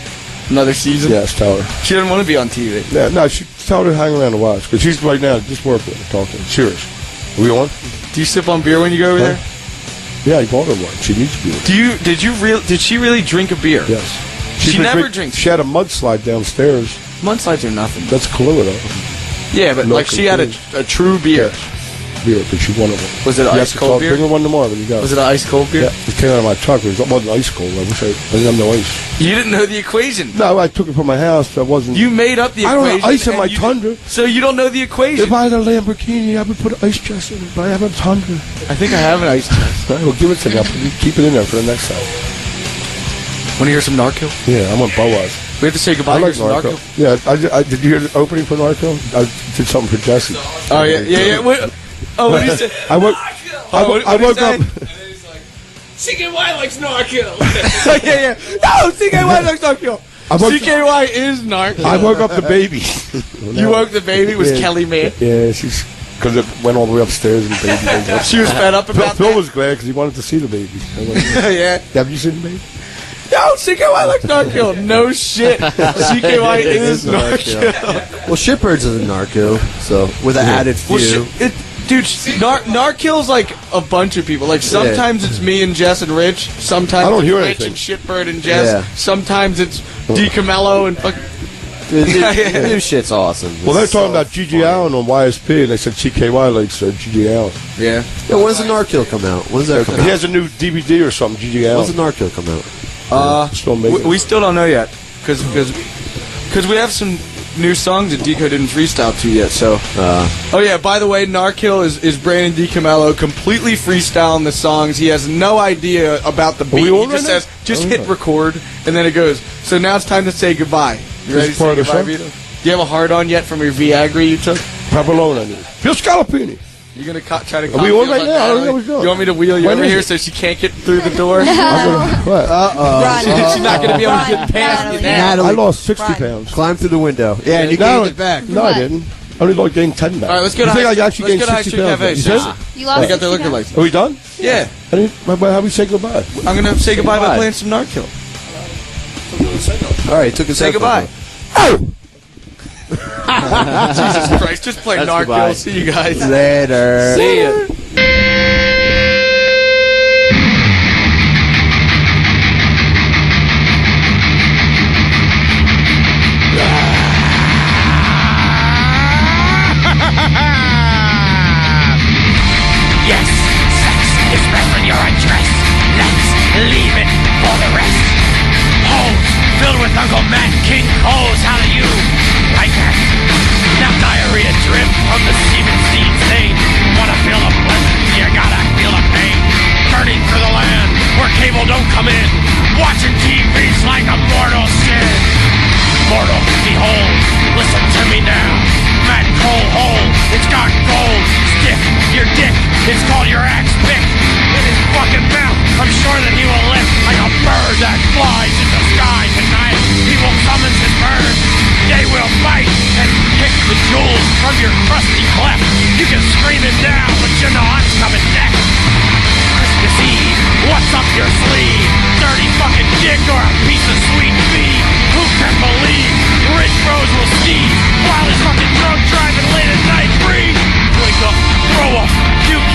[SPEAKER 5] another season.
[SPEAKER 6] Yes, tell her.
[SPEAKER 5] She doesn't want to be on TV.
[SPEAKER 6] Yeah, no, she tell her to hang around and watch because she's right now just working, talking. Serious. Are we on?
[SPEAKER 5] Do you sip on beer when you go over
[SPEAKER 6] Huh?
[SPEAKER 5] there?
[SPEAKER 6] Yeah, I bought her one. She needs to be. There.
[SPEAKER 5] Do you? Did you real? Did she really drink a beer?
[SPEAKER 6] Yes.
[SPEAKER 5] She
[SPEAKER 6] been
[SPEAKER 5] never
[SPEAKER 6] drink-
[SPEAKER 5] drinks.
[SPEAKER 6] She had a mudslide downstairs.
[SPEAKER 5] Mudslides are nothing.
[SPEAKER 6] That's Kahlua,
[SPEAKER 5] Yeah, but
[SPEAKER 6] No
[SPEAKER 5] like she had a,
[SPEAKER 6] confusion.
[SPEAKER 5] a true beer.
[SPEAKER 6] though. Beer, because she wanted one.
[SPEAKER 5] Was it
[SPEAKER 6] You
[SPEAKER 5] an
[SPEAKER 6] have
[SPEAKER 5] ice
[SPEAKER 6] to
[SPEAKER 5] cold
[SPEAKER 6] call-
[SPEAKER 5] beer?
[SPEAKER 6] Bring her one tomorrow when you go.
[SPEAKER 5] Was it an ice cold beer?
[SPEAKER 6] Yeah, it came out of my truck. It was- it wasn't ice cold. I wish I, I didn't have no ice.
[SPEAKER 5] You didn't know the equation.
[SPEAKER 6] No, I took it from my house. I wasn't.
[SPEAKER 5] You made up the
[SPEAKER 6] I don't
[SPEAKER 5] equation.
[SPEAKER 6] have ice in
[SPEAKER 5] and
[SPEAKER 6] my
[SPEAKER 5] you-
[SPEAKER 6] Tundra.
[SPEAKER 5] So you don't know the equation.
[SPEAKER 6] If I had a Lamborghini, I would put an ice chest in it, but I have a Tundra. (laughs)
[SPEAKER 5] I think I have an ice chest.
[SPEAKER 6] All right, well, give it to me. I'll put- keep it in there for the next time.
[SPEAKER 5] Want to hear some Narco?
[SPEAKER 6] Yeah, I'm on Boaz.
[SPEAKER 5] We have to say goodbye
[SPEAKER 6] I
[SPEAKER 5] to
[SPEAKER 6] like
[SPEAKER 5] some
[SPEAKER 6] Narco. Yeah, I, ju- I- did you hear the opening for Narco? I did something for Jesse.
[SPEAKER 5] Oh yeah, yeah, yeah. What, oh, what do you say?
[SPEAKER 6] (laughs) I woke, I,
[SPEAKER 5] Oh,
[SPEAKER 6] wo-
[SPEAKER 5] what-
[SPEAKER 6] I
[SPEAKER 5] what do you
[SPEAKER 6] woke
[SPEAKER 5] say?
[SPEAKER 6] up.
[SPEAKER 5] CKY likes Narco. (laughs) yeah, yeah. No,
[SPEAKER 6] (laughs)
[SPEAKER 5] CKY likes Narco.
[SPEAKER 6] I woke-
[SPEAKER 5] CKY is Narco.
[SPEAKER 6] I woke up the baby.
[SPEAKER 5] (laughs) you woke the baby was
[SPEAKER 6] Yeah.
[SPEAKER 5] Kelly Man.
[SPEAKER 6] Yeah, she's because it went all the way upstairs and baby. went up.
[SPEAKER 5] She was fed up
[SPEAKER 6] (laughs) Phil,
[SPEAKER 5] about
[SPEAKER 6] Phil
[SPEAKER 5] that.
[SPEAKER 6] was glad because he wanted to see the baby. I
[SPEAKER 5] (laughs)
[SPEAKER 6] went,
[SPEAKER 5] yeah.
[SPEAKER 6] have you seen the (laughs) baby?
[SPEAKER 5] No, CKY likes Narco. No shit.
[SPEAKER 6] (laughs)
[SPEAKER 5] CKY is Narco.
[SPEAKER 7] Well, shitbirds is a narco, so with an added few.
[SPEAKER 5] Well, shit, it, dude, nar- Narkill's like a bunch of people. Like sometimes it's me and Jess and Rich. Sometimes
[SPEAKER 6] I don't
[SPEAKER 5] it's
[SPEAKER 6] hear
[SPEAKER 5] Rich
[SPEAKER 6] anything.
[SPEAKER 5] and Shitbird and Jess.
[SPEAKER 7] Yeah.
[SPEAKER 5] Sometimes it's D Camello and fuck.
[SPEAKER 7] The new,
[SPEAKER 5] (laughs) Yeah, yeah.
[SPEAKER 7] the new shit's awesome.
[SPEAKER 6] Well, they're
[SPEAKER 7] It's
[SPEAKER 6] talking
[SPEAKER 7] so
[SPEAKER 6] about Gigi
[SPEAKER 7] funny.
[SPEAKER 6] Allen on YSP, and they said CKY likes uh, Gigi Allen.
[SPEAKER 5] Yeah.
[SPEAKER 7] Yeah, when does the Narco come out? When does that come
[SPEAKER 6] He
[SPEAKER 7] out?
[SPEAKER 6] has a new DVD or something, Gigi
[SPEAKER 7] When does
[SPEAKER 6] Allen.
[SPEAKER 7] the Narco come out?
[SPEAKER 5] Uh,
[SPEAKER 6] Still
[SPEAKER 5] we,
[SPEAKER 6] making.
[SPEAKER 5] we still don't know yet, because because we have some new songs that Deco didn't freestyle to yet. So.
[SPEAKER 6] Uh.
[SPEAKER 5] oh yeah. By the way, Narkill is is Brandon D Camello completely freestyling the songs. He has no idea about the beat.
[SPEAKER 6] we on
[SPEAKER 5] he just
[SPEAKER 6] right now?
[SPEAKER 5] says just
[SPEAKER 6] Oh,
[SPEAKER 5] hit
[SPEAKER 6] yeah.
[SPEAKER 5] record, and then it goes. So now it's time to say goodbye. You
[SPEAKER 6] This
[SPEAKER 5] ready to
[SPEAKER 6] is part
[SPEAKER 5] say
[SPEAKER 6] of the
[SPEAKER 5] goodbye,
[SPEAKER 6] show?
[SPEAKER 5] Vito? Do you have a hard on yet from your Viagra you took?
[SPEAKER 6] Papalona. Phil Scalapini.
[SPEAKER 5] You gonna co- try to?
[SPEAKER 6] Are we
[SPEAKER 5] copy
[SPEAKER 6] on
[SPEAKER 5] us
[SPEAKER 6] right now? I don't
[SPEAKER 5] that?
[SPEAKER 6] know what we're doing.
[SPEAKER 5] You want me to wheel you
[SPEAKER 6] When
[SPEAKER 5] over
[SPEAKER 6] is
[SPEAKER 5] here
[SPEAKER 6] it?
[SPEAKER 5] so she can't get through the
[SPEAKER 6] (laughs)
[SPEAKER 5] door? (laughs)
[SPEAKER 7] Uh,
[SPEAKER 6] I'm gonna, what?
[SPEAKER 4] Run.
[SPEAKER 5] She's not gonna be able to get
[SPEAKER 6] (laughs)
[SPEAKER 5] past you
[SPEAKER 4] Natalie.
[SPEAKER 5] now.
[SPEAKER 6] I lost 60
[SPEAKER 4] Right.
[SPEAKER 6] pounds.
[SPEAKER 7] Climb through the window. Yeah, and you
[SPEAKER 6] no,
[SPEAKER 7] gained it back.
[SPEAKER 6] No, I didn't. I only like gained 10 back.
[SPEAKER 5] All right, let's go
[SPEAKER 6] you
[SPEAKER 5] to
[SPEAKER 6] think
[SPEAKER 5] Ice-
[SPEAKER 6] I actually
[SPEAKER 5] let's go
[SPEAKER 6] gained
[SPEAKER 5] to
[SPEAKER 6] 60
[SPEAKER 5] Ice Cream
[SPEAKER 6] pounds?
[SPEAKER 5] Cafe.
[SPEAKER 6] You said-
[SPEAKER 5] Nah.
[SPEAKER 4] You lost.
[SPEAKER 5] They
[SPEAKER 4] 60
[SPEAKER 5] got their liquor
[SPEAKER 4] pounds.
[SPEAKER 5] license.
[SPEAKER 6] Are we done?
[SPEAKER 5] Yeah.
[SPEAKER 6] I didn't, how, how we say goodbye?
[SPEAKER 5] I'm gonna say goodbye by playing some Narkill.
[SPEAKER 7] All right, took his
[SPEAKER 5] Say
[SPEAKER 7] headphone
[SPEAKER 5] goodbye.
[SPEAKER 7] off.
[SPEAKER 6] Oh!
[SPEAKER 5] (laughs) Jesus Christ, just play
[SPEAKER 10] That's
[SPEAKER 5] Narkill.
[SPEAKER 10] goodbye.
[SPEAKER 5] See you guys.
[SPEAKER 7] Later.
[SPEAKER 10] See ya.
[SPEAKER 11] Yes, sex is best when you're undressed. Let's leave it for the rest. Holes filled with Uncle Matt King Cole's. How do you like that? Now diarrhea drip from the semen seeds. They wanna feel the pleasant. You gotta feel the pain. Burning for the land where cable don't come in. Watching TV's like a mortal sin. Mortal, behold, listen to me now. Fat coal hole, it's got gold. Stick your dick, it's called your axe pick. In his fucking mouth, I'm sure that he will lift like a bird that flies in the sky tonight. He will summons his bird. They will fight and kick the jewels from your crusty cleft. You can scream it down, but you know I'm coming next. Christmas Eve. What's up your sleeve? Dirty fucking dick or a piece of sweet pea? Who can believe Rich Rose will see while his fucking drunk driving late at night free? Wake up, throw up, puke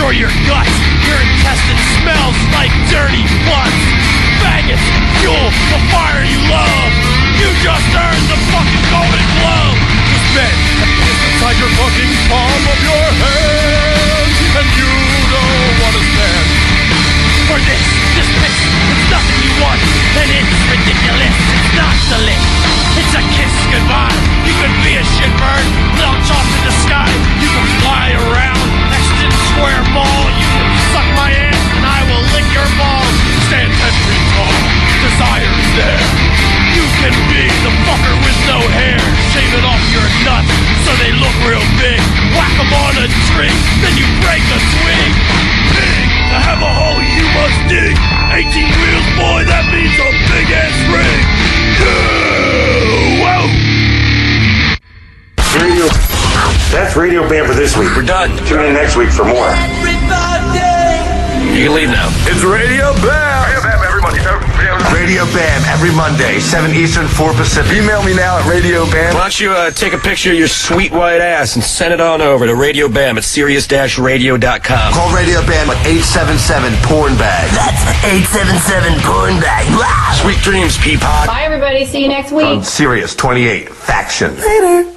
[SPEAKER 11] for your guts. Your intestine smells like dirty butts. Faggots fuel the fire you love. You just earned the fucking golden glove. The spit is inside your fucking palm of your hand, and you don't want to stand for this. This piss, it's nothing you want, and it's ridiculous. It's not the lick. It's a kiss goodbye. You could be a shitbird, launch off in the sky. You can fly around Exton Square Mall. You can suck my ass, and I will lick your balls. Stand ten feet tall. Desire is there. You can be the fucker with no hair. Shave it off your nuts so they look real big. Whack 'em on a tree, then you break a swing. Big, I have a hole you must dig. 18 wheels, boy, that means a big ass rig. Yeah, wow.
[SPEAKER 3] Radio. That's Radio Bam for this week. We're done. Tune in next week for more. You can leave now. It's Radio Bam. Radio Bam every Monday. Radio Bam every Monday, 7 Eastern, 4 Pacific. Email me now at Radio Bam.
[SPEAKER 14] Why don't you uh, take a picture of your sweet white ass and send it on over to Radio Bam at serious-radio.com.
[SPEAKER 3] Call Radio Bam at 877 Porn Bag. That's 877 Porn Bag. Sweet dreams, Peapod.
[SPEAKER 4] Bye, everybody. See you next
[SPEAKER 3] On Sirius 28, Faction.
[SPEAKER 4] Later.